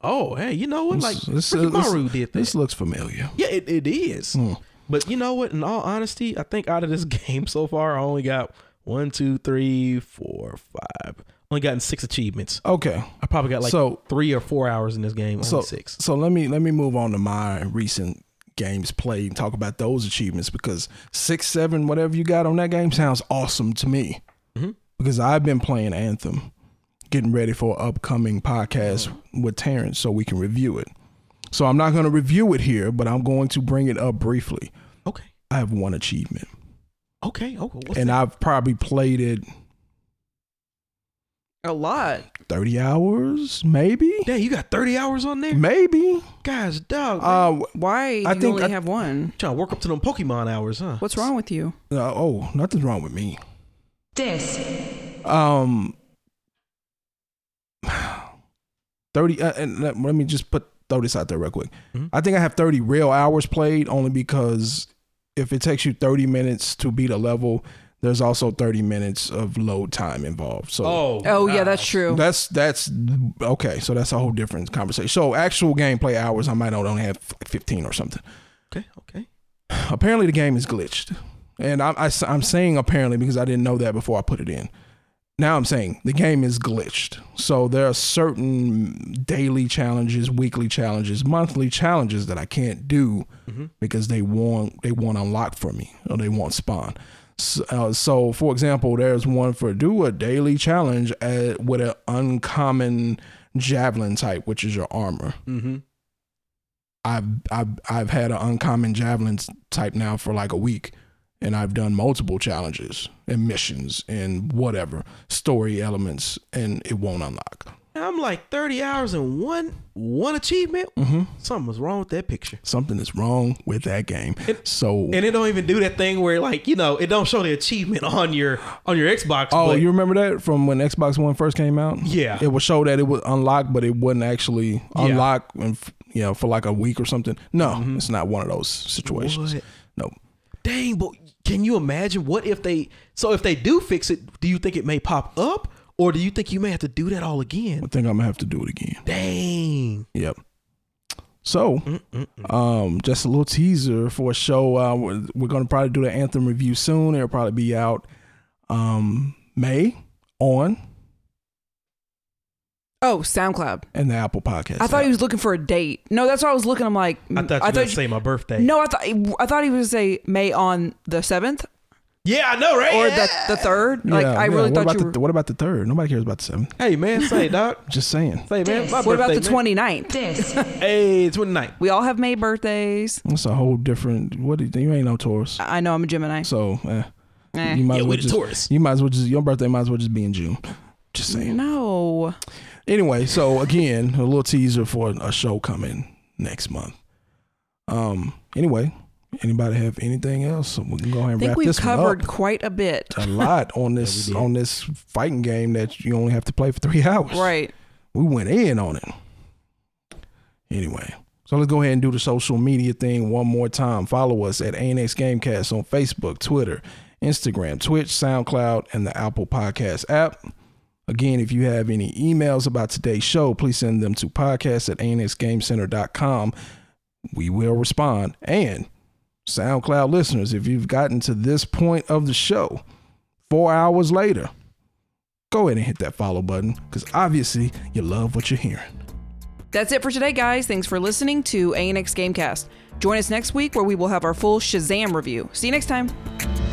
Speaker 2: oh hey, you know what? Like
Speaker 3: This- this-
Speaker 2: Ricky
Speaker 3: this-
Speaker 2: Maru did this.
Speaker 3: This looks familiar.
Speaker 2: yeah, it, it is.
Speaker 3: Hmm.
Speaker 2: But you know what? In all honesty, I think out of this *laughs* game so far, I only got one, two, three, four, five. Only gotten six achievements.
Speaker 3: Okay.
Speaker 2: I probably got like
Speaker 3: So-
Speaker 2: three or four hours in this game. Only
Speaker 3: so
Speaker 2: six.
Speaker 3: So let me let me move on to my recent games played and talk about those achievements because six, seven, whatever you got on that game sounds awesome to me.
Speaker 2: Mm-hmm.
Speaker 3: Because I've been playing Anthem, getting ready for an upcoming podcast with Terrence so we can review it. So I'm not going to review it here, but I'm going to bring it up briefly.
Speaker 2: Okay.
Speaker 3: I have one achievement,
Speaker 2: Okay. Okay. What's
Speaker 3: and
Speaker 2: that?
Speaker 3: I've probably played it
Speaker 1: A lot.
Speaker 3: 30 hours, maybe,
Speaker 2: Dang, you got thirty hours on there,
Speaker 3: maybe.
Speaker 2: guys. Dog, man,
Speaker 3: Uh,
Speaker 1: Why do
Speaker 3: I
Speaker 1: you
Speaker 3: think
Speaker 1: only
Speaker 3: I-
Speaker 1: have one?
Speaker 2: trying to work up to them Pokemon hours, huh?
Speaker 1: What's wrong with you?
Speaker 3: uh, oh, nothing's wrong with me.
Speaker 4: This.
Speaker 3: Um, thirty. Uh, and let, let me just put throw this out there real quick.
Speaker 2: Mhm.
Speaker 3: I think I have thirty real hours played only because if it takes you thirty minutes to beat a level, there's also thirty minutes of load time involved. So
Speaker 2: Oh.
Speaker 1: Oh yeah,
Speaker 2: gosh.
Speaker 1: that's true.
Speaker 3: that's that's okay. So that's a whole different conversation. So actual gameplay hours, I might only have like fifteen or something.
Speaker 2: Okay. Okay.
Speaker 3: Apparently, the game is glitched, and I, I I'm saying apparently because I didn't know that before I put it in. Now I'm saying the game is glitched. So there are certain daily challenges, weekly challenges, monthly challenges that I can't do because they won't they won't unlock for me or they won't spawn. So, uh, so for example, there's one for do a daily challenge at, with an uncommon javelin type, which is your armor.
Speaker 2: Mm-hmm.
Speaker 3: I've I've I've had an uncommon javelin type now for like a week, and I've done multiple challenges and missions and whatever story elements, and it won't unlock.
Speaker 2: I'm like 30 hours and one one achievement. Something was wrong with that picture.
Speaker 3: Something is wrong with that game. so
Speaker 2: And it don't even do that thing where like you know it don't show the achievement on your on your Xbox.
Speaker 3: Oh,
Speaker 2: but
Speaker 3: you remember that from when Xbox One first came out?
Speaker 2: Yeah.
Speaker 3: it would show that it was unlocked, but it wasn't actually
Speaker 2: Yeah. Mm-hmm.
Speaker 3: unlocked, and f- you know, for like a week or something. No, it's not one of those situations.
Speaker 2: What?
Speaker 3: No,
Speaker 2: dang, but can you imagine what if they? So if they do fix it, do you think it may pop up, or do you think you may have to do that all
Speaker 3: I
Speaker 2: again?
Speaker 3: think I'm gonna have to do it again.
Speaker 2: Dang.
Speaker 3: Yep. So, um, just a little teaser for a show. Uh, we're, we're gonna probably do the anthem review soon. It'll probably be out um, May on
Speaker 1: Oh, SoundCloud.
Speaker 3: and the Apple Podcast.
Speaker 1: I thought
Speaker 3: app.
Speaker 1: he was looking for a date. No, that's what I was looking. I'm like,
Speaker 2: Mm, I thought you were gonna say my birthday.
Speaker 1: No, I thought I thought he was gonna say May on the seventh
Speaker 2: Yeah, I know, right?
Speaker 1: or
Speaker 2: *laughs*
Speaker 1: the the third. Like
Speaker 3: Yeah,
Speaker 1: I
Speaker 3: yeah.
Speaker 1: really
Speaker 3: what
Speaker 1: thought
Speaker 3: about
Speaker 1: you
Speaker 3: the
Speaker 1: were.
Speaker 3: th- what about the third? Nobody cares about the seventh.
Speaker 2: hey man, say doc.
Speaker 3: Just saying.
Speaker 2: Say man, my
Speaker 1: what about the
Speaker 2: birthday, man.
Speaker 1: 29th?
Speaker 4: This.
Speaker 2: Hey, 29.
Speaker 1: We all have May birthdays.
Speaker 3: That's a whole different. What do you, you ain't no Taurus,
Speaker 1: I know I'm a Gemini.
Speaker 3: so eh,
Speaker 1: Eh.
Speaker 3: you might
Speaker 2: Yeah,
Speaker 3: as well
Speaker 2: we the
Speaker 3: just,
Speaker 2: Taurus.
Speaker 3: You might as well just your birthday might as well just be in June. Just saying.
Speaker 1: No,
Speaker 3: Anyway, so again, a little teaser for a show coming next month. Um. Anyway, anybody have anything else? So we can go ahead
Speaker 1: I
Speaker 3: and
Speaker 1: think
Speaker 3: wrap
Speaker 1: we've
Speaker 3: this
Speaker 1: covered
Speaker 3: one up.
Speaker 1: quite a bit.
Speaker 3: A lot on this
Speaker 2: did.
Speaker 3: on this fighting game that you only have to play for three *laughs* hours.
Speaker 1: Right.
Speaker 3: we went in on it. Anyway, so let's go ahead and do the social media thing one more time. Follow us at ANX Gamecast on Facebook, Twitter, Instagram, Twitch, SoundCloud, and the Apple Podcast app. Again, if you have any emails about today's show, please send them to podcast at anxgamecenter.com. We will respond. And SoundCloud listeners, if you've gotten to this point of the show, four hours later, go ahead and hit that follow button because obviously you love what you're hearing.
Speaker 1: That's it for today, guys. Thanks for listening to ANX Gamecast. Join us next week where we will have our full Shazam review. See you next time.